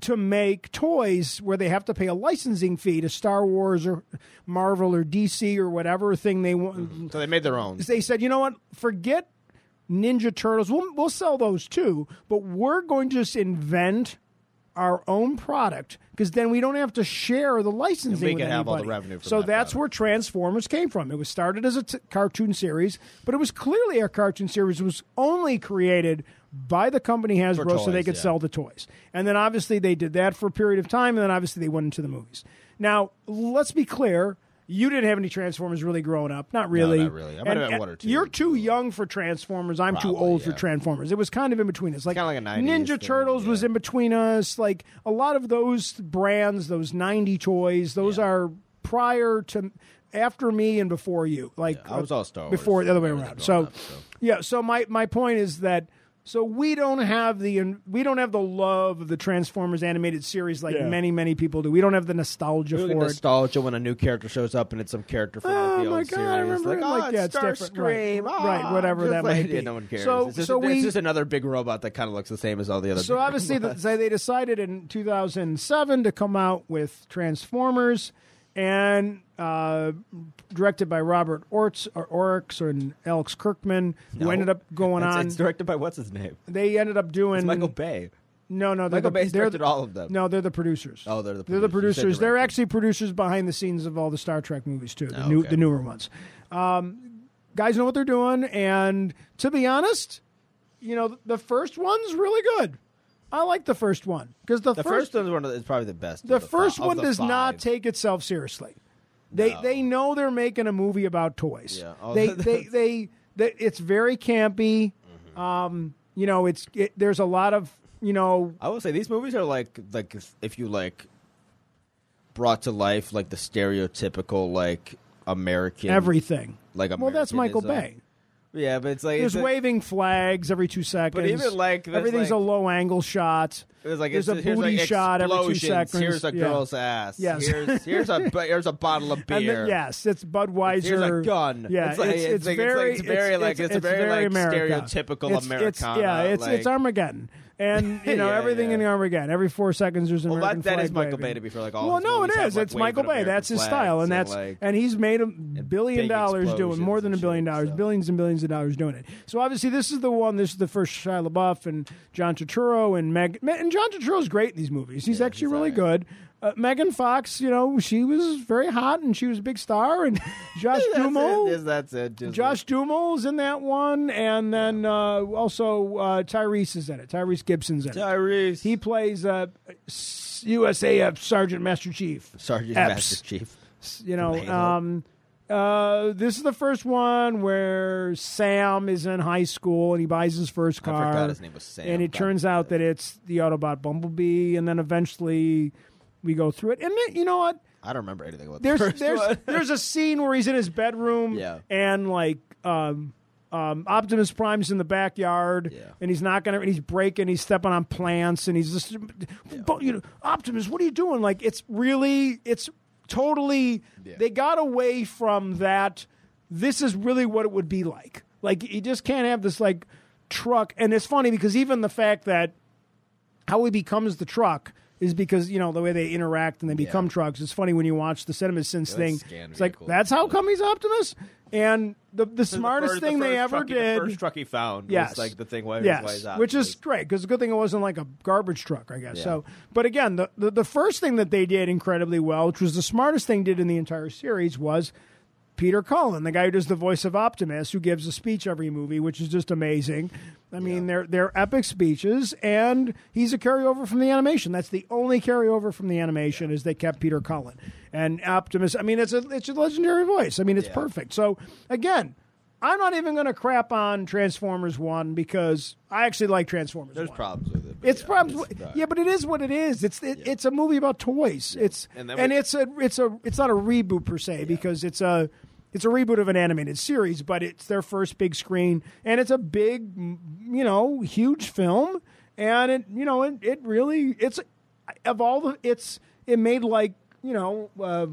Speaker 2: to make toys where they have to pay a licensing fee to Star Wars or Marvel or DC or whatever thing they want.
Speaker 3: So they made their own.
Speaker 2: they said, you know what? Forget Ninja Turtles. We'll, we'll sell those too, but we're going to just invent our own product because then we don't have to share the licensing.
Speaker 3: And we
Speaker 2: with
Speaker 3: can have all the
Speaker 2: anybody.
Speaker 3: revenue from
Speaker 2: so
Speaker 3: that
Speaker 2: that's
Speaker 3: product.
Speaker 2: where Transformers came from. It was started as a t- cartoon series, but it was clearly a cartoon series. It was only created by the company Hasbro so they
Speaker 3: toys,
Speaker 2: could
Speaker 3: yeah.
Speaker 2: sell the toys. And then obviously they did that for a period of time, and then obviously they went into the movies. Now let's be clear. You didn't have any Transformers really growing up, not really.
Speaker 4: not really. I might have
Speaker 2: And-
Speaker 4: had
Speaker 2: and
Speaker 4: one or two.
Speaker 2: You're too young for Transformers. I'm too
Speaker 4: Probably,
Speaker 2: old for
Speaker 4: yeah.
Speaker 2: Transformers. It was kind of in between us, like
Speaker 3: Kinda like a 90s
Speaker 2: Ninja
Speaker 3: thing,
Speaker 2: Turtles was in between us. Like a lot of those brands, those ninety toys, those are prior to, after me and before you. Like
Speaker 4: I was all Star Wars
Speaker 2: before the other way
Speaker 4: when I was
Speaker 2: around. So,
Speaker 4: growing up, so.
Speaker 2: yeah. So my my point is that. So we don't have the we don't have the love of the Transformers animated series like
Speaker 3: Yeah.
Speaker 2: many many people do. We don't have the nostalgia
Speaker 3: Look
Speaker 2: for
Speaker 3: at
Speaker 2: it.
Speaker 3: nostalgia when a new character shows up and it's some character from
Speaker 2: Oh
Speaker 3: like, the
Speaker 2: my
Speaker 3: old
Speaker 2: God, I
Speaker 3: series.
Speaker 2: remember
Speaker 3: like,
Speaker 2: it
Speaker 3: oh,
Speaker 2: like that.
Speaker 3: it's Star
Speaker 2: It's different.
Speaker 3: Scream.
Speaker 2: Right.
Speaker 3: ah.
Speaker 2: Right, whatever
Speaker 3: Just
Speaker 2: that
Speaker 3: like-
Speaker 2: might be.
Speaker 3: Yeah, no one cares.
Speaker 2: So-
Speaker 3: it's, just,
Speaker 2: so
Speaker 3: it's
Speaker 2: we-
Speaker 3: just another big robot that kind of looks the same as all the other.
Speaker 2: So
Speaker 3: big
Speaker 2: obviously, th- so they decided in 2007 to come out with Transformers, and uh, directed by Robert Orts or Oryx and Alex Kirkman, who
Speaker 3: No.
Speaker 2: ended up going
Speaker 3: It's-
Speaker 2: on.
Speaker 3: It's directed by what's his name?
Speaker 2: they ended up doing
Speaker 3: It's Michael Bay.
Speaker 2: No, no, they're
Speaker 3: Michael
Speaker 2: the,
Speaker 3: Bay's
Speaker 2: they're
Speaker 3: directed
Speaker 2: the-
Speaker 3: all of them.
Speaker 2: No, they're the producers.
Speaker 3: Oh, they're the
Speaker 2: They're the
Speaker 3: producers. You said
Speaker 2: producers. They're
Speaker 3: directed.
Speaker 2: actually producers behind the scenes of all the Star Trek movies too. The
Speaker 3: Oh,
Speaker 2: new,
Speaker 3: okay.
Speaker 2: the newer ones. Um, guys know what they're doing, and to be honest, you know the first one's really good. I like the first one because the,
Speaker 3: The
Speaker 2: first,
Speaker 3: first one's one of the, is probably the best. of
Speaker 2: the
Speaker 3: fi-
Speaker 2: first
Speaker 3: of
Speaker 2: one
Speaker 3: the
Speaker 2: does not
Speaker 3: five.
Speaker 2: take itself seriously. They
Speaker 3: No.
Speaker 2: they know they're making a movie about toys.
Speaker 3: Yeah. Oh,
Speaker 2: they,
Speaker 3: that's-
Speaker 2: they they they it's very campy.
Speaker 3: Mm-hmm.
Speaker 2: Um, you know, it's it, there's a lot of you know
Speaker 3: I will say these movies are like like if- if you like brought to life like the stereotypical like American
Speaker 2: everything.
Speaker 3: like American
Speaker 2: Well, that's Michael
Speaker 3: is, uh,
Speaker 2: Bay.
Speaker 3: Yeah, but it's like
Speaker 2: There's
Speaker 3: it's a-
Speaker 2: waving flags every two seconds.
Speaker 3: even, like, there's,
Speaker 2: everything's
Speaker 3: like-
Speaker 2: a low angle shot.
Speaker 3: It's like
Speaker 2: there's
Speaker 3: it's,
Speaker 2: a
Speaker 3: here's,
Speaker 2: booty
Speaker 3: like,
Speaker 2: shot every two
Speaker 3: explosions.
Speaker 2: seconds.
Speaker 3: Here's a
Speaker 2: Yeah.
Speaker 3: girl's ass.
Speaker 2: Yes.
Speaker 3: Here's here's a bu- here's a bottle of beer.
Speaker 2: And then, yes, it's Budweiser.
Speaker 3: Here's a gun.
Speaker 2: Yeah,
Speaker 3: it's, like, it's, like- it's
Speaker 2: very,
Speaker 3: like, it's very like it's, a very, like
Speaker 2: America.
Speaker 3: stereotypical
Speaker 2: It's- it's-
Speaker 3: Americana.
Speaker 2: yeah, it's
Speaker 3: like,
Speaker 2: it's Armageddon, and you know
Speaker 3: Yeah,
Speaker 2: everything
Speaker 3: yeah.
Speaker 2: in Armageddon. Every four seconds, there's an
Speaker 3: Well,
Speaker 2: American
Speaker 3: that, that
Speaker 2: flag
Speaker 3: is Michael
Speaker 2: waving.
Speaker 3: Bay to be fair. Like all
Speaker 2: well,
Speaker 3: his
Speaker 2: no, it
Speaker 3: movies have,
Speaker 2: is.
Speaker 3: like,
Speaker 2: it's
Speaker 3: waving
Speaker 2: Michael Bay.
Speaker 3: American
Speaker 2: That's his
Speaker 3: flags
Speaker 2: style, and that's
Speaker 3: like,
Speaker 2: and he's made a billion
Speaker 3: big
Speaker 2: dollars doing
Speaker 3: explosions
Speaker 2: more than a
Speaker 3: and
Speaker 2: billion
Speaker 3: shit,
Speaker 2: dollars,
Speaker 3: so.
Speaker 2: billions and billions of dollars doing it. So obviously, this is the one. This is the first Shia LaBeouf and John Turturro and Meg Ma- and John Turturro's great in these movies. He's actually
Speaker 3: he's
Speaker 2: really
Speaker 3: all
Speaker 2: good. Uh, Megan Fox, you know, she was very hot and she was a big star. And Josh
Speaker 3: that's
Speaker 2: Duhamel,
Speaker 3: it. Is- That's it. Just-
Speaker 2: Josh Duhamel's in that one, and then uh, also uh, Tyrese is in it. Tyrese Gibson's in it.
Speaker 3: Tyrese.
Speaker 2: He plays uh, S- USAF Sergeant Master Chief.
Speaker 3: Sergeant
Speaker 2: Epps.
Speaker 3: Master Chief.
Speaker 2: You know,
Speaker 3: Amazing.
Speaker 2: um, uh, this is the first one where Sam is in high school and he buys his first car.
Speaker 3: forgot his name was Sam.
Speaker 2: And it
Speaker 3: God
Speaker 2: turns out that it's the Autobot Bumblebee, and then eventually we go through it. And then, you know what?
Speaker 3: I don't remember anything about
Speaker 2: there's
Speaker 3: the first
Speaker 2: there's
Speaker 3: one.
Speaker 2: there's a scene where he's in his bedroom
Speaker 3: Yeah.
Speaker 2: and like um um, Optimus Prime's in the backyard,
Speaker 3: Yeah.
Speaker 2: and he's not gonna. And he's breaking. He's stepping on plants, and he's just. But you know, Optimus, what are you doing? Like it's really, it's totally. They got away from that. This is really what it would be like. Like you just can't have this like truck. And it's funny because even the fact that how he becomes the truck is because you know the way they interact and they become trucks. It's funny when you watch the CinemaSins
Speaker 3: like
Speaker 2: thing.
Speaker 3: scan
Speaker 2: It's like
Speaker 3: vehicles.
Speaker 2: that's how come he's Optimus. And the the smartest
Speaker 3: The fir- the
Speaker 2: thing they
Speaker 3: first
Speaker 2: ever
Speaker 3: truck he-
Speaker 2: did,
Speaker 3: The first truck he found
Speaker 2: yes,
Speaker 3: was like the thing why
Speaker 2: yes,
Speaker 3: why he's out.
Speaker 2: which is great because the good thing it wasn't like a garbage truck, I guess.
Speaker 3: Yeah.
Speaker 2: So, but again, the, the the first thing that they did incredibly well, which was the smartest thing did in the entire series, was Peter Cullen, the guy who does the voice of Optimus, who gives a speech every movie, which is just amazing. I mean, they're they're epic speeches, and he's a carryover from the animation. That's the only carryover from the animation is they kept Peter Cullen and Optimus. I mean, it's a it's a legendary voice. I mean, it's perfect. So again, I'm not even going to crap on Transformers One because I actually like Transformers.
Speaker 3: there's
Speaker 2: 1.
Speaker 3: problems with it. but
Speaker 2: It's
Speaker 3: yeah,
Speaker 2: problems.
Speaker 3: it's-
Speaker 2: yeah, but it is what it is. It's it, it's a movie about toys. It's and,
Speaker 3: And then we-
Speaker 2: it's a it's a it's not a reboot per se because it's a it's a reboot of an animated series, but it's their first big screen and it's a big mm, you know huge film and it you know it, it really it's of all the it's it made like you know uh,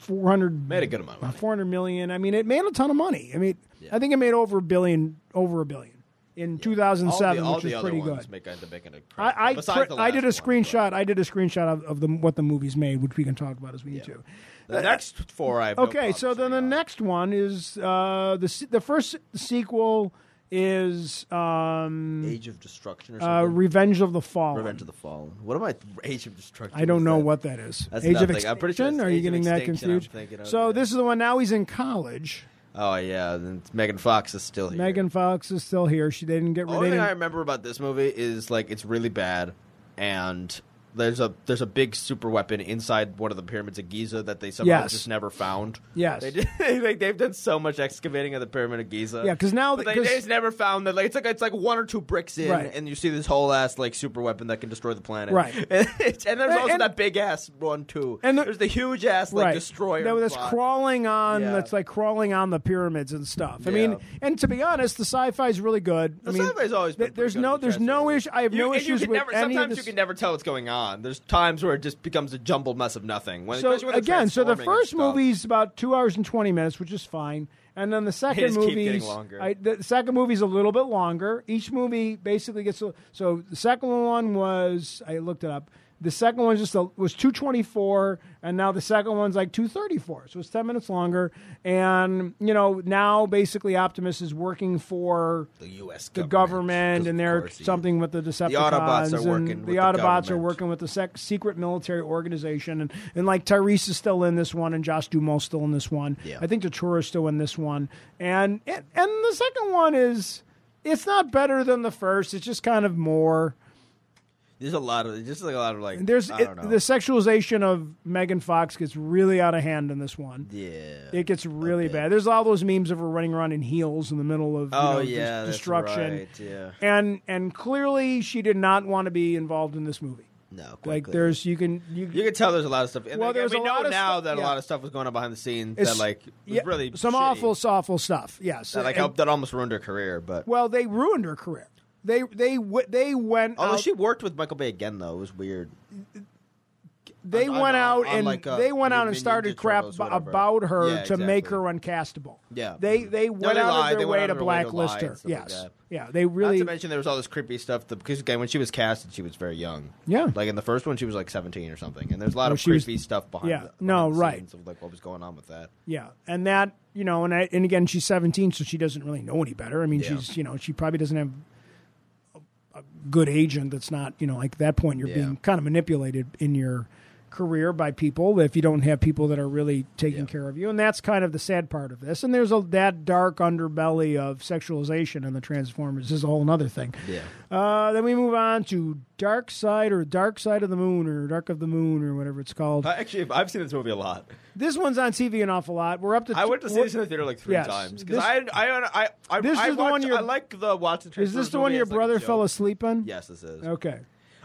Speaker 2: four hundred
Speaker 3: Made a good amount of money.
Speaker 2: four hundred million. I mean, it made a ton of money. I mean, I think it made over a billion over a billion in two thousand
Speaker 3: all the,
Speaker 2: seven,
Speaker 3: all
Speaker 2: which
Speaker 3: the
Speaker 2: is
Speaker 3: other
Speaker 2: pretty
Speaker 3: ones
Speaker 2: good.
Speaker 3: make end up making a crap.
Speaker 2: I I,
Speaker 3: Besides
Speaker 2: cri-
Speaker 3: the
Speaker 2: I did a
Speaker 3: last one,
Speaker 2: screenshot. I did a screenshot of, of the what the movies made, which we can talk about as we need to. Uh,
Speaker 3: but The next four I have no
Speaker 2: Okay,
Speaker 3: problem
Speaker 2: so then the
Speaker 3: saying.
Speaker 2: next one is uh, the se- the first sequel is um,
Speaker 3: Age of Destruction or
Speaker 2: uh,
Speaker 3: something.
Speaker 2: Revenge of the Fallen.
Speaker 3: Revenge of the Fallen. What am I? Age of Destruction.
Speaker 2: I don't
Speaker 3: is
Speaker 2: know
Speaker 3: that?
Speaker 2: what that is.
Speaker 3: That's
Speaker 2: Age of
Speaker 3: nothing.
Speaker 2: Extinction?
Speaker 3: I'm pretty sure it's
Speaker 2: Are you
Speaker 3: Age of
Speaker 2: getting that
Speaker 3: Extinction I'm
Speaker 2: confused?
Speaker 3: thinking of,
Speaker 2: So
Speaker 3: yeah.
Speaker 2: this is the one. Now he's in college.
Speaker 3: Oh yeah, then it's Megan Fox is still here.
Speaker 2: Megan Fox is still here. She they didn't get
Speaker 3: The
Speaker 2: rid
Speaker 3: only
Speaker 2: of
Speaker 3: thing Oh, I
Speaker 2: it.
Speaker 3: remember about this movie is like it's really bad, and there's a there's a big super weapon inside one of the pyramids of Giza that they somehow
Speaker 2: Yes.
Speaker 3: just never found.
Speaker 2: Yes.
Speaker 3: they did, they, they've done so much excavating of the pyramid of Giza.
Speaker 2: Yeah, 'cause now
Speaker 3: But
Speaker 2: the-
Speaker 3: they, they
Speaker 2: 'cause-
Speaker 3: just never found that. Like it's like it's like one or two bricks in,
Speaker 2: Right.
Speaker 3: and you see this whole ass like super weapon that can destroy the planet.
Speaker 2: Right.
Speaker 3: and, it's- and there's
Speaker 2: And-
Speaker 3: also
Speaker 2: and-
Speaker 3: that big ass one too.
Speaker 2: And
Speaker 3: And
Speaker 2: the-
Speaker 3: there's the huge ass like
Speaker 2: right.
Speaker 3: destroyer.
Speaker 2: That was
Speaker 3: bot.
Speaker 2: crawling on.
Speaker 3: Yeah.
Speaker 2: That's like crawling on the pyramids and stuff. I
Speaker 3: Yeah.
Speaker 2: mean, and to be honest, the sci-fi is really good. I
Speaker 3: The
Speaker 2: mean,
Speaker 3: sci-fi's always been
Speaker 2: th- there's
Speaker 3: pretty good
Speaker 2: no
Speaker 3: with
Speaker 2: there's
Speaker 3: Jurassic
Speaker 2: no
Speaker 3: Park.
Speaker 2: issue. I have
Speaker 3: You-
Speaker 2: no
Speaker 3: and you
Speaker 2: issues
Speaker 3: can
Speaker 2: with
Speaker 3: never,
Speaker 2: any
Speaker 3: Sometimes
Speaker 2: of this.
Speaker 3: you can never tell what's going on. There's times where it just becomes a jumbled mess of nothing. When,
Speaker 2: so
Speaker 3: especially when they're
Speaker 2: again, so the
Speaker 3: transforming and
Speaker 2: first
Speaker 3: stuff.
Speaker 2: movie's about two hours and twenty minutes, which is fine. And then the second
Speaker 3: just keep getting
Speaker 2: movie,
Speaker 3: longer.
Speaker 2: the second movie's a little bit longer. Each movie basically gets a, so the second one was I looked it up. The second one just a, was two twenty four, and now the second one's like two thirty four, so it's ten minutes longer. And you know now basically Optimus is working for
Speaker 3: the U.S.
Speaker 2: the
Speaker 3: government,
Speaker 2: government, and they're
Speaker 3: there's
Speaker 2: something with the Decepticons.
Speaker 3: Autobots are
Speaker 2: and
Speaker 3: working
Speaker 2: the
Speaker 3: with the
Speaker 2: Autobots are
Speaker 3: government.
Speaker 2: working with the sec- secret military organization, and, and like Tyrese is still in this one, and Josh Duhamel's still in this one.
Speaker 3: Yeah.
Speaker 2: I think Totoro's still in this one, and and and the second one is it's not better than the first. It's just kind of more.
Speaker 3: There's a lot of just like a lot of like.
Speaker 2: There's
Speaker 3: I
Speaker 2: it-
Speaker 3: don't know.
Speaker 2: the sexualization of Megan Fox gets really out of hand in this one.
Speaker 3: yeah.
Speaker 2: It gets really
Speaker 3: bit.
Speaker 2: bad. There's all those memes of her running around in heels in the middle of you
Speaker 3: oh
Speaker 2: know,
Speaker 3: yeah,
Speaker 2: des-
Speaker 3: that's
Speaker 2: destruction
Speaker 3: right, Yeah.
Speaker 2: and and clearly she did not want to be involved in this movie.
Speaker 3: No. quite
Speaker 2: Like
Speaker 3: clearly.
Speaker 2: there's you can you,
Speaker 3: You can tell there's a lot of stuff. And
Speaker 2: Well,
Speaker 3: again,
Speaker 2: there's
Speaker 3: we
Speaker 2: a
Speaker 3: know
Speaker 2: lot of
Speaker 3: now
Speaker 2: stuff-
Speaker 3: that a
Speaker 2: yeah.
Speaker 3: lot of stuff was going on behind the scenes
Speaker 2: it's-
Speaker 3: that like was
Speaker 2: yeah,
Speaker 3: really
Speaker 2: some
Speaker 3: shitty,
Speaker 2: awful awful stuff. Yes,
Speaker 3: that like
Speaker 2: And-
Speaker 3: helped that almost ruined her career. But
Speaker 2: well they ruined her career. They they w- they went
Speaker 3: although
Speaker 2: out,
Speaker 3: Oh, she worked with Michael Bay again though, it was weird.
Speaker 2: they
Speaker 3: on- on-
Speaker 2: went out
Speaker 3: on,
Speaker 2: and
Speaker 3: like, uh,
Speaker 2: they went
Speaker 3: New
Speaker 2: out and
Speaker 3: Minions,
Speaker 2: started
Speaker 3: Ninja
Speaker 2: crap
Speaker 3: Turtles,
Speaker 2: b-
Speaker 3: whatever.
Speaker 2: about her
Speaker 3: Yeah,
Speaker 2: to make her
Speaker 3: exactly.
Speaker 2: uncastable.
Speaker 3: Yeah.
Speaker 2: They they went
Speaker 3: they
Speaker 2: out
Speaker 3: lied.
Speaker 2: of
Speaker 3: They
Speaker 2: their
Speaker 3: went
Speaker 2: way
Speaker 3: out
Speaker 2: to
Speaker 3: of their way to lie and
Speaker 2: blacklist her.
Speaker 3: stuff like
Speaker 2: Yes,
Speaker 3: that.
Speaker 2: yeah, they
Speaker 3: Not
Speaker 2: really
Speaker 3: to mention there was all this creepy stuff the- because again, when she was casted, she was very young.
Speaker 2: Yeah.
Speaker 3: like in the first one, she was like seventeen or something, and there's a
Speaker 2: Oh,
Speaker 3: lot of
Speaker 2: she was-
Speaker 3: creepy stuff behind.
Speaker 2: yeah,
Speaker 3: the, behind
Speaker 2: no,
Speaker 3: the
Speaker 2: right.
Speaker 3: scenes Of like what was going on with that.
Speaker 2: Yeah, and that you know, and I, and again, she's seventeen, so she doesn't really know any better. I mean,
Speaker 3: Yeah.
Speaker 2: she's you know, she probably doesn't have a, a good agent. That's not you know, like at that point, you're
Speaker 3: Yeah.
Speaker 2: being kind of manipulated in your career by people if you don't have people that are really taking
Speaker 3: Yeah.
Speaker 2: care of you, and that's kind of the sad part of this. And there's a that dark underbelly of sexualization in the Transformers is a whole other thing.
Speaker 3: Yeah,
Speaker 2: Uh, then we move on to Dark Side or Dark Side of the Moon or Dark of the Moon or whatever it's called.
Speaker 3: actually, I've seen this movie a lot.
Speaker 2: this one's on TV an awful lot. We're up to
Speaker 3: I went to see
Speaker 2: we're-
Speaker 3: this in the theater like three
Speaker 2: Yes.
Speaker 3: times
Speaker 2: This-
Speaker 3: because I, I, I, I,
Speaker 2: This
Speaker 3: I
Speaker 2: is the
Speaker 3: watch-
Speaker 2: one your-
Speaker 3: I like the watch the
Speaker 2: Is
Speaker 3: Transformers
Speaker 2: this the one
Speaker 3: movie
Speaker 2: your
Speaker 3: as, like, a
Speaker 2: brother
Speaker 3: joke.
Speaker 2: fell asleep on?
Speaker 3: Yes, this is.
Speaker 2: Okay.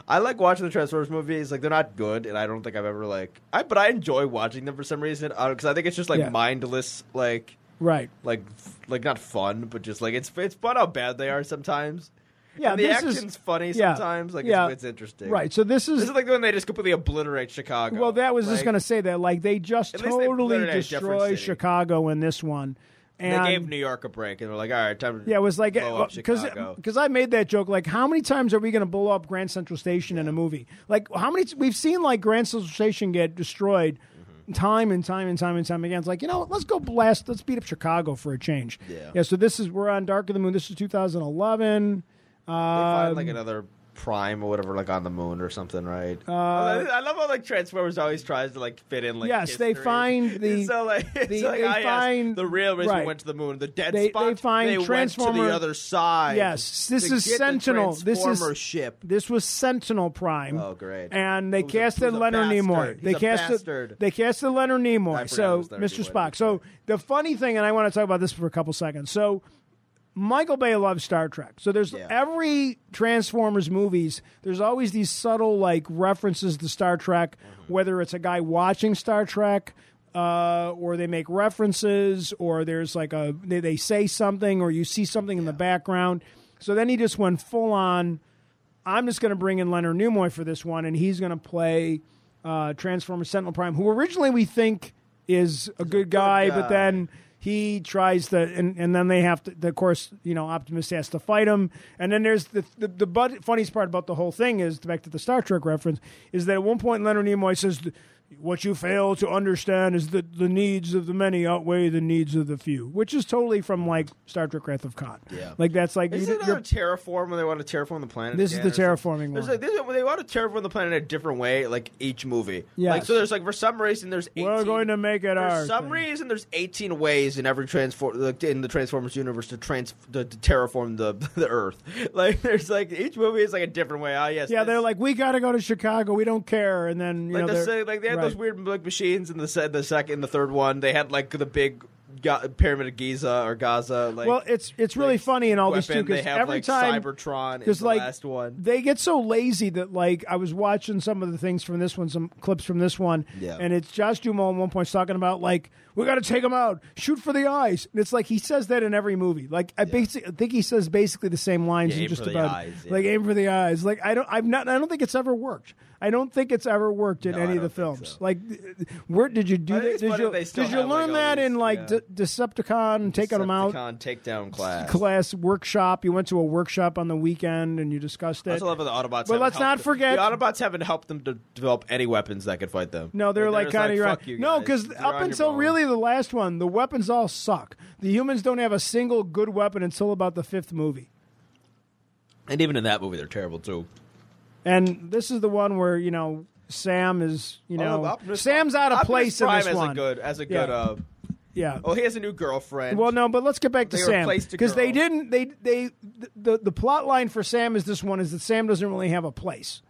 Speaker 3: I like watching the Transformers movies. Like they're not good, and I don't think I've ever like. I but I enjoy watching them for some reason because I think it's just like
Speaker 2: Yeah.
Speaker 3: mindless, like
Speaker 2: Right.
Speaker 3: like f- like not fun, but just like it's it's fun how bad they are sometimes.
Speaker 2: Yeah.
Speaker 3: and the
Speaker 2: this
Speaker 3: action's
Speaker 2: is
Speaker 3: funny
Speaker 2: yeah,
Speaker 3: sometimes. Like
Speaker 2: yeah.
Speaker 3: it's, it's interesting,
Speaker 2: right. So this is,
Speaker 3: This is like when they just completely obliterate Chicago.
Speaker 2: well, that was just
Speaker 3: Like,
Speaker 2: going to say that like they just
Speaker 3: At least they
Speaker 2: totally
Speaker 3: blurred out Jefferson
Speaker 2: destroy
Speaker 3: City.
Speaker 2: Chicago in this one. And
Speaker 3: They gave New York a break, and they're like, "All right, time to
Speaker 2: yeah, it was like uh,
Speaker 3: blow up
Speaker 2: because
Speaker 3: Chicago."
Speaker 2: because I made that joke like how many times are we going to blow up Grand Central Station in a movie? Like how many t- we've seen like Grand Central Station get destroyed
Speaker 3: Mm-hmm.
Speaker 2: time and time and time and time again. It's like you know what, let's go blast, let's beat up Chicago for a change.
Speaker 3: Yeah.
Speaker 2: Yeah. So this is we're on Dark of the Moon. This is 2011.
Speaker 3: They find
Speaker 2: Um,
Speaker 3: like another prime or whatever, like on the moon or something, right? Uh, I love how like Transformers always tries to like fit in like.
Speaker 2: Yes, they
Speaker 3: history.
Speaker 2: find
Speaker 3: It's
Speaker 2: the-
Speaker 3: so like, it's
Speaker 2: the-
Speaker 3: like,
Speaker 2: they
Speaker 3: ah, yes,
Speaker 2: find-
Speaker 3: the real reason
Speaker 2: right.
Speaker 3: we went to the moon. The dead
Speaker 2: They-
Speaker 3: spot.
Speaker 2: they find
Speaker 3: went to
Speaker 2: Transformer-
Speaker 3: the other side.
Speaker 2: Yes, this
Speaker 3: to
Speaker 2: is
Speaker 3: get the
Speaker 2: Sentinel. This is-
Speaker 3: Transformer ship.
Speaker 2: This was Sentinel Prime.
Speaker 3: Oh, great.
Speaker 2: And they
Speaker 3: Who's a-
Speaker 2: casted
Speaker 3: who's a
Speaker 2: Leonard
Speaker 3: bastard.
Speaker 2: Nimoy.
Speaker 3: He's
Speaker 2: They
Speaker 3: a
Speaker 2: casted
Speaker 3: bastard.
Speaker 2: they casted Leonard Nimoy.
Speaker 3: forgot it
Speaker 2: So
Speaker 3: was Leonard
Speaker 2: Mr.
Speaker 3: Nimoy.
Speaker 2: Spock. So the funny thing, and I want to talk about this for a couple seconds. So Michael Bay loves Star Trek. So there's
Speaker 3: Yeah.
Speaker 2: every Transformers movies, there's always these subtle like references to Star Trek,
Speaker 3: Mm-hmm.
Speaker 2: whether it's a guy watching Star Trek, uh, or they make references, or there's like a they, they say something, or you see something in the background. So then he just went full on. I'm just going to bring in Leonard Nimoy for this one, and he's going to play uh, Transformer Sentinel Prime, who originally we think is a good guy, but
Speaker 3: guy.
Speaker 2: then he tries to, and, and then they have to. the- Of course, you know, Optimus has to fight him, and then there's the the, the bud, funniest part about the whole thing is back to the Star Trek reference is that at one point Leonard Nimoy says. what you fail to understand is that the needs of the many outweigh the needs of the few, which is totally from like Star Trek Wrath of Khan.
Speaker 3: Yeah.
Speaker 2: Like that's like
Speaker 3: Is
Speaker 2: you-
Speaker 3: it another
Speaker 2: you're-
Speaker 3: terraform when they want to terraform the planet?
Speaker 2: This is the
Speaker 3: again or something?
Speaker 2: terraforming
Speaker 3: There's
Speaker 2: one.
Speaker 3: like, this, they want to terraform the planet a different way, like each movie. Like
Speaker 2: Yes.
Speaker 3: so, there's like for some reason there's 18,
Speaker 2: we're going to make it
Speaker 3: for
Speaker 2: our
Speaker 3: some
Speaker 2: thing.
Speaker 3: reason there's 18 ways in every transform like, in the Transformers universe to trans to, to terraform the the Earth. Like there's like each movie is like a different way. Ah, yes.
Speaker 2: Yeah,
Speaker 3: this-
Speaker 2: they're like, we got to go to Chicago. We don't care. And then you
Speaker 3: like,
Speaker 2: know,
Speaker 3: the,
Speaker 2: they're-
Speaker 3: se- like they had those
Speaker 2: right.
Speaker 3: weird like machines in the se- the second, the third one. They had like the big ga- pyramid of Giza or Gaza. Like
Speaker 2: well, it's it's really
Speaker 3: like,
Speaker 2: funny in all these too
Speaker 3: weapon. They
Speaker 2: because
Speaker 3: have
Speaker 2: every
Speaker 3: like
Speaker 2: time
Speaker 3: Cybertron is
Speaker 2: Because
Speaker 3: the
Speaker 2: like
Speaker 3: last one.
Speaker 2: they get so lazy that like I was watching some of the things from this one, some clips from this one,
Speaker 3: Yeah.
Speaker 2: and it's Josh Duhamel at one point talking about like we got to take him out, shoot for the eyes, and it's like he says that in every movie. Like I, basi- I think he says basically the same lines
Speaker 3: Yeah,
Speaker 2: in
Speaker 3: aim
Speaker 2: just
Speaker 3: for the
Speaker 2: about
Speaker 3: eyes, yeah.
Speaker 2: like aim for the eyes. Like I don't, I'm not, I don't think it's ever worked. I don't think it's ever worked in
Speaker 3: No, I
Speaker 2: any of
Speaker 3: don't
Speaker 2: the
Speaker 3: think
Speaker 2: films.
Speaker 3: so.
Speaker 2: Like, where did you do
Speaker 3: I think
Speaker 2: that?
Speaker 3: it's
Speaker 2: Did
Speaker 3: funny
Speaker 2: you,
Speaker 3: they still
Speaker 2: did you
Speaker 3: have, like,
Speaker 2: learn
Speaker 3: all
Speaker 2: that
Speaker 3: these-
Speaker 2: in like
Speaker 3: yeah.
Speaker 2: De- Decepticon taking them out?
Speaker 3: Decepticon takedown class.
Speaker 2: class workshop. You went to a workshop on the weekend and you discussed
Speaker 3: I
Speaker 2: it.
Speaker 3: also love how the Autobots.
Speaker 2: But
Speaker 3: haven't
Speaker 2: let's
Speaker 3: helped-
Speaker 2: not forget-
Speaker 3: the Autobots haven't helped them to develop any weapons that could fight them.
Speaker 2: No, they're like
Speaker 3: just
Speaker 2: kind of
Speaker 3: fuck you
Speaker 2: no,
Speaker 3: guys.
Speaker 2: because
Speaker 3: You're on
Speaker 2: up
Speaker 3: your
Speaker 2: until
Speaker 3: own.
Speaker 2: really the last one, the weapons all suck. The humans don't have a single good weapon until about the fifth movie,
Speaker 3: and even in that movie, they're terrible too.
Speaker 2: and this is the one where you know Sam is you know
Speaker 3: Although Oh, Optimus-
Speaker 2: Sam's out of
Speaker 3: Optimus
Speaker 2: place
Speaker 3: Prime
Speaker 2: in this
Speaker 3: as
Speaker 2: one.
Speaker 3: A good, as a good.
Speaker 2: Yeah.
Speaker 3: Uh,
Speaker 2: yeah.
Speaker 3: oh, he has a new girlfriend.
Speaker 2: Well, no, but let's get back to
Speaker 3: They
Speaker 2: Sam
Speaker 3: replaced a
Speaker 2: because they
Speaker 3: girl.
Speaker 2: didn't. They they the, the the plot line for Sam is this one is that Sam doesn't really have a place.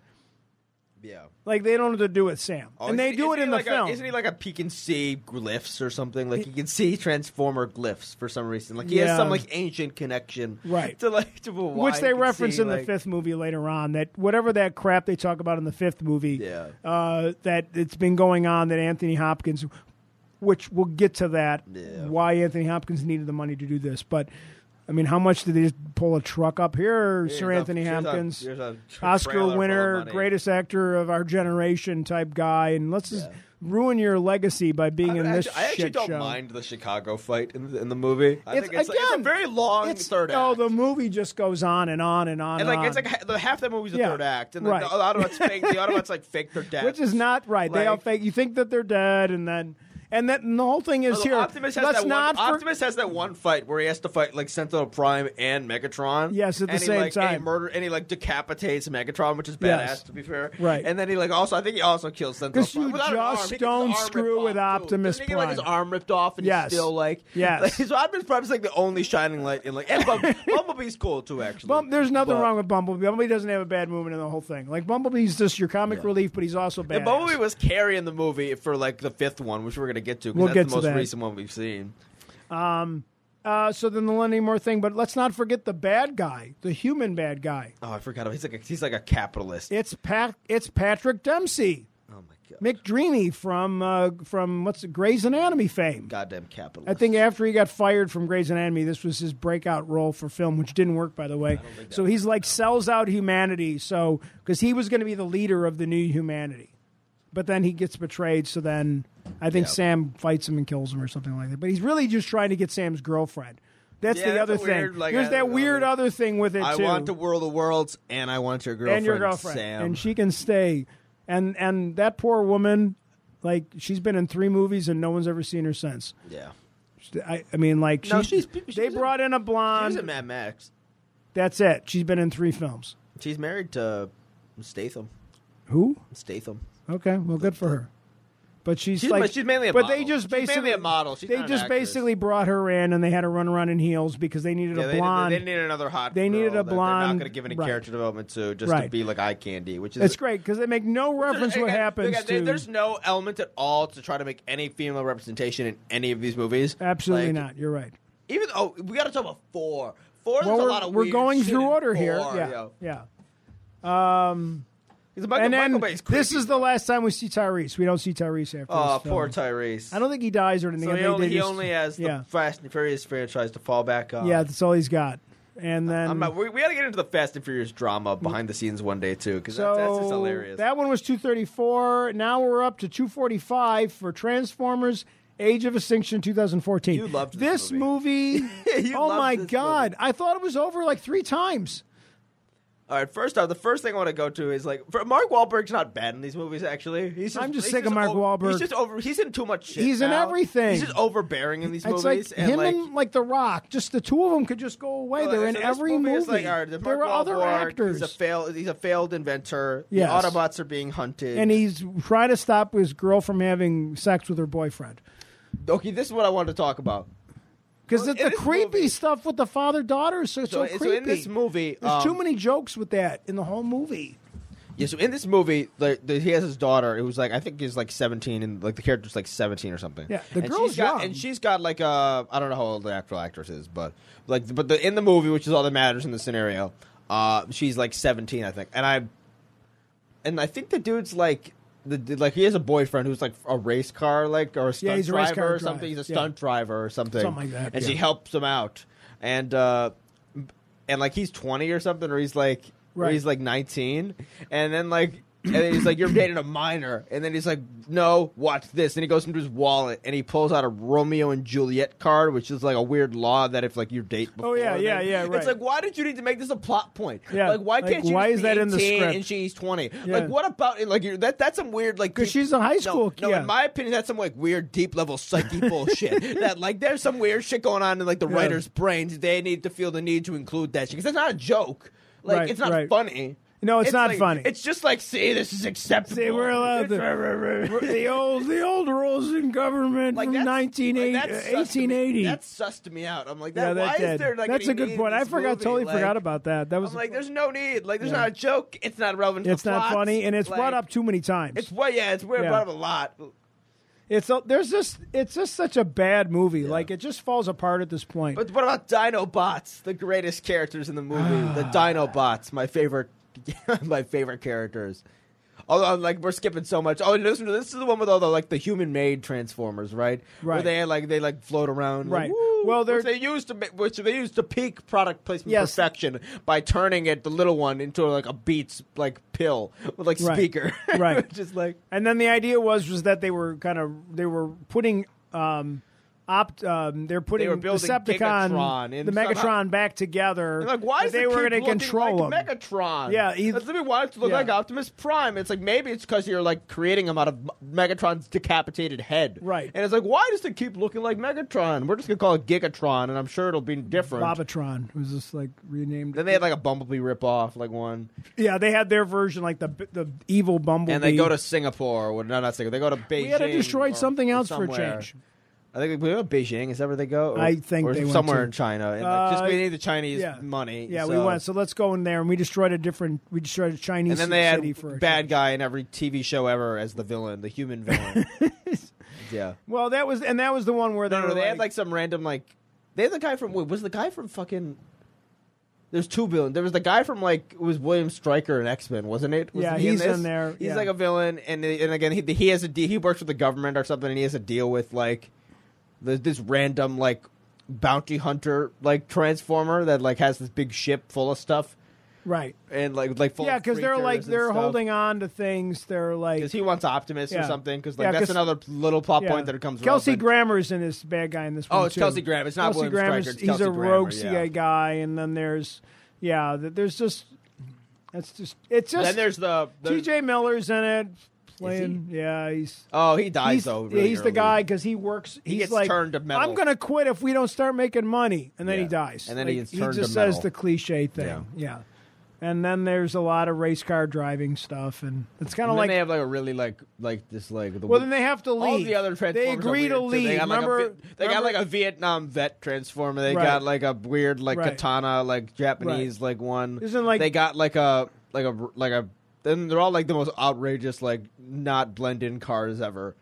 Speaker 3: yeah.
Speaker 2: Like they don't know what to do with Sam,
Speaker 3: Oh,
Speaker 2: and they
Speaker 3: isn't-
Speaker 2: do it
Speaker 3: isn't
Speaker 2: in
Speaker 3: he
Speaker 2: the
Speaker 3: like
Speaker 2: film.
Speaker 3: A, isn't he like a peek and see glyphs or something? Like he can see Transformer glyphs for some reason. Like he
Speaker 2: Yeah.
Speaker 3: has some like ancient connection,
Speaker 2: Right.
Speaker 3: To like to why
Speaker 2: which
Speaker 3: he
Speaker 2: they
Speaker 3: can
Speaker 2: reference
Speaker 3: see,
Speaker 2: in the
Speaker 3: like-
Speaker 2: fifth movie later on. That whatever that crap they talk about in the fifth movie,
Speaker 3: Yeah.
Speaker 2: uh, that it's been going on. That Anthony Hopkins, which we'll get to that,
Speaker 3: Yeah.
Speaker 2: why Anthony Hopkins needed the money to do this. But I mean, how much did they just pull a truck up here,
Speaker 3: Here's
Speaker 2: Sir
Speaker 3: a-
Speaker 2: Anthony
Speaker 3: here's a-
Speaker 2: Hopkins?
Speaker 3: here's a tr- trailer full
Speaker 2: Oscar
Speaker 3: of
Speaker 2: winner,
Speaker 3: money.
Speaker 2: greatest actor of our generation type guy, and let's just ruin your legacy by being
Speaker 3: I,
Speaker 2: in this
Speaker 3: actually, I actually
Speaker 2: shit
Speaker 3: don't
Speaker 2: show.
Speaker 3: mind the Chicago fight in the, in the movie. I
Speaker 2: It's-
Speaker 3: think it's, it's a
Speaker 2: again,
Speaker 3: very long
Speaker 2: It's-
Speaker 3: third act.
Speaker 2: oh, the movie just goes on and on and on.
Speaker 3: and like
Speaker 2: on.
Speaker 3: it's like ha- the half that movie's the
Speaker 2: Yeah,
Speaker 3: third act, and like,
Speaker 2: right.
Speaker 3: the, Autobots fake. The Autobots like fake their death,
Speaker 2: which is not right. they all
Speaker 3: Like-
Speaker 2: fake. You think that they're dead, and then and that and the whole thing is
Speaker 3: Although
Speaker 2: here.
Speaker 3: Optimus has
Speaker 2: let's
Speaker 3: that
Speaker 2: not
Speaker 3: one,
Speaker 2: for-
Speaker 3: Optimus has that one fight where he has to fight like Sentinel Prime and Megatron.
Speaker 2: Yes, at the
Speaker 3: and he,
Speaker 2: same
Speaker 3: like, And
Speaker 2: time.
Speaker 3: he murder and he like decapitates Megatron, which is badass
Speaker 2: Yes.
Speaker 3: to be fair.
Speaker 2: Right.
Speaker 3: And then he like also I think he also kills Sentinel
Speaker 2: 'Cause
Speaker 3: Prime
Speaker 2: you
Speaker 3: without an
Speaker 2: just
Speaker 3: arm. He gets his
Speaker 2: don't
Speaker 3: arm
Speaker 2: screw
Speaker 3: ripped off,
Speaker 2: with
Speaker 3: too.
Speaker 2: Optimus
Speaker 3: Doesn't he get, like his
Speaker 2: Prime.
Speaker 3: arm ripped off and
Speaker 2: Yes.
Speaker 3: he's still like
Speaker 2: Yes.
Speaker 3: Like, so Optimus Prime is like the only shining light in like and Bum- Bumblebee's cool too actually.
Speaker 2: Bum- there's nothing
Speaker 3: But-
Speaker 2: wrong with Bumblebee. Bumblebee doesn't have a bad movement in the whole thing. Like Bumblebee's just your comic relief, but he's also bad.
Speaker 3: And Bumblebee was carrying the movie for like the fifth one, which we're gonna get to because
Speaker 2: We'll
Speaker 3: that's
Speaker 2: get
Speaker 3: the
Speaker 2: to
Speaker 3: most
Speaker 2: that.
Speaker 3: recent one we've seen.
Speaker 2: Uh, so then the Lenny Moore thing, but let's not forget the bad guy, the human bad guy.
Speaker 3: Oh, I forgot. He's like a, he's like a capitalist.
Speaker 2: It's Pat. It's Patrick Dempsey,
Speaker 3: oh my god.
Speaker 2: McDreamy from uh, from what's it, Grey's Anatomy fame.
Speaker 3: goddamn capitalist.
Speaker 2: I think after he got fired from Grey's Anatomy, this was his breakout role for film, which didn't work, by the way. So he's like sells out humanity, so because he was going to be the leader of the new humanity, but then he gets betrayed. So then I think
Speaker 3: Yeah.
Speaker 2: Sam fights him and kills him or something like that. But he's really just trying to get Sam's girlfriend. That's
Speaker 3: Yeah,
Speaker 2: the
Speaker 3: that's
Speaker 2: other
Speaker 3: a
Speaker 2: thing.
Speaker 3: weird, like,
Speaker 2: There's
Speaker 3: I
Speaker 2: that
Speaker 3: don't know,
Speaker 2: weird
Speaker 3: man.
Speaker 2: other thing with it
Speaker 3: I
Speaker 2: too.
Speaker 3: want the world of worlds, and I want your girlfriend,
Speaker 2: and your girlfriend,
Speaker 3: Sam.
Speaker 2: and she can stay. And and that poor woman, like she's been in three movies and no one's ever seen her since.
Speaker 3: yeah,
Speaker 2: I, I mean, like
Speaker 3: No,
Speaker 2: she's,
Speaker 3: she's- she
Speaker 2: they
Speaker 3: was in-
Speaker 2: brought in a
Speaker 3: she
Speaker 2: blonde.
Speaker 3: was in Mad Max.
Speaker 2: That's it. She's been in three films.
Speaker 3: She's married to Statham.
Speaker 2: Who?
Speaker 3: Statham.
Speaker 2: Okay, well, good for her. But she's,
Speaker 3: She's,
Speaker 2: like
Speaker 3: ma- she's mainly a
Speaker 2: but
Speaker 3: model.
Speaker 2: they just
Speaker 3: She's
Speaker 2: basically
Speaker 3: mainly a model. She's
Speaker 2: they
Speaker 3: not an
Speaker 2: just
Speaker 3: actress.
Speaker 2: basically brought her in and they had her run around in heels because they needed
Speaker 3: Yeah,
Speaker 2: a
Speaker 3: they,
Speaker 2: blonde.
Speaker 3: They, they need another hot.
Speaker 2: They
Speaker 3: girl
Speaker 2: needed a
Speaker 3: that They're
Speaker 2: blonde-
Speaker 3: not going to give any
Speaker 2: right.
Speaker 3: character development to just
Speaker 2: Right.
Speaker 3: to be like eye candy, which is
Speaker 2: it's great because they make no reference
Speaker 3: Hey,
Speaker 2: what
Speaker 3: guys,
Speaker 2: happens
Speaker 3: look, there-
Speaker 2: to.
Speaker 3: There's no element at all to try to make any female representation in any of these movies.
Speaker 2: Absolutely
Speaker 3: Like,
Speaker 2: not. You're right.
Speaker 3: Even oh, we got to talk about four. Four is
Speaker 2: Well,
Speaker 3: a
Speaker 2: we're,
Speaker 3: lot of
Speaker 2: we're
Speaker 3: weird
Speaker 2: going
Speaker 3: shit
Speaker 2: through
Speaker 3: in
Speaker 2: order
Speaker 3: four,
Speaker 2: here.
Speaker 3: yo.
Speaker 2: Yeah, yeah.
Speaker 3: He's a Michael,
Speaker 2: and
Speaker 3: Michael
Speaker 2: then
Speaker 3: Bay's creepy.
Speaker 2: this is the last time we see Tyrese. We don't see Tyrese after
Speaker 3: Oh,
Speaker 2: this. film.
Speaker 3: poor Tyrese.
Speaker 2: I don't think he dies or anything.
Speaker 3: So
Speaker 2: I
Speaker 3: he
Speaker 2: think
Speaker 3: only,
Speaker 2: they
Speaker 3: he
Speaker 2: just-
Speaker 3: only has the
Speaker 2: yeah.
Speaker 3: Fast and Furious franchise to fall back on.
Speaker 2: Yeah, that's all he's got. And then
Speaker 3: Uh, I'm not, we, we got to get into the Fast and Furious drama behind the scenes one day too, because
Speaker 2: so
Speaker 3: that, that's just hilarious.
Speaker 2: that one was 234. Now we're up to 245 for Transformers: Age of Extinction 2014.
Speaker 3: You loved
Speaker 2: this
Speaker 3: this
Speaker 2: movie.
Speaker 3: You
Speaker 2: oh
Speaker 3: loved
Speaker 2: my
Speaker 3: this
Speaker 2: god! I thought it was over like three times.
Speaker 3: All right. First off, the first thing I want to go to is like for Mark Wahlberg's not bad in these movies. Actually, he's just,
Speaker 2: I'm just
Speaker 3: he's
Speaker 2: sick of Mark
Speaker 3: over-
Speaker 2: Wahlberg.
Speaker 3: He's just over. He's in too much shit.
Speaker 2: He's in
Speaker 3: now.
Speaker 2: everything.
Speaker 3: He's just overbearing in these
Speaker 2: It's like
Speaker 3: movies. and
Speaker 2: him
Speaker 3: like,
Speaker 2: and like The Rock. Just the two of them could just go away.
Speaker 3: Well,
Speaker 2: They're in
Speaker 3: so this
Speaker 2: every movie.
Speaker 3: is like, all right, the Mark
Speaker 2: there are other
Speaker 3: Wahlberg,
Speaker 2: actors,
Speaker 3: He's a failed. He's a failed inventor.
Speaker 2: Yes.
Speaker 3: The Autobots are being hunted.
Speaker 2: and he's trying to stop his girl from having sex with her boyfriend.
Speaker 3: okay, this is what I wanted to talk about.
Speaker 2: Because
Speaker 3: Well,
Speaker 2: the,
Speaker 3: in
Speaker 2: the
Speaker 3: this
Speaker 2: creepy
Speaker 3: movie-
Speaker 2: stuff with the father daughter is so, so
Speaker 3: so in
Speaker 2: creepy.
Speaker 3: this movie,
Speaker 2: there's too
Speaker 3: um,
Speaker 2: many jokes with that in the whole movie.
Speaker 3: Yeah, so in this movie, the, the, he has his daughter who's like I think is like seventeen, and like the character's like seventeen or something.
Speaker 2: Yeah, the
Speaker 3: and
Speaker 2: girl's
Speaker 3: she's got,
Speaker 2: young.
Speaker 3: and she's got like a I don't know how old the actual actress is, but like but the in the movie, which is all that matters in the scenario, uh, she's like seventeen, I think, and I and I think the dude's like. The, dude- like he has a boyfriend who's like a race car, like or a stunt
Speaker 2: he's a
Speaker 3: driver
Speaker 2: race car
Speaker 3: or something.
Speaker 2: driver,
Speaker 3: He's a
Speaker 2: yeah.
Speaker 3: stunt driver or something,
Speaker 2: Something like that,
Speaker 3: And she
Speaker 2: yeah.
Speaker 3: helps him out, and uh and like he's twenty or something, or he's like, or
Speaker 2: Right.
Speaker 3: he's like nineteen, and then like, and then he's like, "You're dating a minor," and then he's like, "No, watch this," and he goes into his wallet and he pulls out a Romeo and Juliet card, which is like a weird law that if like you date, before
Speaker 2: Oh, yeah, yeah,
Speaker 3: then-
Speaker 2: yeah,
Speaker 3: It's
Speaker 2: right.
Speaker 3: like, why did you need to make this a plot point?
Speaker 2: Yeah,
Speaker 3: like why
Speaker 2: like,
Speaker 3: can't you?
Speaker 2: why
Speaker 3: just
Speaker 2: is
Speaker 3: be
Speaker 2: that in the
Speaker 3: 18
Speaker 2: script?
Speaker 3: And she's twenty.
Speaker 2: Yeah.
Speaker 3: Like what about like you're, that? That's some weird like
Speaker 2: 'Cause
Speaker 3: deep-
Speaker 2: she's in high
Speaker 3: No,
Speaker 2: school,
Speaker 3: No,
Speaker 2: yeah.
Speaker 3: in my opinion, that's some like weird deep level psyche bullshit. That like there's some weird shit going on in like the
Speaker 2: Yeah.
Speaker 3: writers' brains. They need to feel the need to include that shit because that's not a joke. Like
Speaker 2: Right,
Speaker 3: it's not
Speaker 2: right.
Speaker 3: funny.
Speaker 2: No, it's not
Speaker 3: like-
Speaker 2: funny.
Speaker 3: It's just like, see, this is acceptable.
Speaker 2: See, we're allowed to- the old the old rules in government
Speaker 3: Like
Speaker 2: from
Speaker 3: that's,
Speaker 2: 19,
Speaker 3: like, that's sussed me-
Speaker 2: 1880.
Speaker 3: That sussed me out. I'm like, that,
Speaker 2: yeah, that
Speaker 3: why
Speaker 2: did.
Speaker 3: is there like
Speaker 2: that's a
Speaker 3: any need
Speaker 2: good
Speaker 3: in
Speaker 2: point. I
Speaker 3: this
Speaker 2: forgot,
Speaker 3: movie?
Speaker 2: totally
Speaker 3: Like,
Speaker 2: forgot about that. That was
Speaker 3: I'm like, there's no need. Like, there's not a joke. It's not relevant. to
Speaker 2: it's not
Speaker 3: plots.
Speaker 2: funny, and it's
Speaker 3: Like,
Speaker 2: brought up too many times.
Speaker 3: It's well, yeah, it's weird.
Speaker 2: Yeah.
Speaker 3: Brought up a lot.
Speaker 2: It's a, there's just it's just such a bad movie. Like it just falls apart at this point.
Speaker 3: But what about Dinobots? The greatest characters in the movie,
Speaker 2: Ah.
Speaker 3: the Dinobots, my favorite, my favorite characters. Although I'm like we're skipping so much. Oh, and listen to this is the one with all the like the human-made Transformers, right? Where
Speaker 2: Right.
Speaker 3: they like they like float around. like,
Speaker 2: Right.
Speaker 3: "Woo,"
Speaker 2: Well, they're-
Speaker 3: which they used to ma- which they used to peak product placement
Speaker 2: Yes.
Speaker 3: perfection by turning it the little one into like a Beats like pill with like
Speaker 2: Right.
Speaker 3: speaker,
Speaker 2: Right.
Speaker 3: Just like
Speaker 2: and then the idea was was that they were kind of they were putting um opt um they're putting
Speaker 3: were building
Speaker 2: Decepticon
Speaker 3: Gigatron and
Speaker 2: the Megatron
Speaker 3: somehow-
Speaker 2: back together.
Speaker 3: And, like, why
Speaker 2: but
Speaker 3: is
Speaker 2: they
Speaker 3: it
Speaker 2: were
Speaker 3: going to
Speaker 2: gonna control
Speaker 3: like
Speaker 2: him?
Speaker 3: Megatron.
Speaker 2: Yeah, he-
Speaker 3: That's what we want it to look
Speaker 2: yeah.
Speaker 3: like Optimus Prime. It's like maybe it's because you're like creating him out of Megatron's decapitated head,
Speaker 2: Right.
Speaker 3: And it's like, why does it keep looking like Megatron? We're just gonna call it Gigatron, and I'm sure it'll be different.
Speaker 2: Bobatron was just like renamed.
Speaker 3: Then they had like a Bumblebee ripoff, like one,
Speaker 2: yeah, they had their version like the the evil Bumblebee.
Speaker 3: and they go to Singapore. Or, no, not Singapore. They go to Beijing.
Speaker 2: we had to destroy
Speaker 3: or
Speaker 2: something else for a
Speaker 3: somewhere.
Speaker 2: change.
Speaker 3: I think we went to Beijing. Is that where they go? Or-
Speaker 2: I think
Speaker 3: or
Speaker 2: they went
Speaker 3: somewhere
Speaker 2: to-
Speaker 3: in China. And like, just
Speaker 2: Uh,
Speaker 3: we need the Chinese
Speaker 2: yeah.
Speaker 3: money.
Speaker 2: Yeah, we
Speaker 3: so-
Speaker 2: went. So let's go in there, and we destroyed a different. We destroyed a Chinese.
Speaker 3: and then they
Speaker 2: city for a
Speaker 3: had bad
Speaker 2: change.
Speaker 3: guy in every TV show ever as the villain, the human villain. yeah.
Speaker 2: Well, that was and that was the one where they
Speaker 3: No, no,
Speaker 2: were
Speaker 3: they had like some random like they had the guy from wait, was the guy from fucking there's two villains. There was the guy from like it was William Stryker in X Men, wasn't it? Wasn't
Speaker 2: Yeah,
Speaker 3: he
Speaker 2: he's
Speaker 3: this?
Speaker 2: in there,
Speaker 3: He's
Speaker 2: yeah.
Speaker 3: like a villain, and and again he he has a de- he works with the government or something, and he has a deal with like the, this random like bounty hunter like transformer that like has this big ship full of stuff
Speaker 2: right.
Speaker 3: and like like full
Speaker 2: Yeah,
Speaker 3: because
Speaker 2: because they're like they're
Speaker 3: stuff.
Speaker 2: holding on to things. They're like
Speaker 3: because he wants Optimus or
Speaker 2: Yeah.
Speaker 3: something. Because like
Speaker 2: Yeah,
Speaker 3: that's
Speaker 2: 'cause-
Speaker 3: another little plot
Speaker 2: yeah.
Speaker 3: point that comes.
Speaker 2: Kelsey
Speaker 3: relevant.
Speaker 2: Grammer's in this bad guy in this
Speaker 3: Oh,
Speaker 2: one.
Speaker 3: it's
Speaker 2: too.
Speaker 3: Kelsey Grammer. It's not
Speaker 2: Kelsey
Speaker 3: William
Speaker 2: Grammer's
Speaker 3: Stryker. It's
Speaker 2: he's
Speaker 3: Kelsey
Speaker 2: a
Speaker 3: Grammer,
Speaker 2: rogue
Speaker 3: yeah.
Speaker 2: CIA guy, and then there's yeah, th- there's just that's just it's just
Speaker 3: Then there's the, the
Speaker 2: T.J. Miller's in it playing. Yeah, he's.
Speaker 3: Oh, he dies
Speaker 2: He's,
Speaker 3: though.
Speaker 2: yeah,
Speaker 3: really
Speaker 2: he's the
Speaker 3: early.
Speaker 2: guy because he works. He's
Speaker 3: gets
Speaker 2: like,
Speaker 3: turned to metal.
Speaker 2: I'm going to quit if we don't start making money, and then
Speaker 3: Yeah.
Speaker 2: he dies.
Speaker 3: And then
Speaker 2: Like,
Speaker 3: he gets
Speaker 2: he
Speaker 3: turned
Speaker 2: just
Speaker 3: to
Speaker 2: says
Speaker 3: metal.
Speaker 2: the cliche thing.
Speaker 3: Yeah.
Speaker 2: Yeah. and then there's a lot of race car driving stuff, and it's kind
Speaker 3: And
Speaker 2: of
Speaker 3: then
Speaker 2: like
Speaker 3: they have like a really like like this like the
Speaker 2: well, then they have to leave.
Speaker 3: all the other transformers.
Speaker 2: They
Speaker 3: are
Speaker 2: agree
Speaker 3: weird,
Speaker 2: to
Speaker 3: too.
Speaker 2: leave.
Speaker 3: They got, like, a
Speaker 2: remember,
Speaker 3: Vi- they got
Speaker 2: remember-
Speaker 3: like a Vietnam vet transformer. They
Speaker 2: Right.
Speaker 3: got like a weird like
Speaker 2: Right.
Speaker 3: katana like Japanese like one.
Speaker 2: Isn't, like-
Speaker 3: they got like a like a like a. Then they're all like the most outrageous like not blend in cars ever.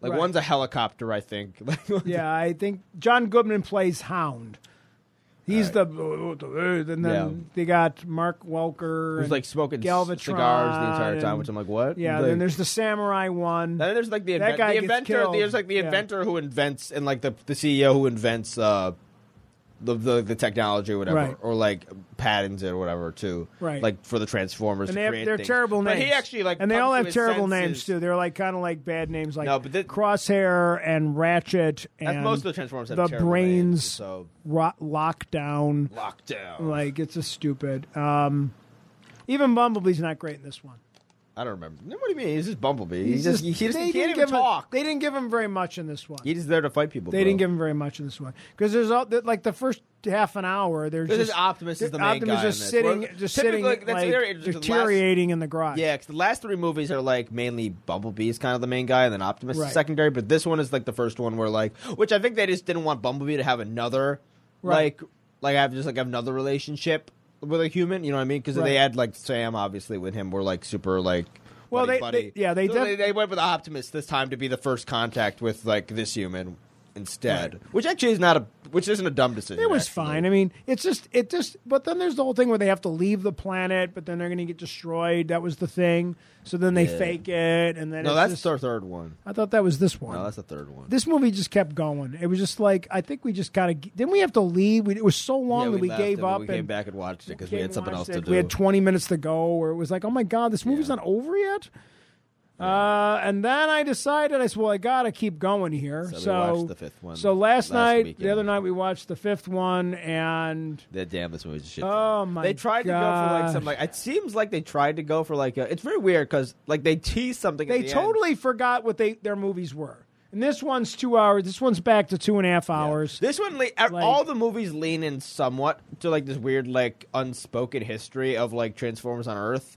Speaker 3: Like
Speaker 2: Right.
Speaker 3: one's a helicopter, I think. Like one's a
Speaker 2: Yeah, I think John Goodman plays Hound. He's the and then
Speaker 3: Yeah.
Speaker 2: they got Mark Welker.
Speaker 3: Who's
Speaker 2: and
Speaker 3: like smoking c-
Speaker 2: Galvatron
Speaker 3: cigars the entire time,
Speaker 2: and-
Speaker 3: which I'm like, what?
Speaker 2: yeah.
Speaker 3: Like-
Speaker 2: then there's the samurai one.
Speaker 3: then there's like the,
Speaker 2: that
Speaker 3: inven-
Speaker 2: guy
Speaker 3: the
Speaker 2: gets
Speaker 3: inventor.
Speaker 2: killed.
Speaker 3: There's like the
Speaker 2: Yeah.
Speaker 3: inventor who invents and like the the CEO who invents uh, the, the the technology or whatever,
Speaker 2: Right.
Speaker 3: or like patents it or whatever too.
Speaker 2: Right.
Speaker 3: Like for the Transformers,
Speaker 2: and
Speaker 3: to
Speaker 2: they have,
Speaker 3: create
Speaker 2: they're
Speaker 3: things.
Speaker 2: terrible
Speaker 3: But
Speaker 2: names.
Speaker 3: he actually like
Speaker 2: and they all
Speaker 3: comes to
Speaker 2: have
Speaker 3: his
Speaker 2: terrible names
Speaker 3: senses.
Speaker 2: too. They're like kind of like bad names, like
Speaker 3: No, but thi-
Speaker 2: Crosshair and Ratchet and
Speaker 3: That's most of the Transformers have
Speaker 2: the
Speaker 3: terrible
Speaker 2: brains
Speaker 3: names, so
Speaker 2: ro- lockdown.
Speaker 3: lockdown.
Speaker 2: Like it's just stupid. Um, Even Bumblebee's not great in this one.
Speaker 3: I don't remember. No, What do you mean? He's just Bumblebee. He's, just, he just
Speaker 2: they
Speaker 3: he can't
Speaker 2: didn't
Speaker 3: even
Speaker 2: give him-
Speaker 3: talk.
Speaker 2: they didn't give him very much in this one.
Speaker 3: He's just there to fight people.
Speaker 2: They didn't give him very much in this one because there's all that- like the first half an hour. They're
Speaker 3: This
Speaker 2: just
Speaker 3: is Optimus is the main
Speaker 2: Optimus
Speaker 3: guy
Speaker 2: just
Speaker 3: in this.
Speaker 2: sitting,
Speaker 3: Well,
Speaker 2: just
Speaker 3: typically,
Speaker 2: sitting,
Speaker 3: like, that's
Speaker 2: like,
Speaker 3: very- the last-
Speaker 2: deteriorating in the garage.
Speaker 3: Yeah, 'cause the last three movies are like mainly Bumblebee is kind of the main guy, and then Optimus
Speaker 2: Right.
Speaker 3: is secondary. But this one is like the first one where like, which I think they just didn't want Bumblebee to have another
Speaker 2: Right.
Speaker 3: like like have just like have another relationship with a human. You know what I mean? Because
Speaker 2: Right.
Speaker 3: they had like Sam obviously with him were like super like.
Speaker 2: Well,
Speaker 3: buddy,
Speaker 2: they-
Speaker 3: buddy.
Speaker 2: they- yeah, they
Speaker 3: So
Speaker 2: def-
Speaker 3: they went with Optimus this time to be the first contact with like this human instead, which actually is not a which isn't a dumb decision.
Speaker 2: It was
Speaker 3: actually.
Speaker 2: fine. I mean, it's just it just. But then there's the whole thing where they have to leave the planet, but then they're going to get destroyed. That was the thing. So then they fake it, and then
Speaker 3: No,
Speaker 2: it's
Speaker 3: that's
Speaker 2: just-
Speaker 3: the third one.
Speaker 2: I thought that was this one.
Speaker 3: No, that's the third one.
Speaker 2: this movie just kept going. It was just like I think we just got to. Didn't we have to leave? We, it was so long
Speaker 3: Yeah,
Speaker 2: that we
Speaker 3: left
Speaker 2: gave
Speaker 3: and
Speaker 2: up
Speaker 3: We
Speaker 2: and
Speaker 3: came back and watched it because we
Speaker 2: came
Speaker 3: had something
Speaker 2: and
Speaker 3: else
Speaker 2: watched it.
Speaker 3: to do.
Speaker 2: We had 20 minutes to go, where it was like, oh my god, this movie's not over yet. Uh, and then I decided, I said, well, I gotta keep going here. So,
Speaker 3: So we watched the fifth one
Speaker 2: So last,
Speaker 3: last
Speaker 2: night, the
Speaker 3: weekend.
Speaker 2: other night, we watched the fifth one, and
Speaker 3: Yeah, damn, this movie's a shit.
Speaker 2: Oh,
Speaker 3: show.
Speaker 2: my
Speaker 3: They tried to go for
Speaker 2: gosh.
Speaker 3: like some like. It seems like they tried to go for like. A, it's very weird because like they tease something. at
Speaker 2: they
Speaker 3: the end.
Speaker 2: totally forgot what they their movies were. And this one's two hours. This one's back to two and a half hours.
Speaker 3: This one, le- all the movies lean in somewhat to like this weird like unspoken history of like Transformers on Earth,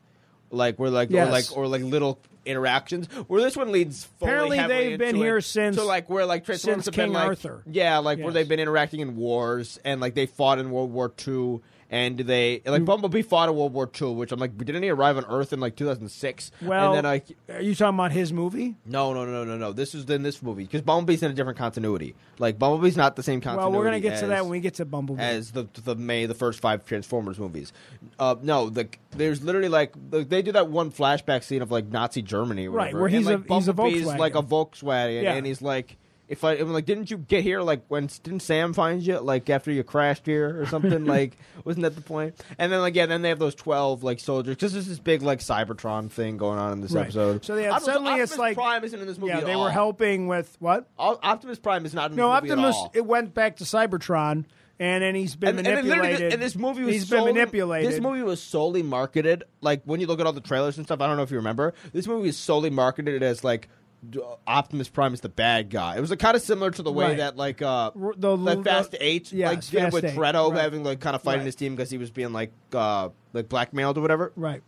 Speaker 3: like where like
Speaker 2: Yes.
Speaker 3: or like or like little interactions. Where this one leads. fully
Speaker 2: Apparently
Speaker 3: heavily
Speaker 2: they've been
Speaker 3: into it.
Speaker 2: here since-
Speaker 3: so like where like
Speaker 2: since
Speaker 3: Transformers have
Speaker 2: King
Speaker 3: been like
Speaker 2: Arthur.
Speaker 3: yeah, like
Speaker 2: Yes.
Speaker 3: where they've been interacting in wars and like they fought in World War Two. And they
Speaker 2: Mm.
Speaker 3: like Bumblebee fought in World War II, which I'm like, didn't he arrive on Earth in like 2006?
Speaker 2: well,
Speaker 3: and then like
Speaker 2: are you talking about his movie?
Speaker 3: no, no, no, no, no. This is in this movie because Bumblebee's in a different continuity. Like Bumblebee's not the same
Speaker 2: Well,
Speaker 3: continuity.
Speaker 2: we're gonna get to
Speaker 3: as-
Speaker 2: that when we get to Bumblebee.
Speaker 3: as the the May the first five Transformers movies. Uh, no, the, there's literally like the, they do that one flashback scene of like Nazi Germany, or
Speaker 2: Right,
Speaker 3: whatever,
Speaker 2: where
Speaker 3: and,
Speaker 2: he's
Speaker 3: like,
Speaker 2: a- he's a
Speaker 3: Bumblebee's
Speaker 2: Volkswagen.
Speaker 3: like a Volkswagen,
Speaker 2: Yeah.
Speaker 3: and he's like. If I, I'm like, didn't you get here? Like, when didn't Sam find you? Like, after you crashed here or something? like, wasn't that the point? And then, like, yeah, then they have those twelve like soldiers because there's this big like Cybertron thing going on in this
Speaker 2: Right.
Speaker 3: episode.
Speaker 2: So they had-
Speaker 3: Optimus-
Speaker 2: suddenly it's
Speaker 3: Optimus
Speaker 2: like-
Speaker 3: Prime isn't in this movie.
Speaker 2: yeah,
Speaker 3: at
Speaker 2: they
Speaker 3: all.
Speaker 2: were helping with what?
Speaker 3: All- Optimus Prime is not in
Speaker 2: No,
Speaker 3: this movie
Speaker 2: Optimus.
Speaker 3: At all.
Speaker 2: It went back to Cybertron, and then he's been
Speaker 3: and, and then
Speaker 2: manipulated.
Speaker 3: literally this, and this movie was
Speaker 2: he's
Speaker 3: solely-
Speaker 2: been manipulated.
Speaker 3: This movie was solely marketed like when you look at all the trailers and stuff. I don't know if you remember. This movie is solely marketed as like d- Optimus Prime is the bad guy. It was like, kind of similar to the way
Speaker 2: Right.
Speaker 3: that like uh,
Speaker 2: R- the-
Speaker 3: that Fast Eight
Speaker 2: Yes,
Speaker 3: like did
Speaker 2: Fast
Speaker 3: with
Speaker 2: Eight,
Speaker 3: Fredo
Speaker 2: right.
Speaker 3: having like kind of fighting
Speaker 2: Right.
Speaker 3: his team because he was being like uh, like blackmailed or whatever.
Speaker 2: right?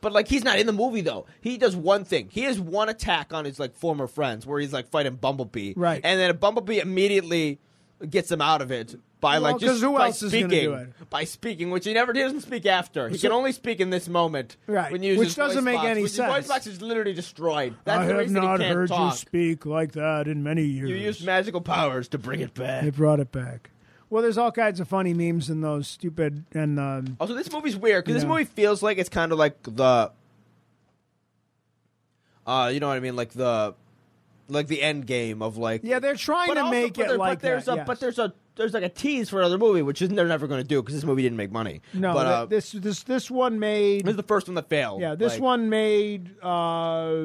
Speaker 3: But like he's not in the movie though. He does one thing. He has one attack on his like former friends where he's like fighting Bumblebee.
Speaker 2: Right.
Speaker 3: And then Bumblebee immediately gets him out of it by
Speaker 2: Well,
Speaker 3: like just
Speaker 2: 'cause who
Speaker 3: by
Speaker 2: else is gonna
Speaker 3: speaking
Speaker 2: do it?
Speaker 3: by speaking, which he never he doesn't speak after. He
Speaker 2: So-
Speaker 3: can only speak in this moment.
Speaker 2: Right.
Speaker 3: When you use
Speaker 2: Which
Speaker 3: his
Speaker 2: doesn't
Speaker 3: voice
Speaker 2: make
Speaker 3: box,
Speaker 2: any
Speaker 3: which His
Speaker 2: sense.
Speaker 3: voice box is literally destroyed. That's
Speaker 2: I
Speaker 3: the
Speaker 2: have
Speaker 3: reason
Speaker 2: not
Speaker 3: he can't
Speaker 2: heard
Speaker 3: talk.
Speaker 2: you speak like that in many years.
Speaker 3: You use magical powers to bring it
Speaker 2: they
Speaker 3: back.
Speaker 2: brought it back. Well, there's all kinds of funny memes in those stupid and um,
Speaker 3: Also, this movie's weird because
Speaker 2: Yeah.
Speaker 3: this movie feels like it's kind of like the, uh, you know what I mean, like the, like the end game of like
Speaker 2: yeah, they're trying to
Speaker 3: also-
Speaker 2: make
Speaker 3: but
Speaker 2: it
Speaker 3: there-
Speaker 2: like
Speaker 3: but there's
Speaker 2: that,
Speaker 3: a
Speaker 2: yes.
Speaker 3: but there's a there's like a tease for another movie, which is they're never going to do because this movie didn't make money.
Speaker 2: no
Speaker 3: but
Speaker 2: th-
Speaker 3: uh, this,
Speaker 2: this this this one made
Speaker 3: is the first one that failed.
Speaker 2: yeah this
Speaker 3: Like,
Speaker 2: one made uh,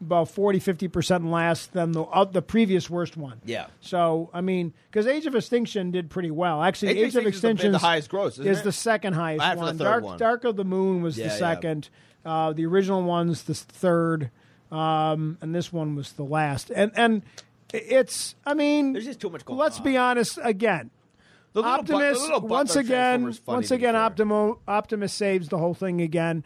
Speaker 2: about 40 50 percent less than the uh, the previous worst one
Speaker 3: Yeah.
Speaker 2: so I mean because Age of Extinction did pretty well actually
Speaker 3: Age
Speaker 2: Age,
Speaker 3: of
Speaker 2: of
Speaker 3: Extinction's the-
Speaker 2: Extinction
Speaker 3: the highest gross, isn't
Speaker 2: is
Speaker 3: it?
Speaker 2: the second highest
Speaker 3: After the
Speaker 2: one.
Speaker 3: third
Speaker 2: Dark
Speaker 3: one.
Speaker 2: Dark of the Moon was
Speaker 3: Yeah,
Speaker 2: the
Speaker 3: yeah.
Speaker 2: second uh, the original one's the third um, and this one was the last and and it's I mean
Speaker 3: There's just too much going
Speaker 2: let's
Speaker 3: on.
Speaker 2: be honest again
Speaker 3: The little bu- the
Speaker 2: Optimus
Speaker 3: little butler
Speaker 2: once again,
Speaker 3: Transformer's funny,
Speaker 2: once
Speaker 3: to be
Speaker 2: again,
Speaker 3: fair.
Speaker 2: Optimo, Optimus saves the whole thing again,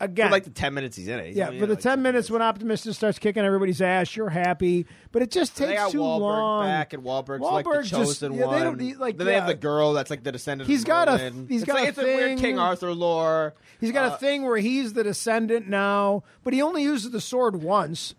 Speaker 2: again.
Speaker 3: For like the ten minutes he's in it. He's
Speaker 2: yeah,
Speaker 3: only
Speaker 2: for
Speaker 3: in
Speaker 2: the
Speaker 3: it, like,
Speaker 2: ten minutes when Optimus just starts kicking everybody's ass, you're happy, but it just
Speaker 3: They
Speaker 2: takes
Speaker 3: got
Speaker 2: too
Speaker 3: Wahlberg
Speaker 2: long.
Speaker 3: back, and Wahlberg's
Speaker 2: Wahlberg
Speaker 3: like the
Speaker 2: just-
Speaker 3: chosen
Speaker 2: yeah,
Speaker 3: one.
Speaker 2: they don't need- like,
Speaker 3: then they
Speaker 2: yeah.
Speaker 3: have the girl that's like the descendant.
Speaker 2: He's
Speaker 3: of
Speaker 2: got a-
Speaker 3: Merlin.
Speaker 2: he's
Speaker 3: it's
Speaker 2: got
Speaker 3: like,
Speaker 2: a
Speaker 3: it's a weird
Speaker 2: thing.
Speaker 3: King Arthur lore.
Speaker 2: He's got
Speaker 3: Uh,
Speaker 2: a thing where he's the descendant now, but he only uses the sword once.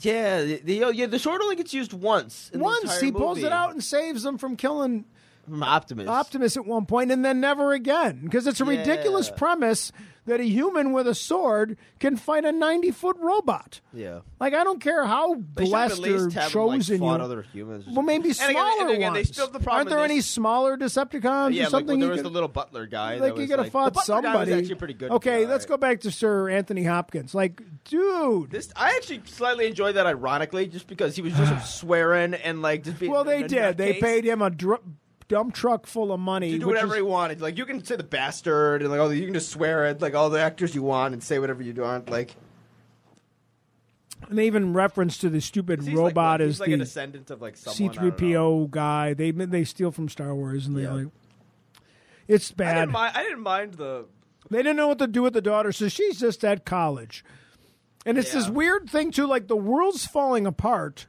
Speaker 3: Yeah, the, the, yeah. The sword only gets used once. in the
Speaker 2: Once
Speaker 3: entire
Speaker 2: he pulls
Speaker 3: movie.
Speaker 2: it out and saves them from killing
Speaker 3: from Optimus.
Speaker 2: Optimus at one point and then never again because it's a ridiculous
Speaker 3: Yeah.
Speaker 2: premise that a human with a sword can fight a 90 foot robot.
Speaker 3: Yeah.
Speaker 2: Like I don't care how
Speaker 3: They should have at
Speaker 2: blessed or
Speaker 3: least have them, like,
Speaker 2: chosen
Speaker 3: fought
Speaker 2: you.
Speaker 3: other humans. or
Speaker 2: well, maybe
Speaker 3: something.
Speaker 2: smaller
Speaker 3: And again- and again, they
Speaker 2: ones.
Speaker 3: still- the problem
Speaker 2: Aren't there
Speaker 3: is-
Speaker 2: any smaller Decepticons
Speaker 3: Yeah,
Speaker 2: or something? you
Speaker 3: like, well, there was
Speaker 2: could-
Speaker 3: the little butler guy.
Speaker 2: like
Speaker 3: that
Speaker 2: you could
Speaker 3: was,
Speaker 2: have
Speaker 3: like,
Speaker 2: fought
Speaker 3: the butler guy was
Speaker 2: somebody.
Speaker 3: actually pretty good.
Speaker 2: okay, let's go back to Sir Anthony Hopkins. Like, dude.
Speaker 3: This I actually slightly enjoyed that, ironically, just because he was just swearing and like just being.
Speaker 2: well, they
Speaker 3: a
Speaker 2: did. They
Speaker 3: nutcase.
Speaker 2: paid him a dr- dump truck full of money.
Speaker 3: You do
Speaker 2: which
Speaker 3: whatever
Speaker 2: is-
Speaker 3: he wanted. Like you can say the bastard and like all the, you can just swear at like all the actors you want and say whatever you want. Like
Speaker 2: and they even reference to the stupid
Speaker 3: he's like,
Speaker 2: robot
Speaker 3: what- he's
Speaker 2: as
Speaker 3: like a
Speaker 2: the
Speaker 3: descendant of like
Speaker 2: C
Speaker 3: someone. I
Speaker 2: three
Speaker 3: don't know.
Speaker 2: PO guy. They they steal from Star Wars and they
Speaker 3: Yeah.
Speaker 2: like. It's
Speaker 3: I
Speaker 2: bad.
Speaker 3: didn't, mind, I didn't mind the.
Speaker 2: They didn't know what to do with the daughter, so she's just at college. And it's this
Speaker 3: Yeah.
Speaker 2: weird thing too, like the world's falling apart,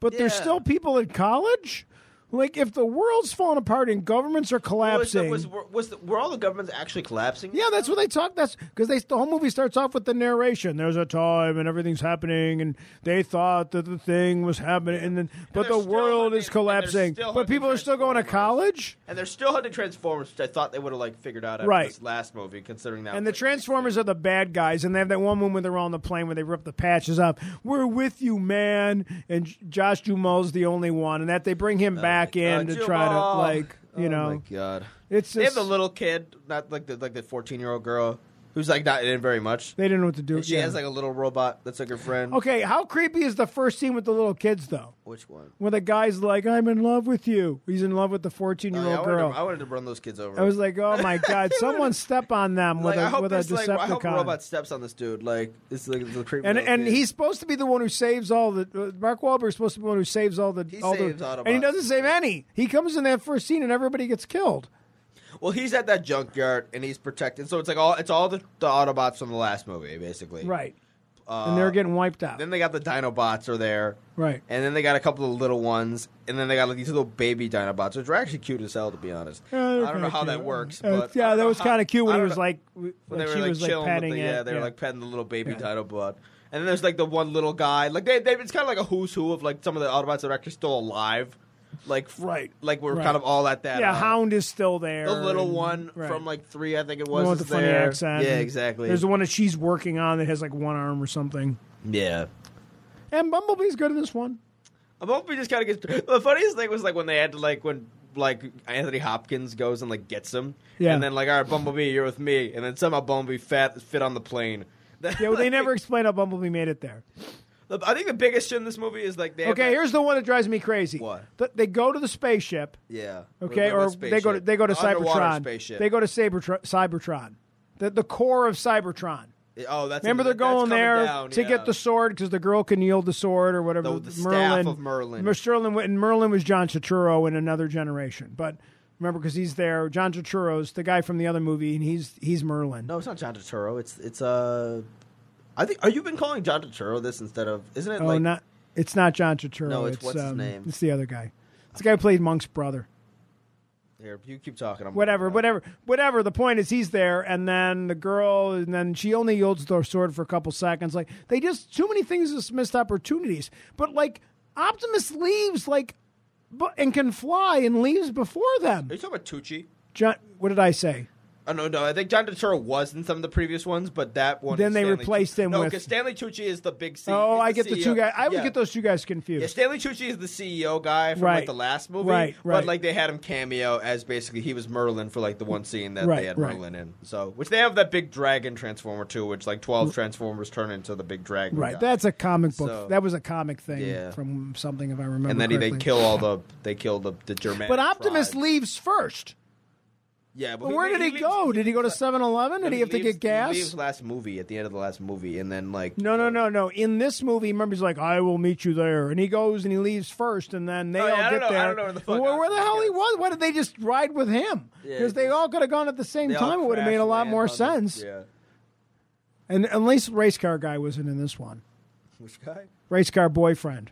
Speaker 2: but there's
Speaker 3: Yeah.
Speaker 2: still people at college. Like if the world's falling apart and governments are
Speaker 3: Was the,
Speaker 2: collapsing.
Speaker 3: was, was the, were all the governments actually collapsing?
Speaker 2: yeah, that's what they talk. That's because they the whole movie starts off with the narration. There's a time and everything's happening, and they thought that the thing was happening, and then but the
Speaker 3: there's still
Speaker 2: world
Speaker 3: hunting-
Speaker 2: is
Speaker 3: and there's
Speaker 2: collapsing.
Speaker 3: still
Speaker 2: But
Speaker 3: hunting
Speaker 2: people are still going to
Speaker 3: Transformers.
Speaker 2: college.
Speaker 3: And they're still hunting Transformers, which I thought they would have like figured out after
Speaker 2: Right.
Speaker 3: this last movie, considering that.
Speaker 2: And the
Speaker 3: was-
Speaker 2: Transformers are the bad guys, and they have that one moment when they're on the plane where they rip the patches up. We're with you, man. And J- Josh Duhamel's the only one, and that they bring him back
Speaker 3: Uh,
Speaker 2: in to try to
Speaker 3: Jamal!
Speaker 2: like you
Speaker 3: Oh
Speaker 2: know.
Speaker 3: my god.
Speaker 2: It's
Speaker 3: They have
Speaker 2: just,
Speaker 3: the little kid, not like the like the fourteen year old girl who's like not in very much.
Speaker 2: they didn't know what to do.
Speaker 3: She
Speaker 2: yeah.
Speaker 3: has like a little robot that's like her friend.
Speaker 2: okay, how creepy is the first scene with the little kids though?
Speaker 3: Which one?
Speaker 2: When the guy's like, "I'm in love with you," he's in love with the
Speaker 3: Oh, yeah,
Speaker 2: fourteen-year-old
Speaker 3: I, wanted
Speaker 2: girl.
Speaker 3: To, I wanted to run those kids over.
Speaker 2: I was like, "Oh my god, someone step on them with
Speaker 3: Like, I
Speaker 2: a
Speaker 3: hope
Speaker 2: with a
Speaker 3: this, like,
Speaker 2: Decepticon."
Speaker 3: I hope a robot steps on this dude. Like it's like the creepy.
Speaker 2: And
Speaker 3: little
Speaker 2: and
Speaker 3: kid.
Speaker 2: he's supposed to be the one who saves all the uh, Mark Wahlberg's supposed to be the one who saves all the
Speaker 3: He
Speaker 2: all
Speaker 3: saves
Speaker 2: the
Speaker 3: Autobots.
Speaker 2: and he doesn't save any. He comes in that first scene and everybody gets killed.
Speaker 3: well, he's at that junkyard and he's protected. So it's like all it's all the, the Autobots from the last movie, basically.
Speaker 2: Right.
Speaker 3: Uh,
Speaker 2: And they're getting wiped out.
Speaker 3: Then they got the Dinobots are there.
Speaker 2: Right.
Speaker 3: And then they got a couple of little ones, and then they got like these little baby Dinobots, which are actually cute as hell, to be honest.
Speaker 2: Yeah,
Speaker 3: I don't know
Speaker 2: kinda
Speaker 3: how that
Speaker 2: cute.
Speaker 3: works,
Speaker 2: Uh,
Speaker 3: but I
Speaker 2: yeah,
Speaker 3: don't
Speaker 2: that
Speaker 3: know
Speaker 2: was
Speaker 3: how-
Speaker 2: kind of cute
Speaker 3: I
Speaker 2: when he
Speaker 3: don't
Speaker 2: was
Speaker 3: know-
Speaker 2: like, w- like
Speaker 3: when they were
Speaker 2: she
Speaker 3: like
Speaker 2: was like
Speaker 3: chilling
Speaker 2: patting
Speaker 3: with
Speaker 2: it.
Speaker 3: the, yeah, they were
Speaker 2: yeah.
Speaker 3: like petting the little baby
Speaker 2: Yeah.
Speaker 3: Dinobot. And then there's like the one little guy, like they, they it's kind of like a who's who of like some of the Autobots that are actually still alive, like f-
Speaker 2: Right.
Speaker 3: like we're
Speaker 2: Right.
Speaker 3: kind of all at that.
Speaker 2: yeah,
Speaker 3: uh,
Speaker 2: Hound is still there.
Speaker 3: the little
Speaker 2: and-
Speaker 3: one
Speaker 2: right.
Speaker 3: from like three, I think it
Speaker 2: The
Speaker 3: was,
Speaker 2: one with the
Speaker 3: is
Speaker 2: funny
Speaker 3: there.
Speaker 2: accent.
Speaker 3: Yeah,
Speaker 2: and
Speaker 3: exactly.
Speaker 2: There's the one that she's working on that has like one arm or something.
Speaker 3: yeah.
Speaker 2: And Bumblebee's good in this one.
Speaker 3: I'm hoping he just kind of gets. The funniest thing was like when they had to like when like Anthony Hopkins goes and like gets him,
Speaker 2: Yeah.
Speaker 3: and then like all right, Bumblebee, you're with me, and then somehow Bumblebee fat fit on the plane.
Speaker 2: Yeah, well, they never explain how Bumblebee made it there.
Speaker 3: I think the biggest shit in this movie is like they. have
Speaker 2: Okay,
Speaker 3: that-
Speaker 2: here's the one that drives me crazy.
Speaker 3: What?
Speaker 2: Th- They go to the spaceship.
Speaker 3: yeah.
Speaker 2: Okay,
Speaker 3: What-
Speaker 2: or
Speaker 3: what
Speaker 2: they go to
Speaker 3: spaceship?
Speaker 2: they go to
Speaker 3: The underwater
Speaker 2: Cybertron.
Speaker 3: Spaceship.
Speaker 2: They go to Cybertron. Cybertron, the the core of Cybertron.
Speaker 3: Oh, that's
Speaker 2: Remember, they're
Speaker 3: that's coming
Speaker 2: going there
Speaker 3: down,
Speaker 2: to
Speaker 3: yeah.
Speaker 2: get the sword because the girl can yield the sword or whatever.
Speaker 3: The- the staff of Merlin.
Speaker 2: Mer- Sterling went- and Merlin was John Turturro in another generation, but remember because he's there. John Turturro's the guy from the other movie, and he's he's Merlin.
Speaker 3: No, it's not John Turturro. It's it's uh, I think. Are you been calling John Turturro this instead of? Isn't it
Speaker 2: oh,
Speaker 3: like?
Speaker 2: not it's not John Turturro.
Speaker 3: No, it's what's his
Speaker 2: um,
Speaker 3: name?
Speaker 2: It's the other guy. It's the guy who played Monk's brother.
Speaker 3: Here, you keep talking. I'm
Speaker 2: whatever,
Speaker 3: looking it up.
Speaker 2: whatever, whatever. The point is, he's there, and then the girl, and then she only yields the sword for a couple seconds. Like they just too many things as missed opportunities. But like Optimus leaves, like, but and can fly and leaves before them.
Speaker 3: Are you talking about Tucci?
Speaker 2: John, what did I say?
Speaker 3: Oh, no, no. I think John Turturro was in some of the previous ones, but that one.
Speaker 2: Then
Speaker 3: is
Speaker 2: they
Speaker 3: Stanley
Speaker 2: replaced
Speaker 3: Tucci.
Speaker 2: him
Speaker 3: No,
Speaker 2: with-
Speaker 3: because Stanley Tucci is the big CEO.
Speaker 2: oh,
Speaker 3: he's
Speaker 2: I get the two
Speaker 3: CEO.
Speaker 2: guys. I always
Speaker 3: Yeah.
Speaker 2: get those two guys confused.
Speaker 3: Yeah, Stanley Tucci is the CEO guy from
Speaker 2: Right.
Speaker 3: like the last movie,
Speaker 2: Right, right.
Speaker 3: but like they had him cameo as basically he was Merlin for like the one scene that
Speaker 2: Right,
Speaker 3: they had
Speaker 2: right.
Speaker 3: Merlin in. So, which they have that big dragon transformer too, which like twelve transformers turn into the big dragon.
Speaker 2: right.
Speaker 3: guy.
Speaker 2: That's a comic book.
Speaker 3: So-
Speaker 2: that was a comic thing
Speaker 3: Yeah.
Speaker 2: from something, if I remember.
Speaker 3: and then he,
Speaker 2: correctly.
Speaker 3: they kill all the they kill the the German.
Speaker 2: But Optimus leaves first.
Speaker 3: Yeah, but
Speaker 2: But where did he,
Speaker 3: leaves-
Speaker 2: go? Did he go to
Speaker 3: leaves-
Speaker 2: 7-Eleven? Did he have to
Speaker 3: leaves-
Speaker 2: get gas?
Speaker 3: He leaves last movie at the end of the last movie, and then like
Speaker 2: No, no, no, no. In this movie, remember he's like, "I will meet you there," and he goes and he leaves first, and then they
Speaker 3: Oh,
Speaker 2: all
Speaker 3: yeah,
Speaker 2: get
Speaker 3: I don't know.
Speaker 2: there.
Speaker 3: I don't know where the fuck
Speaker 2: where, where the
Speaker 3: Optimus
Speaker 2: hell he
Speaker 3: goes.
Speaker 2: was? Why did they just ride with him?
Speaker 3: Yeah,
Speaker 2: Because they
Speaker 3: just-
Speaker 2: all could have gone at the same
Speaker 3: They all
Speaker 2: time. It would have
Speaker 3: crash
Speaker 2: made a lot
Speaker 3: land
Speaker 2: more
Speaker 3: on the-
Speaker 2: sense.
Speaker 3: yeah.
Speaker 2: And at least race car guy wasn't in this one.
Speaker 3: Which guy?
Speaker 2: Race car boyfriend.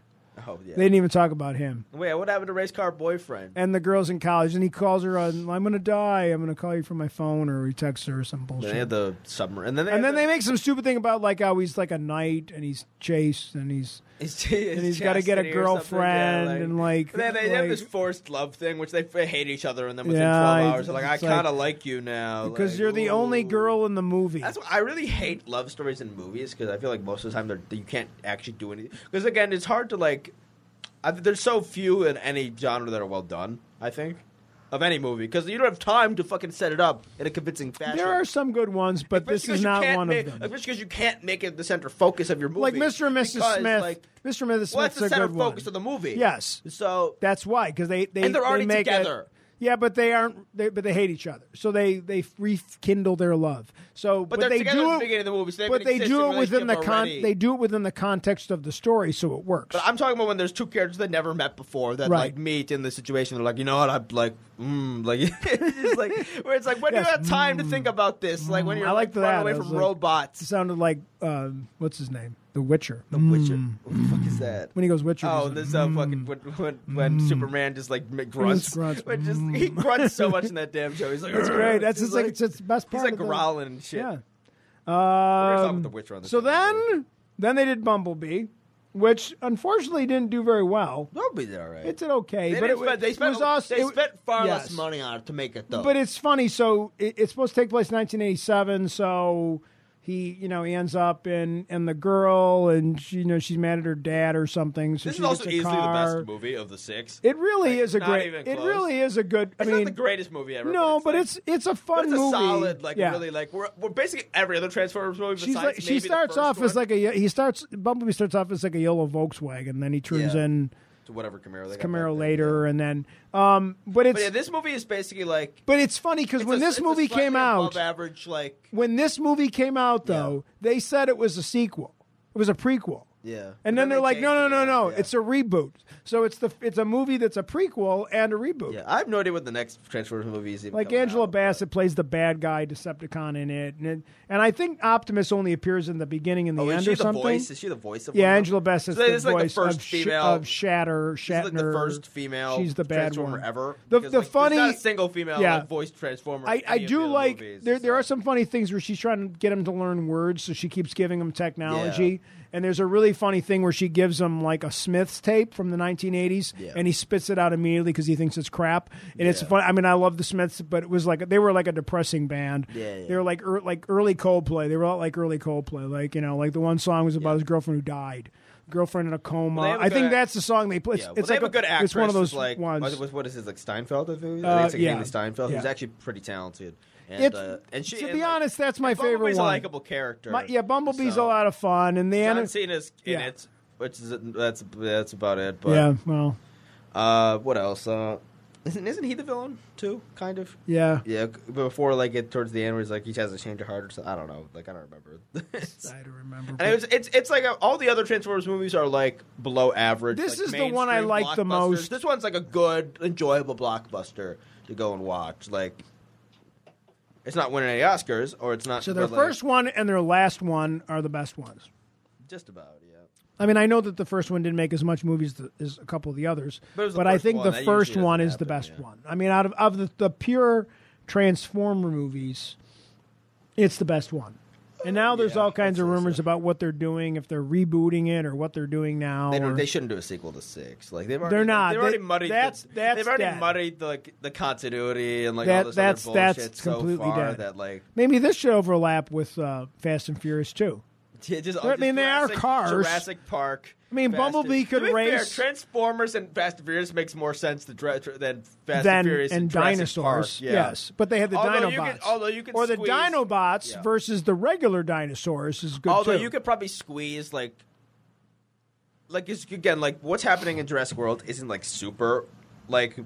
Speaker 3: Oh yeah.
Speaker 2: They didn't even talk about him.
Speaker 3: Wait, what happened to race car boyfriend?
Speaker 2: And the girls in college, and he calls her, on, "I'm gonna die. I'm gonna call you from my phone," or he texts her or some bullshit.
Speaker 3: They had the submarine, and then they
Speaker 2: and
Speaker 3: had
Speaker 2: then
Speaker 3: the,
Speaker 2: they make some stupid thing about like how he's like a knight and he's chased and he's
Speaker 3: It's, it's
Speaker 2: he's gotta get a
Speaker 3: chastity or something, yeah,
Speaker 2: girlfriend and, like-
Speaker 3: they, they have this
Speaker 2: like-
Speaker 3: forced love thing, which they f- hate each other, and then within
Speaker 2: Yeah,
Speaker 3: twelve
Speaker 2: it's-
Speaker 3: hours, they're like, "I
Speaker 2: it's like-
Speaker 3: kind of like you now,"
Speaker 2: because
Speaker 3: like,
Speaker 2: you're the only
Speaker 3: ooh.
Speaker 2: girl in the movie.
Speaker 3: That's why I really hate love stories in movies because I feel like most of the time they're, you can't actually do anything. Because again, it's hard to like. I, there's so few in any genre that are well done. I think of any movie because you don't have time to fucking set it up in a convincing fashion.
Speaker 2: There are some good ones, but this
Speaker 3: Especially
Speaker 2: is
Speaker 3: 'cause you
Speaker 2: not
Speaker 3: can't
Speaker 2: one
Speaker 3: make-
Speaker 2: of them.
Speaker 3: Especially because you can't make it the center focus of your movie.
Speaker 2: Like Mr. and Mrs.
Speaker 3: Because,
Speaker 2: Smith.
Speaker 3: Like,
Speaker 2: Mr. and Mrs.
Speaker 3: well, that's
Speaker 2: Smith's
Speaker 3: the
Speaker 2: a
Speaker 3: center
Speaker 2: good
Speaker 3: focus
Speaker 2: one.
Speaker 3: of the movie.
Speaker 2: Yes.
Speaker 3: So
Speaker 2: That's why, because they, they
Speaker 3: And they're
Speaker 2: they
Speaker 3: already
Speaker 2: make it-
Speaker 3: together.
Speaker 2: Yeah, but they aren't. They, but they hate each other, so they they rekindle their love. So, but,
Speaker 3: they're
Speaker 2: they
Speaker 3: together
Speaker 2: do
Speaker 3: at the
Speaker 2: it.
Speaker 3: beginning of the movie, so they have
Speaker 2: but
Speaker 3: an
Speaker 2: they do
Speaker 3: existing
Speaker 2: it within the
Speaker 3: relationship already.
Speaker 2: They do it within the context of the story, so it works.
Speaker 3: But I'm talking about when there's two characters that never met before that
Speaker 2: Right.
Speaker 3: like meet in the situation. They're like, you know what? I'm like, mm, like, it's just like where it's like, when do
Speaker 2: Yes,
Speaker 3: you have time to think about this? Like when
Speaker 2: Mm,
Speaker 3: you're
Speaker 2: I
Speaker 3: like
Speaker 2: liked
Speaker 3: far
Speaker 2: that.
Speaker 3: away
Speaker 2: It was
Speaker 3: from
Speaker 2: like- it
Speaker 3: robots.
Speaker 2: sounded like um, what's his name, The Witcher.
Speaker 3: The Witcher. What the fuck is that?
Speaker 2: mm. When he goes Witcher. he's
Speaker 3: Oh,
Speaker 2: like,
Speaker 3: this uh,
Speaker 2: Mm.
Speaker 3: fucking when when, when Superman just like m- grunts,
Speaker 2: grunts. Mm.
Speaker 3: When just he grunts so much in that damn show. He's like,
Speaker 2: That's
Speaker 3: "Ugh."
Speaker 2: great. That's
Speaker 3: He's
Speaker 2: just like, it's it's the best
Speaker 3: he's
Speaker 2: part.
Speaker 3: like
Speaker 2: of the-
Speaker 3: growling and shit.
Speaker 2: Yeah.
Speaker 3: We're gonna talk
Speaker 2: Um,
Speaker 3: about the Witcher on this.
Speaker 2: so
Speaker 3: one, but-
Speaker 2: then, then they did Bumblebee, which unfortunately didn't do very well.
Speaker 3: They'll be there, all right.
Speaker 2: It did okay,
Speaker 3: they
Speaker 2: but
Speaker 3: didn't
Speaker 2: it,
Speaker 3: spend, they
Speaker 2: it
Speaker 3: spent,
Speaker 2: was also
Speaker 3: they
Speaker 2: it-
Speaker 3: spent far less
Speaker 2: yes.
Speaker 3: money on it to make it though.
Speaker 2: But it's funny. So it, it's supposed to take place in 1987. So he, you know, he ends up in and the girl, and she, you know, she's mad at her dad or something. So
Speaker 3: this
Speaker 2: she
Speaker 3: is also
Speaker 2: gets a
Speaker 3: easily
Speaker 2: car.
Speaker 3: the best movie of the six.
Speaker 2: It really is a
Speaker 3: not
Speaker 2: great.
Speaker 3: even
Speaker 2: It
Speaker 3: close.
Speaker 2: really is a good. I
Speaker 3: it's
Speaker 2: mean,
Speaker 3: not the greatest movie ever.
Speaker 2: no, but
Speaker 3: like-
Speaker 2: it's it's a
Speaker 3: but
Speaker 2: fun
Speaker 3: it's a
Speaker 2: movie.
Speaker 3: solid, like
Speaker 2: yeah.
Speaker 3: really like we're, we're basically every other Transformers movie.
Speaker 2: She's
Speaker 3: besides
Speaker 2: like,
Speaker 3: maybe
Speaker 2: she
Speaker 3: the
Speaker 2: starts
Speaker 3: first
Speaker 2: off as
Speaker 3: one.
Speaker 2: like a he starts Bumblebee starts off as like a yellow Volkswagen, then he turns
Speaker 3: Yeah.
Speaker 2: in
Speaker 3: to whatever Camaro they got back
Speaker 2: Camaro
Speaker 3: then.
Speaker 2: later, and then um, but it's
Speaker 3: But yeah, this movie is basically like
Speaker 2: but it's funny because
Speaker 3: it's
Speaker 2: when
Speaker 3: a-
Speaker 2: this
Speaker 3: it's a
Speaker 2: movie came
Speaker 3: slightly
Speaker 2: out,
Speaker 3: above average like
Speaker 2: when this movie came out though, they said it was a sequel, it was a prequel.
Speaker 3: yeah,
Speaker 2: And then, they're
Speaker 3: they
Speaker 2: like, no, no,
Speaker 3: changed
Speaker 2: no,
Speaker 3: it.
Speaker 2: no!
Speaker 3: Yeah.
Speaker 2: It's a reboot. So it's the it's a movie that's a prequel and a reboot.
Speaker 3: yeah. I have no idea what the next Transformers movie is. Even
Speaker 2: Like
Speaker 3: coming
Speaker 2: Angela
Speaker 3: out.
Speaker 2: Bassett plays the bad guy Decepticon in it, and it, and I think Optimus only appears in the beginning and the
Speaker 3: Oh,
Speaker 2: end
Speaker 3: is she
Speaker 2: or
Speaker 3: the
Speaker 2: something.
Speaker 3: voice? Is she the voice of one
Speaker 2: yeah,
Speaker 3: of them?
Speaker 2: Angela Bassett's
Speaker 3: So
Speaker 2: the
Speaker 3: this is like the
Speaker 2: voice
Speaker 3: first
Speaker 2: of, Sh-
Speaker 3: female-
Speaker 2: of Shatter.
Speaker 3: She's
Speaker 2: Shatner.
Speaker 3: like the first female.
Speaker 2: She's the bad
Speaker 3: Transformer
Speaker 2: one
Speaker 3: ever.
Speaker 2: The,
Speaker 3: Because,
Speaker 2: the
Speaker 3: like, there's
Speaker 2: funny
Speaker 3: not a single female
Speaker 2: yeah.
Speaker 3: like, voice Transformer.
Speaker 2: I,
Speaker 3: in
Speaker 2: I
Speaker 3: any of the
Speaker 2: do
Speaker 3: other
Speaker 2: like
Speaker 3: movies,
Speaker 2: there there
Speaker 3: so.
Speaker 2: are some funny things where she's trying to get him to learn words, so she keeps giving him technology. And there's a really funny thing where she gives him like a Smith's tape from the 1980s,
Speaker 3: Yeah.
Speaker 2: and he spits it out immediately because he thinks it's crap. And it's
Speaker 3: Yeah.
Speaker 2: fun. I mean, I love the Smiths, but it was like they were like a depressing band.
Speaker 3: Yeah, yeah.
Speaker 2: They were like er, like early Coldplay. They were all like early Coldplay. Like you know, like the one song was about his girlfriend who died. Girlfriend in a coma.
Speaker 3: Well, they have a
Speaker 2: I
Speaker 3: good
Speaker 2: think
Speaker 3: act-
Speaker 2: that's the song they play. It's,
Speaker 3: Yeah, well,
Speaker 2: it's
Speaker 3: they
Speaker 2: like
Speaker 3: have a good actress.
Speaker 2: It's one of
Speaker 3: that's
Speaker 2: those
Speaker 3: like,
Speaker 2: ones.
Speaker 3: what- What, what is it like Steinfeld? I think,
Speaker 2: Uh,
Speaker 3: I think it's like
Speaker 2: yeah.
Speaker 3: Haley Steinfeld, who's
Speaker 2: Yeah.
Speaker 3: actually pretty talented. And,
Speaker 2: It's-
Speaker 3: uh, and she,
Speaker 2: to
Speaker 3: and,
Speaker 2: be
Speaker 3: like,
Speaker 2: honest, that's my
Speaker 3: and
Speaker 2: favorite
Speaker 3: Bumblebee's
Speaker 2: one.
Speaker 3: a likable character.
Speaker 2: My- yeah, Bumblebee's
Speaker 3: So,
Speaker 2: a lot of fun, and the
Speaker 3: John
Speaker 2: anim-
Speaker 3: Cena's in
Speaker 2: yeah.
Speaker 3: it, which is that's that's about it. But
Speaker 2: yeah, well,
Speaker 3: uh, what else? Uh, isn't isn't he the villain too? Kind of.
Speaker 2: yeah.
Speaker 3: Yeah, c- before like it towards the end, where he's like he has a change of heart or something. I don't know. Like I don't remember.
Speaker 2: I don't remember.
Speaker 3: And it's, it's it's like uh, all the other Transformers movies are like below average.
Speaker 2: This
Speaker 3: like,
Speaker 2: is the one I
Speaker 3: mainstream
Speaker 2: like the
Speaker 3: blockbusters.
Speaker 2: most.
Speaker 3: This one's like a good, enjoyable blockbuster to go and watch. Like, it's not winning any Oscars, or it's not.
Speaker 2: so their
Speaker 3: but, like,
Speaker 2: first one and their last one are the best ones.
Speaker 3: just about, yeah.
Speaker 2: I mean, I know that the first one didn't make as much movies th- as a couple of the others,
Speaker 3: But it was the
Speaker 2: I
Speaker 3: first
Speaker 2: think
Speaker 3: one.
Speaker 2: the
Speaker 3: That usually
Speaker 2: first
Speaker 3: doesn't
Speaker 2: one is the
Speaker 3: happen,
Speaker 2: best
Speaker 3: yeah.
Speaker 2: one. I mean, out of of the, the pure Transformer movies, it's the best one. And now there's
Speaker 3: Yeah,
Speaker 2: all kinds
Speaker 3: I'd
Speaker 2: of
Speaker 3: say
Speaker 2: rumors
Speaker 3: so.
Speaker 2: about what they're doing, if they're rebooting it or what they're doing now.
Speaker 3: They,
Speaker 2: or-
Speaker 3: don't, they shouldn't do a sequel to six. Like they've already,
Speaker 2: They're not.
Speaker 3: They've already
Speaker 2: They-
Speaker 3: muddied.
Speaker 2: that's-
Speaker 3: the,
Speaker 2: that's
Speaker 3: they've already
Speaker 2: dead.
Speaker 3: muddied the like, the continuity and like
Speaker 2: That-
Speaker 3: all this
Speaker 2: that's-
Speaker 3: other
Speaker 2: that's
Speaker 3: bullshit
Speaker 2: completely
Speaker 3: so far
Speaker 2: dead.
Speaker 3: that like
Speaker 2: Maybe this should overlap with uh, Fast and Furious too.
Speaker 3: Yeah, just,
Speaker 2: I mean,
Speaker 3: just
Speaker 2: they are
Speaker 3: Jurassic-
Speaker 2: cars.
Speaker 3: Jurassic Park.
Speaker 2: I mean,
Speaker 3: Fast and-
Speaker 2: Bumblebee could
Speaker 3: to be fair,
Speaker 2: race-
Speaker 3: Transformers and Fast and Furious makes more sense than, Dra- than Fast
Speaker 2: than
Speaker 3: and Furious and,
Speaker 2: and
Speaker 3: Jurassic
Speaker 2: dinosaurs.
Speaker 3: Park. Yeah.
Speaker 2: Yes, but they had the
Speaker 3: Although you
Speaker 2: Dinobots.
Speaker 3: could- although you could
Speaker 2: or the
Speaker 3: squeeze-
Speaker 2: Dinobots
Speaker 3: Yeah.
Speaker 2: versus the regular dinosaurs is good
Speaker 3: Although
Speaker 2: too.
Speaker 3: you could probably squeeze like, like it's- again, like what's happening in Jurassic World isn't like super, like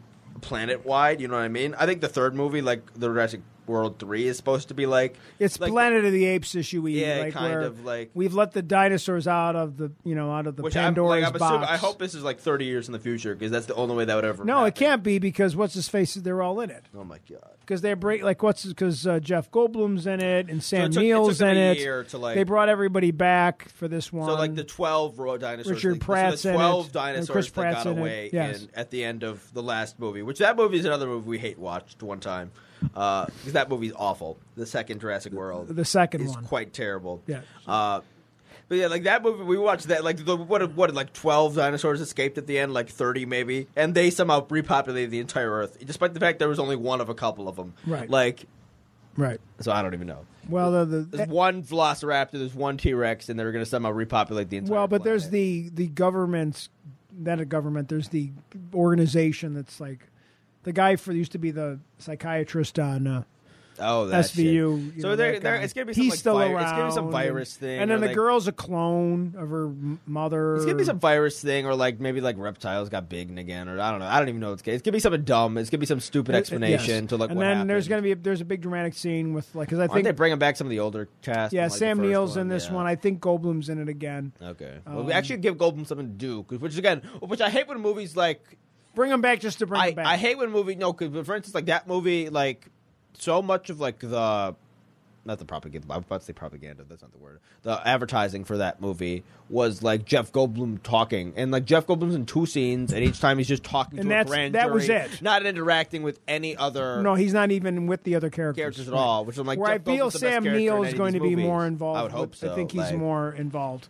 Speaker 3: planet wide. You know what I mean? I think the third movie, like the Jurassic World three, is supposed to be like
Speaker 2: it's
Speaker 3: like,
Speaker 2: Planet of the Apes issue.
Speaker 3: Yeah,
Speaker 2: like,
Speaker 3: kind
Speaker 2: where
Speaker 3: of, like-
Speaker 2: we've let the dinosaurs out of the you know out of the
Speaker 3: Which I'm,
Speaker 2: Pandora's
Speaker 3: like, I'm
Speaker 2: box.
Speaker 3: assuming, I hope this is like 30 years in the future because that's the only way that would ever.
Speaker 2: no, it
Speaker 3: happen.
Speaker 2: can't be because what's his face? They're all in it
Speaker 3: Oh my god.
Speaker 2: because they break like what's because uh, Jeff Goldblum's in it and Sam
Speaker 3: it took- it
Speaker 2: Neill's
Speaker 3: took them
Speaker 2: in
Speaker 3: a
Speaker 2: it.
Speaker 3: year to, like-
Speaker 2: they brought everybody back for this one.
Speaker 3: So like the twelve raw dinosaurs,
Speaker 2: Richard
Speaker 3: like,
Speaker 2: Pratt's
Speaker 3: so
Speaker 2: in
Speaker 3: the
Speaker 2: it,
Speaker 3: twelve
Speaker 2: and
Speaker 3: dinosaurs
Speaker 2: Chris
Speaker 3: that
Speaker 2: Pratt's
Speaker 3: got
Speaker 2: in it,
Speaker 3: away
Speaker 2: yes.
Speaker 3: in, at the end of the last movie, which that movie is another movie we hate watched one time uh, because that movie's awful. The second Jurassic World,
Speaker 2: the second
Speaker 3: is
Speaker 2: one.
Speaker 3: quite terrible.
Speaker 2: Yeah.
Speaker 3: Uh, but yeah, like that movie, we watched that. Like, the, what? What? Like twelve dinosaurs escaped at the end, like thirty maybe, and they somehow repopulated the entire Earth, despite the fact there was only one of a couple of them.
Speaker 2: Right.
Speaker 3: Like,
Speaker 2: right.
Speaker 3: so I don't even know.
Speaker 2: Well, the, the
Speaker 3: There's one Velociraptor, there's one T Rex, and they're going to somehow repopulate the entire.
Speaker 2: Well, but there's
Speaker 3: planet.
Speaker 2: the the government's not a government. There's the organization that's like the guy for used to be the psychiatrist on uh,
Speaker 3: Oh, that
Speaker 2: SVU. you
Speaker 3: So
Speaker 2: know,
Speaker 3: there-
Speaker 2: that
Speaker 3: there-
Speaker 2: guy.
Speaker 3: it's gonna be some,
Speaker 2: he's
Speaker 3: like,
Speaker 2: still
Speaker 3: virus-
Speaker 2: around.
Speaker 3: it's gonna be some
Speaker 2: and-
Speaker 3: virus thing,
Speaker 2: and then
Speaker 3: or,
Speaker 2: the
Speaker 3: like-
Speaker 2: girl's a clone of her m- mother.
Speaker 3: It's gonna be some virus thing, or like maybe like reptiles got big and again, or I don't know. I don't even know. It's it's gonna be something dumb. It's gonna be some stupid explanation
Speaker 2: Uh, Yes.
Speaker 3: to like.
Speaker 2: And
Speaker 3: what
Speaker 2: then
Speaker 3: happened.
Speaker 2: there's gonna be there's a big dramatic scene with like because I
Speaker 3: Aren't they
Speaker 2: think
Speaker 3: bringing back some of the older cast?
Speaker 2: yeah
Speaker 3: from, like, the
Speaker 2: Sam
Speaker 3: first
Speaker 2: Neill's in this
Speaker 3: Yeah.
Speaker 2: one. I think Goldblum's in it again.
Speaker 3: Okay. Well, we actually give Goldblum something to do, 'cause- which is, again, which I hate when movies like
Speaker 2: Bring him back just to bring
Speaker 3: I,
Speaker 2: him back.
Speaker 3: I hate when movie no, 'cause, but for instance, like that movie, like so much of like the not the propaganda. I'm about to say propaganda. That's not the word. The advertising for that movie was like Jeff Goldblum talking, and like Jeff Goldblum's in two scenes, and each time he's just talking
Speaker 2: And
Speaker 3: to
Speaker 2: that's-
Speaker 3: a grand
Speaker 2: that was
Speaker 3: jury,
Speaker 2: it.
Speaker 3: not interacting with any other
Speaker 2: no, he's not even with the other characters,
Speaker 3: characters at all. Which I'm like,
Speaker 2: Where I
Speaker 3: Jeff Goldblum's
Speaker 2: feel
Speaker 3: the best
Speaker 2: Sam
Speaker 3: character in
Speaker 2: Neill
Speaker 3: any
Speaker 2: is
Speaker 3: of
Speaker 2: going to
Speaker 3: these
Speaker 2: be
Speaker 3: movies.
Speaker 2: more involved.
Speaker 3: I would hope
Speaker 2: with-
Speaker 3: so.
Speaker 2: I think he's
Speaker 3: like,
Speaker 2: more involved.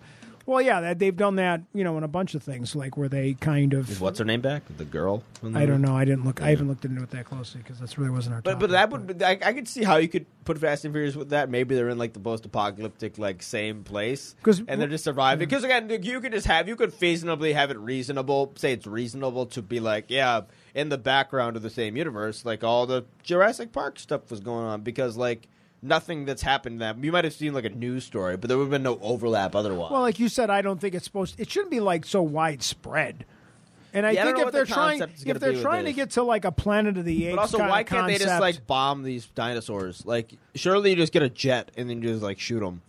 Speaker 2: Well, yeah, that, they've done that, you know, in a bunch of things, like where they kind of.
Speaker 5: Is what's her name back? The girl. in the
Speaker 2: I don't
Speaker 5: movie?
Speaker 2: know. I didn't look. I haven't looked into it that closely because that's really wasn't our.
Speaker 3: But but
Speaker 2: topic,
Speaker 3: that would I, I could see how you could put Fast and Furious with that. Maybe they're in like the post-apocalyptic like same place,
Speaker 2: 'Cause-
Speaker 3: and they're just surviving. Because again, you could just have you could reasonably have it reasonable. Say it's reasonable to be like yeah, in the background of the same universe, like all the Jurassic Park stuff was going on because like nothing that's happened that you might have seen like a news story, but there would have been no overlap otherwise.
Speaker 2: Well, like you said, I don't think it's supposed. It shouldn't be like so widespread. And I
Speaker 3: Yeah, I don't
Speaker 2: think
Speaker 3: know
Speaker 2: if
Speaker 3: what
Speaker 2: they're
Speaker 3: the
Speaker 2: trying,
Speaker 3: concept is
Speaker 2: if
Speaker 3: gonna be
Speaker 2: they're
Speaker 3: with
Speaker 2: trying to
Speaker 3: this.
Speaker 2: get to like a Planet of the Apes,
Speaker 3: But also,
Speaker 2: kinda
Speaker 3: why can't they just
Speaker 2: concept-
Speaker 3: like bomb these dinosaurs? Like, surely you just get a jet and then you just like shoot them.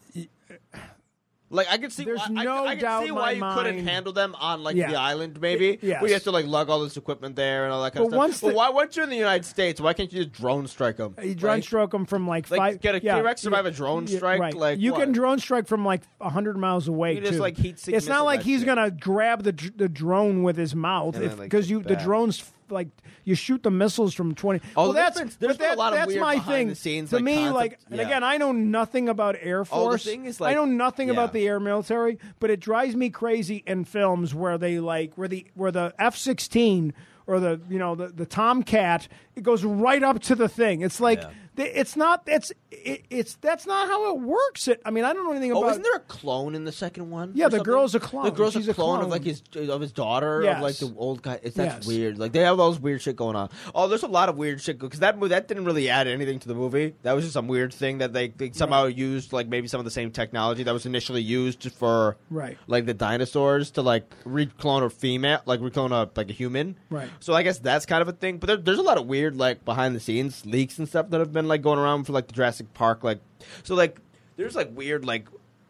Speaker 3: Like I could see,
Speaker 2: There's
Speaker 3: why, I-
Speaker 2: no
Speaker 3: I, could
Speaker 2: doubt
Speaker 3: see
Speaker 2: in
Speaker 3: why you
Speaker 2: my
Speaker 3: couldn't
Speaker 2: mind-
Speaker 3: handle them on like
Speaker 2: Yeah.
Speaker 3: the island, maybe.
Speaker 2: yes.
Speaker 3: Where you have to like lug all this equipment there and all that kind
Speaker 2: But
Speaker 3: of stuff.
Speaker 2: once
Speaker 3: but
Speaker 2: the-
Speaker 3: why, once you're in the United States, why can't you just drone strike them?
Speaker 2: You drone stroke them from like,
Speaker 3: Like,
Speaker 2: five.
Speaker 3: can a
Speaker 2: yeah,
Speaker 3: T-Rex survive
Speaker 2: yeah,
Speaker 3: a drone
Speaker 2: yeah,
Speaker 3: strike?
Speaker 2: Right.
Speaker 3: Like,
Speaker 2: you can
Speaker 3: what?
Speaker 2: drone strike from like hundred miles away.
Speaker 3: You just,
Speaker 2: too.
Speaker 3: like, heat-seek
Speaker 2: It's not
Speaker 3: missile
Speaker 2: like
Speaker 3: that
Speaker 2: he's
Speaker 3: shit.
Speaker 2: gonna grab the dr- the drone with his mouth
Speaker 3: And then,
Speaker 2: because
Speaker 3: like,
Speaker 2: you
Speaker 3: kick
Speaker 2: the
Speaker 3: back.
Speaker 2: drones f- like you shoot the missiles from twenty.
Speaker 3: Oh,
Speaker 2: well,
Speaker 3: there's
Speaker 2: that's
Speaker 3: been-
Speaker 2: but
Speaker 3: there's been a
Speaker 2: that-
Speaker 3: lot of
Speaker 2: that's
Speaker 3: weird
Speaker 2: my thing.
Speaker 3: behind-the-scenes,
Speaker 2: to
Speaker 3: like,
Speaker 2: me,
Speaker 3: concept-
Speaker 2: like and
Speaker 3: yeah.
Speaker 2: again, I know nothing about Air
Speaker 3: Oh, the
Speaker 2: Force.
Speaker 3: thing is, like-
Speaker 2: I know nothing about
Speaker 3: yeah.
Speaker 2: the air military, but it drives me crazy in films where they like where the where the F sixteen or the you know the the Tomcat it goes right up to the thing. It's like
Speaker 3: Yeah.
Speaker 2: th- it's not it's it, it's that's not how it works. It I mean I don't know anything
Speaker 3: Oh,
Speaker 2: about.
Speaker 3: isn't there a clone in the second one?
Speaker 2: Yeah,
Speaker 3: or
Speaker 2: the
Speaker 3: something?
Speaker 2: girl's a clone.
Speaker 3: The girl's
Speaker 2: She's
Speaker 3: a,
Speaker 2: a
Speaker 3: clone
Speaker 2: clone.
Speaker 3: of like his of his daughter,
Speaker 2: Yes.
Speaker 3: of like the old guy. It's that's
Speaker 2: Yes.
Speaker 3: weird. Like they have all this weird shit going on. Oh, there's a lot of weird shit because that movie that didn't really add anything to the movie. That was just some weird thing that they, they somehow used like maybe some of the same technology that was initially used for
Speaker 2: Right.
Speaker 3: like the dinosaurs to like reclone a female, like reclone a like a human.
Speaker 2: Right.
Speaker 3: So I guess that's kind of a thing. But there, there's a lot of weird like behind the scenes leaks and stuff that have been like going around for like the Jurassic Park. Like so like there's like weird like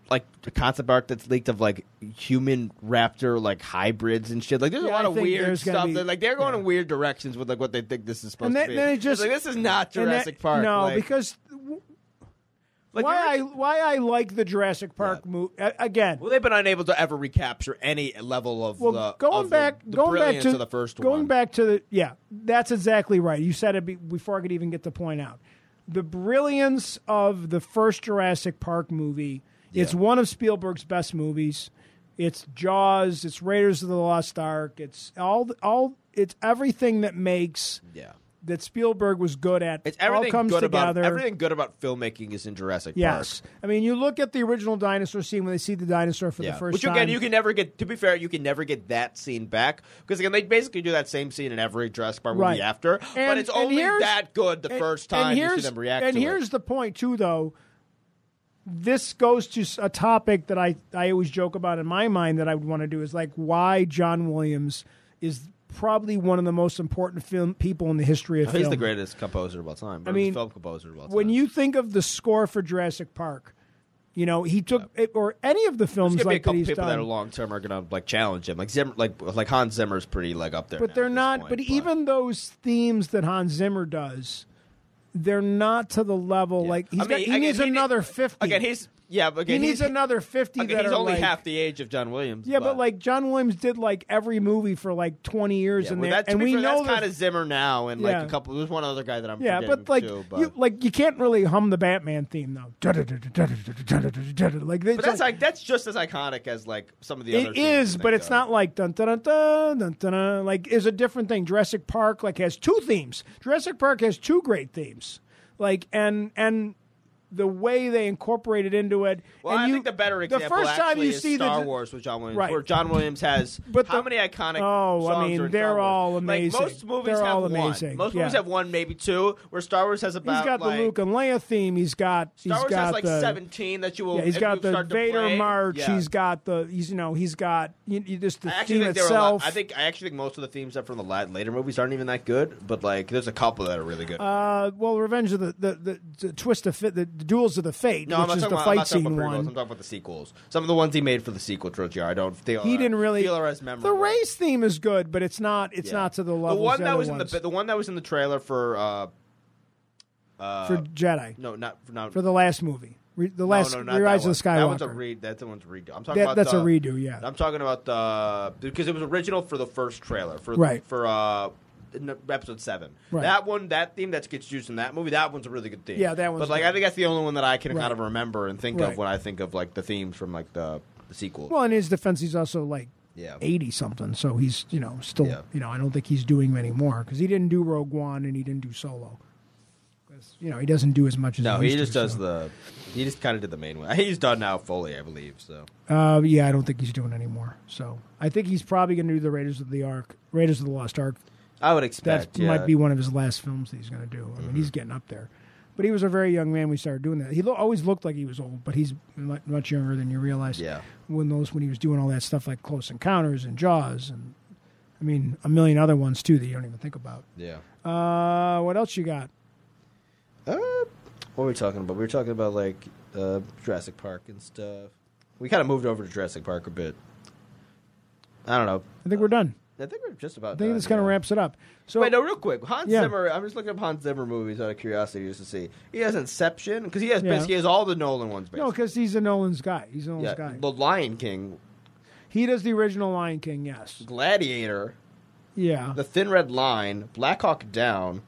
Speaker 3: like the concept art that's leaked of like human raptor like hybrids and shit. Like there's
Speaker 2: Yeah,
Speaker 3: a lot
Speaker 2: I
Speaker 3: of
Speaker 2: think
Speaker 3: weird
Speaker 2: there's gonna
Speaker 3: stuff
Speaker 2: be-
Speaker 3: that like they're going in weird directions with like what they think this is
Speaker 2: And
Speaker 3: supposed to
Speaker 2: that-
Speaker 3: be.
Speaker 2: then it
Speaker 3: It's
Speaker 2: just-
Speaker 3: like this is not
Speaker 2: and that-
Speaker 3: Jurassic Park.
Speaker 2: No,
Speaker 3: like-
Speaker 2: because
Speaker 3: like,
Speaker 2: why
Speaker 3: they're-
Speaker 2: I why I like the Jurassic Park
Speaker 3: Yeah.
Speaker 2: movie again.
Speaker 3: well, they've been unable to ever recapture any level of
Speaker 2: Well,
Speaker 3: the
Speaker 2: going
Speaker 3: of the-
Speaker 2: back,
Speaker 3: the
Speaker 2: going back
Speaker 3: brilliance
Speaker 2: to
Speaker 3: of the first
Speaker 2: going
Speaker 3: one.
Speaker 2: back to the yeah, that's exactly right. You said it be, before I could even get the point out. The brilliance of the first Jurassic Park movie. It's
Speaker 3: Yeah.
Speaker 2: one of Spielberg's best movies. It's Jaws. It's Raiders of the Lost Ark. It's all all. It's everything that makes
Speaker 3: yeah.
Speaker 2: that Spielberg was good at.
Speaker 3: It's everything
Speaker 2: all comes
Speaker 3: good
Speaker 2: together.
Speaker 3: about everything good about filmmaking is in Jurassic
Speaker 2: Yes,
Speaker 3: Park.
Speaker 2: I mean you look at the original dinosaur scene when they see the dinosaur for the first
Speaker 3: Which
Speaker 2: time.
Speaker 3: again, you can never get. To be fair, you can never get that scene back because again, they basically do that same scene in every Jurassic Park
Speaker 2: Right.
Speaker 3: movie after. but
Speaker 2: And-
Speaker 3: it's
Speaker 2: and
Speaker 3: only
Speaker 2: here's-
Speaker 3: that good the
Speaker 2: And-
Speaker 3: first time you see
Speaker 2: here's-
Speaker 3: them react.
Speaker 2: And
Speaker 3: to
Speaker 2: here's
Speaker 3: it.
Speaker 2: the point too, though. This goes to s- a topic that I I always joke about in my mind that I would want to do is like why John Williams is probably one of the most important film people in the history of
Speaker 3: Oh, he's
Speaker 2: film.
Speaker 3: the greatest composer of all time. I
Speaker 2: mean,
Speaker 3: film composer of all time.
Speaker 2: When you think of the score for Jurassic Park, you know he took it, or any of the films
Speaker 3: there's gonna be a
Speaker 2: like that
Speaker 3: couple
Speaker 2: he's
Speaker 3: people
Speaker 2: done.
Speaker 3: that are long term are gonna like challenge him, like Zimmer, like like Hans Zimmer's pretty like up there. now
Speaker 2: but
Speaker 3: at
Speaker 2: they're
Speaker 3: this
Speaker 2: not.
Speaker 3: point,
Speaker 2: but even those themes that Hans Zimmer does, they're not to the level. Like he's
Speaker 3: I
Speaker 2: got,
Speaker 3: mean,
Speaker 2: he
Speaker 3: again,
Speaker 2: needs
Speaker 3: he did-
Speaker 2: another fifty.
Speaker 3: again, he's yeah. but
Speaker 2: he
Speaker 3: Again,
Speaker 2: needs
Speaker 3: he's,
Speaker 2: another fifty.
Speaker 3: again,
Speaker 2: that
Speaker 3: he's
Speaker 2: are
Speaker 3: only
Speaker 2: like-
Speaker 3: half the age of John Williams.
Speaker 2: Yeah, but like John Williams did like every movie for like twenty years,
Speaker 3: Yeah,
Speaker 2: and
Speaker 3: well,
Speaker 2: there-
Speaker 3: that, to
Speaker 2: and
Speaker 3: be
Speaker 2: we
Speaker 3: fair,
Speaker 2: know
Speaker 3: that's kind
Speaker 2: that-
Speaker 3: of Zimmer now, and like
Speaker 2: Yeah.
Speaker 3: a couple. There's one other guy that I'm
Speaker 2: Yeah,
Speaker 3: forgetting,
Speaker 2: but like
Speaker 3: too,
Speaker 2: you like you can't really hum the Batman theme though. Like
Speaker 3: But that's like that's just as iconic as like some of the other.
Speaker 2: It is, but it's not like dun dun dun dun dun dun. dun. Like is a different thing. Jurassic Park like has two themes. Jurassic Park has two great themes. Like and and the way they incorporated into it.
Speaker 3: Well,
Speaker 2: and
Speaker 3: I
Speaker 2: you-
Speaker 3: think the better example
Speaker 2: the first time
Speaker 3: actually
Speaker 2: you
Speaker 3: is
Speaker 2: see
Speaker 3: Star
Speaker 2: the
Speaker 3: Wars with John Williams,
Speaker 2: Right.
Speaker 3: where John Williams has
Speaker 2: But
Speaker 3: how
Speaker 2: the-
Speaker 3: many iconic
Speaker 2: Oh, I
Speaker 3: songs
Speaker 2: mean,
Speaker 3: are in
Speaker 2: they're
Speaker 3: Star Wars?
Speaker 2: all amazing.
Speaker 3: Like, most movies
Speaker 2: They're
Speaker 3: have
Speaker 2: all
Speaker 3: one.
Speaker 2: amazing,
Speaker 3: Most
Speaker 2: yeah.
Speaker 3: movies have one, maybe two. Where Star Wars has about
Speaker 2: He's got
Speaker 3: like,
Speaker 2: the Luke and Leia theme. He's got
Speaker 3: Star
Speaker 2: he's
Speaker 3: Wars
Speaker 2: got
Speaker 3: has like
Speaker 2: the,
Speaker 3: seventeen that you will.
Speaker 2: Yeah, he's
Speaker 3: if you
Speaker 2: got the
Speaker 3: start to
Speaker 2: Vader
Speaker 3: play-
Speaker 2: march.
Speaker 3: Yeah.
Speaker 2: He's got the he's you know he's got you, you, just the
Speaker 3: I actually
Speaker 2: theme
Speaker 3: think there were a lot-
Speaker 2: itself.
Speaker 3: I think I actually think most of the themes up from the la- later movies aren't even that good, but like there's a couple that are really good.
Speaker 2: uh, well, Revenge of the the, the, the twist of fit the, the duels of the fate,
Speaker 3: no, I'm
Speaker 2: which
Speaker 3: not
Speaker 2: is
Speaker 3: talking
Speaker 2: the
Speaker 3: about, I'm
Speaker 2: fight
Speaker 3: not talking
Speaker 2: scene
Speaker 3: about prequels,
Speaker 2: one.
Speaker 3: I'm talking about the sequels. Some of the ones he made for the sequel trilogy, I don't feel
Speaker 2: he
Speaker 3: are-
Speaker 2: didn't really
Speaker 3: uh, feel are as memorable.
Speaker 2: The race theme is good, but it's not it's
Speaker 3: Yeah.
Speaker 2: not to the level.
Speaker 3: The one
Speaker 2: the
Speaker 3: that
Speaker 2: other
Speaker 3: was in
Speaker 2: ones.
Speaker 3: the the one that was in the trailer for uh,
Speaker 2: for Jedi
Speaker 3: no not for not
Speaker 2: for the last movie, Re- the last
Speaker 3: no, no, not
Speaker 2: Rise
Speaker 3: that
Speaker 2: of the Skywalker.
Speaker 3: one. That one's a read. That's the one's a redo. I'm talking
Speaker 2: That-
Speaker 3: about
Speaker 2: that's a
Speaker 3: the-
Speaker 2: redo, yeah.
Speaker 3: I'm talking about the because it was original for the first trailer for
Speaker 2: Right.
Speaker 3: for uh in the- episode seven.
Speaker 2: Right.
Speaker 3: That one, that theme that gets used in that movie, that one's a really good theme.
Speaker 2: Yeah, that one's
Speaker 3: But like,
Speaker 2: good.
Speaker 3: I think that's the only one that I can
Speaker 2: Right.
Speaker 3: kind of remember and think
Speaker 2: Right.
Speaker 3: of when I think of like the themes from like the, the sequel.
Speaker 2: Well, in his defense, he's also like
Speaker 3: Yeah.
Speaker 2: eighty something, so he's you know still
Speaker 3: Yeah.
Speaker 2: you know I don't think he's doing many more because he didn't do Rogue One and he didn't do Solo. 'Cause, You know he doesn't do as much as
Speaker 3: no,
Speaker 2: he,
Speaker 3: he
Speaker 2: used
Speaker 3: just
Speaker 2: to,
Speaker 3: does
Speaker 2: so.
Speaker 3: the. He just kind of did the main one. He's done now fully, I believe. So
Speaker 2: Uh, yeah, I don't think he's doing any more. So I think he's probably going to do the Raiders of the Ark, Raiders of the Lost Ark.
Speaker 3: I would
Speaker 2: That
Speaker 3: expect yeah. Mm-hmm.
Speaker 2: might be one of his last films that he's going to do. I mean, he's getting up there. But he was a very young man. when We started doing that. He lo- always looked like he was old, but he's mu- much younger than you realize.
Speaker 3: Yeah.
Speaker 2: When those when he was doing all that stuff like Close Encounters and Jaws and I mean a million other ones too that you don't even think about.
Speaker 3: Yeah.
Speaker 2: Uh, what else you got?
Speaker 3: Uh, what were we talking about? We were talking about like uh, Jurassic Park and stuff. We kind of moved over to Jurassic Park a bit. I don't know.
Speaker 2: I think we're done.
Speaker 3: I think we're just about.
Speaker 2: I think
Speaker 3: done,
Speaker 2: this kind of
Speaker 3: yeah.
Speaker 2: wraps it up. So
Speaker 3: Wait, no, real quick. Hans
Speaker 2: Yeah.
Speaker 3: Zimmer. I'm just looking up Hans Zimmer movies out of curiosity just to see. He has Inception because he has
Speaker 2: Yeah.
Speaker 3: basically he has all the Nolan ones. Basically.
Speaker 2: no, because he's a Nolan's guy. He's a Nolan's
Speaker 3: yeah,
Speaker 2: guy.
Speaker 3: The Lion King,
Speaker 2: He does the original Lion King. Yes.
Speaker 3: Gladiator,
Speaker 2: Yeah.
Speaker 3: The Thin Red Line, Black Hawk Down.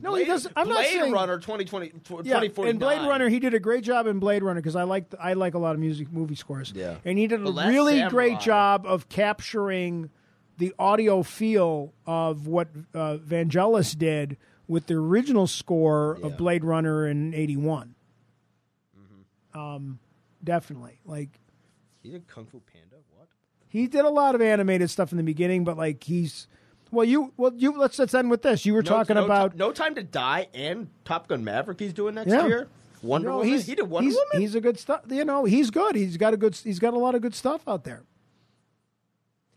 Speaker 2: no,
Speaker 3: Blade,
Speaker 2: he does. I'm
Speaker 3: Blade
Speaker 2: not saying.
Speaker 3: Runner 2020, tw-
Speaker 2: Yeah,
Speaker 3: 2049.
Speaker 2: in Blade Runner, he did a great job in Blade Runner because I like I like a lot of music movie scores.
Speaker 3: Yeah.
Speaker 2: and he did
Speaker 3: The
Speaker 2: a
Speaker 3: Last
Speaker 2: really great
Speaker 3: Samurai.
Speaker 2: job of capturing the audio feel of what uh, Vangelis did with the original score
Speaker 3: Yeah.
Speaker 2: of Blade Runner in '81. Um,
Speaker 3: Mm-hmm.
Speaker 2: definitely, like
Speaker 3: He did Kung Fu Panda. What?
Speaker 2: he did a lot of animated stuff in the beginning, but like he's well, you well, you let's let's end with this. You were
Speaker 3: No-
Speaker 2: talking
Speaker 3: no,
Speaker 2: about
Speaker 3: Ti- no time to die and Top Gun Maverick. He's doing next
Speaker 2: Yeah.
Speaker 3: year. Wonder
Speaker 2: No,
Speaker 3: Woman.
Speaker 2: he's
Speaker 3: he did Wonder
Speaker 2: he's,
Speaker 3: Woman.
Speaker 2: He's a good stuff. You know, he's good. He's got a good. He's got a lot of good stuff out there.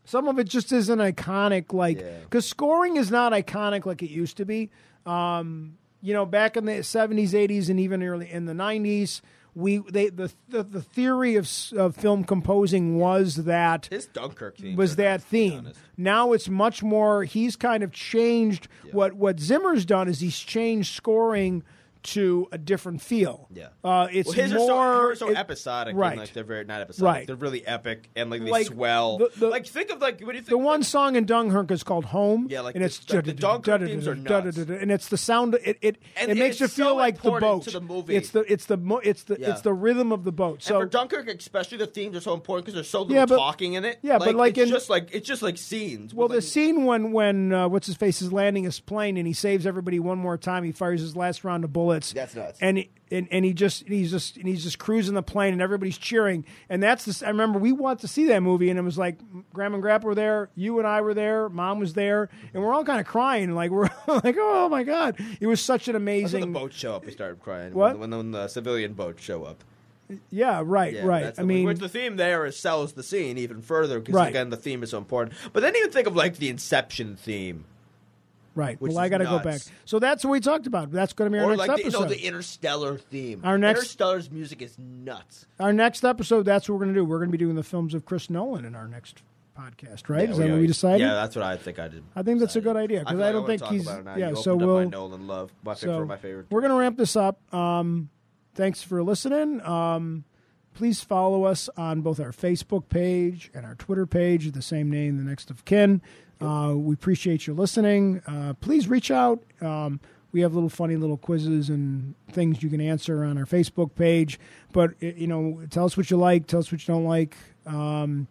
Speaker 2: Some of it just isn't iconic, like
Speaker 3: Yeah.
Speaker 2: because scoring is not iconic like it used to be. Um, you know, back in the seventies, eighties, and even early in the nineties, we they the the, the theory of, s- of film composing was that
Speaker 3: His Dunkirk theme
Speaker 2: was that theme. Now it's much more. He's kind of changed what what Zimmer's done is he's changed scoring to a different feel.
Speaker 3: Yeah.
Speaker 2: uh, it's
Speaker 3: Well, his
Speaker 2: more
Speaker 3: are so, hers are so
Speaker 2: it-
Speaker 3: episodic,
Speaker 2: right.
Speaker 3: And, like they're very not episodic.
Speaker 2: Right.
Speaker 3: They're really epic and like they
Speaker 2: Like,
Speaker 3: swell.
Speaker 2: the- the-
Speaker 3: like think of like what do you think?
Speaker 2: The one song in Dunkirk is called "Home."
Speaker 3: Yeah, like
Speaker 2: and
Speaker 3: the-
Speaker 2: it's
Speaker 3: the- the Dunkirk themes are nuts.
Speaker 2: and it's the sound. It it,
Speaker 3: And-
Speaker 2: it
Speaker 3: and
Speaker 2: makes you
Speaker 3: it's
Speaker 2: feel
Speaker 3: so
Speaker 2: like the
Speaker 3: important
Speaker 2: boat.
Speaker 3: to the movie.
Speaker 2: It's the it's the mo- it's the
Speaker 3: Yeah.
Speaker 2: it's the rhythm of the boat.
Speaker 3: and
Speaker 2: So
Speaker 3: for Dunkirk, especially the themes are so important because there's so little
Speaker 2: Yeah, but-
Speaker 3: talking in it.
Speaker 2: yeah, but, like,
Speaker 3: it's
Speaker 2: in-
Speaker 3: just like it's just like scenes.
Speaker 2: Well,
Speaker 3: with,
Speaker 2: the
Speaker 3: like,
Speaker 2: scene when when uh, what's his face is landing his plane and he saves everybody one more time. He fires his last round of bullets.
Speaker 3: That's nuts.
Speaker 2: And he- and and he just he's just and he's just cruising the plane and everybody's cheering. And that's this. I remember we wanted to see that movie and it was like Grandma and Grandpa were there, you and I were there, Mom was there, and we're all kind of crying like we're like oh my god, it was such an
Speaker 3: that's when
Speaker 2: amazing.
Speaker 3: the boats show up. We started crying
Speaker 2: What?
Speaker 3: when, when the civilian boats show up.
Speaker 2: Yeah, right,
Speaker 3: Yeah,
Speaker 2: right.
Speaker 3: that's
Speaker 2: I
Speaker 3: the-
Speaker 2: mean,
Speaker 3: which the theme there is sells the scene even further because
Speaker 2: Right.
Speaker 3: again the theme is so important. But then even think of like the Inception theme,
Speaker 2: right.
Speaker 3: which
Speaker 2: Well, I
Speaker 3: is
Speaker 2: got to go back.
Speaker 3: nuts.
Speaker 2: So that's what we talked about. That's going to be our
Speaker 3: or
Speaker 2: next
Speaker 3: like the, you
Speaker 2: episode.
Speaker 3: know, the Interstellar theme.
Speaker 2: Our next-
Speaker 3: Interstellar's music is nuts.
Speaker 2: our next episode, that's what we're going to do. We're going to be doing the films of Chris Nolan in our next podcast, right? Is that what we decided?
Speaker 3: Yeah, that's what I think I did.
Speaker 2: I think that's a good idea, 'cause
Speaker 3: feel
Speaker 2: I
Speaker 3: like
Speaker 2: don't
Speaker 3: wanna
Speaker 2: think
Speaker 3: talk
Speaker 2: he's-
Speaker 3: about it now.
Speaker 2: yeah,
Speaker 3: You
Speaker 2: so
Speaker 3: opened up my
Speaker 2: we'll-
Speaker 3: Nolan love my favorite,
Speaker 2: so
Speaker 3: my favorite.
Speaker 2: we're going to ramp this up. Um, thanks for listening. Um, please follow us on both our Facebook page and our Twitter page, the same name, the next of kin. Uh, we appreciate you listening. Uh, please reach out. Um, we have little funny little quizzes and things you can answer on our Facebook page. But y- you know, tell us what you like. Tell us what you don't like. Um,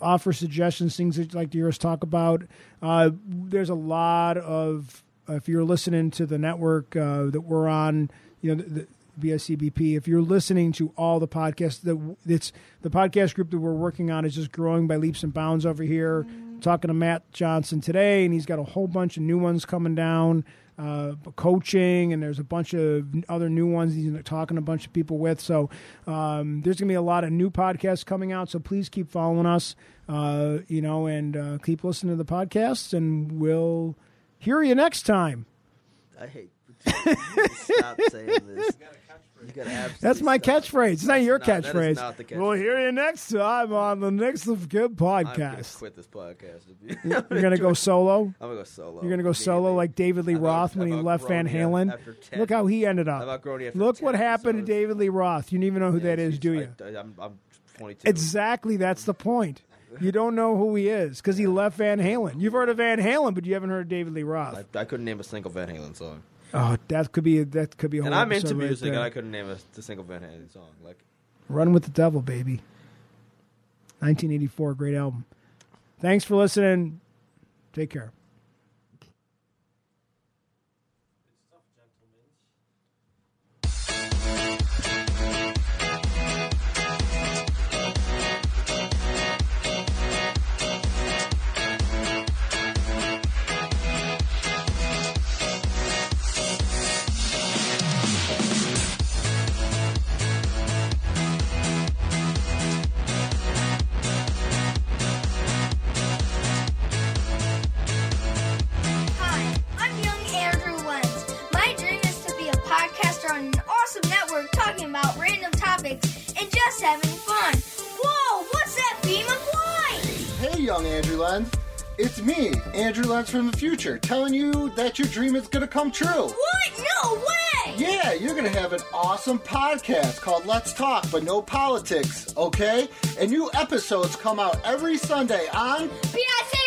Speaker 2: offer suggestions, things that you'd like to hear us talk about. Uh, there's a uh, lot of if you're listening to the network uh, that we're on, you know, the, BSCBP. If you're listening to all the podcasts, that it's the podcast group that we're working on is just growing by leaps and bounds over here. Talking to Matt Johnson today, and he's got a whole bunch of new ones coming down. Uh, coaching, and there's a bunch of other new ones he's talking to a bunch of people with. So um, there's going to be a lot of new podcasts coming out. So please keep following us, uh, you know, and uh, keep listening to the podcasts, and we'll hear you next time.
Speaker 6: I hate. you need to stop saying this. You gotta absolutely
Speaker 2: That's my
Speaker 6: stop.
Speaker 2: catchphrase. It's not your
Speaker 6: not- that is
Speaker 2: catchphrase.
Speaker 6: not the
Speaker 2: We'll
Speaker 6: catchphrase.
Speaker 2: hear you next time on the next good
Speaker 6: I'm gonna
Speaker 2: podcast.
Speaker 6: quit this podcast.
Speaker 2: You're going to go solo.
Speaker 6: I'm gonna go solo.
Speaker 2: You're going to go solo like David Lee
Speaker 6: I've
Speaker 2: Roth
Speaker 6: out-
Speaker 2: when he
Speaker 6: I've
Speaker 2: left Van
Speaker 6: outgrown you
Speaker 2: Halen.
Speaker 6: after 10.
Speaker 2: Look how he ended
Speaker 6: I've
Speaker 2: up.
Speaker 6: outgrown you after
Speaker 2: Look
Speaker 6: 10
Speaker 2: what happened to
Speaker 6: episodes.
Speaker 2: David Lee Roth. You don't even know who that is, do you?
Speaker 6: I, am 22.
Speaker 2: Exactly. That's the point. You don't know who he is because he left Van Halen. You've heard of Van Halen, but you haven't heard of David Lee
Speaker 7: I,
Speaker 2: Roth.
Speaker 7: I couldn't name a single Van Halen song.
Speaker 2: Oh, that could be a, that could be a whole
Speaker 7: And I'm
Speaker 2: episode
Speaker 7: into
Speaker 2: right
Speaker 7: music,
Speaker 2: there.
Speaker 7: and I couldn't name a, a single Van Halen song. Like,
Speaker 2: Run with the Devil, baby. 1984, great album. Thanks for listening. Take care.
Speaker 8: Hi, I'm young Andrew Lenz. My dream is to be a podcaster on an awesome network talking about random topics and just having fun. Whoa, what's that beam of light?
Speaker 9: Hey, young Andrew Lenz. It's me, Andrew Lenz from the future, telling you that your dream is going to come true.
Speaker 8: What? No way!
Speaker 9: Yeah, you're going to have an awesome podcast called Let's Talk, but no politics, okay? And new episodes come out every Sunday on
Speaker 8: BIC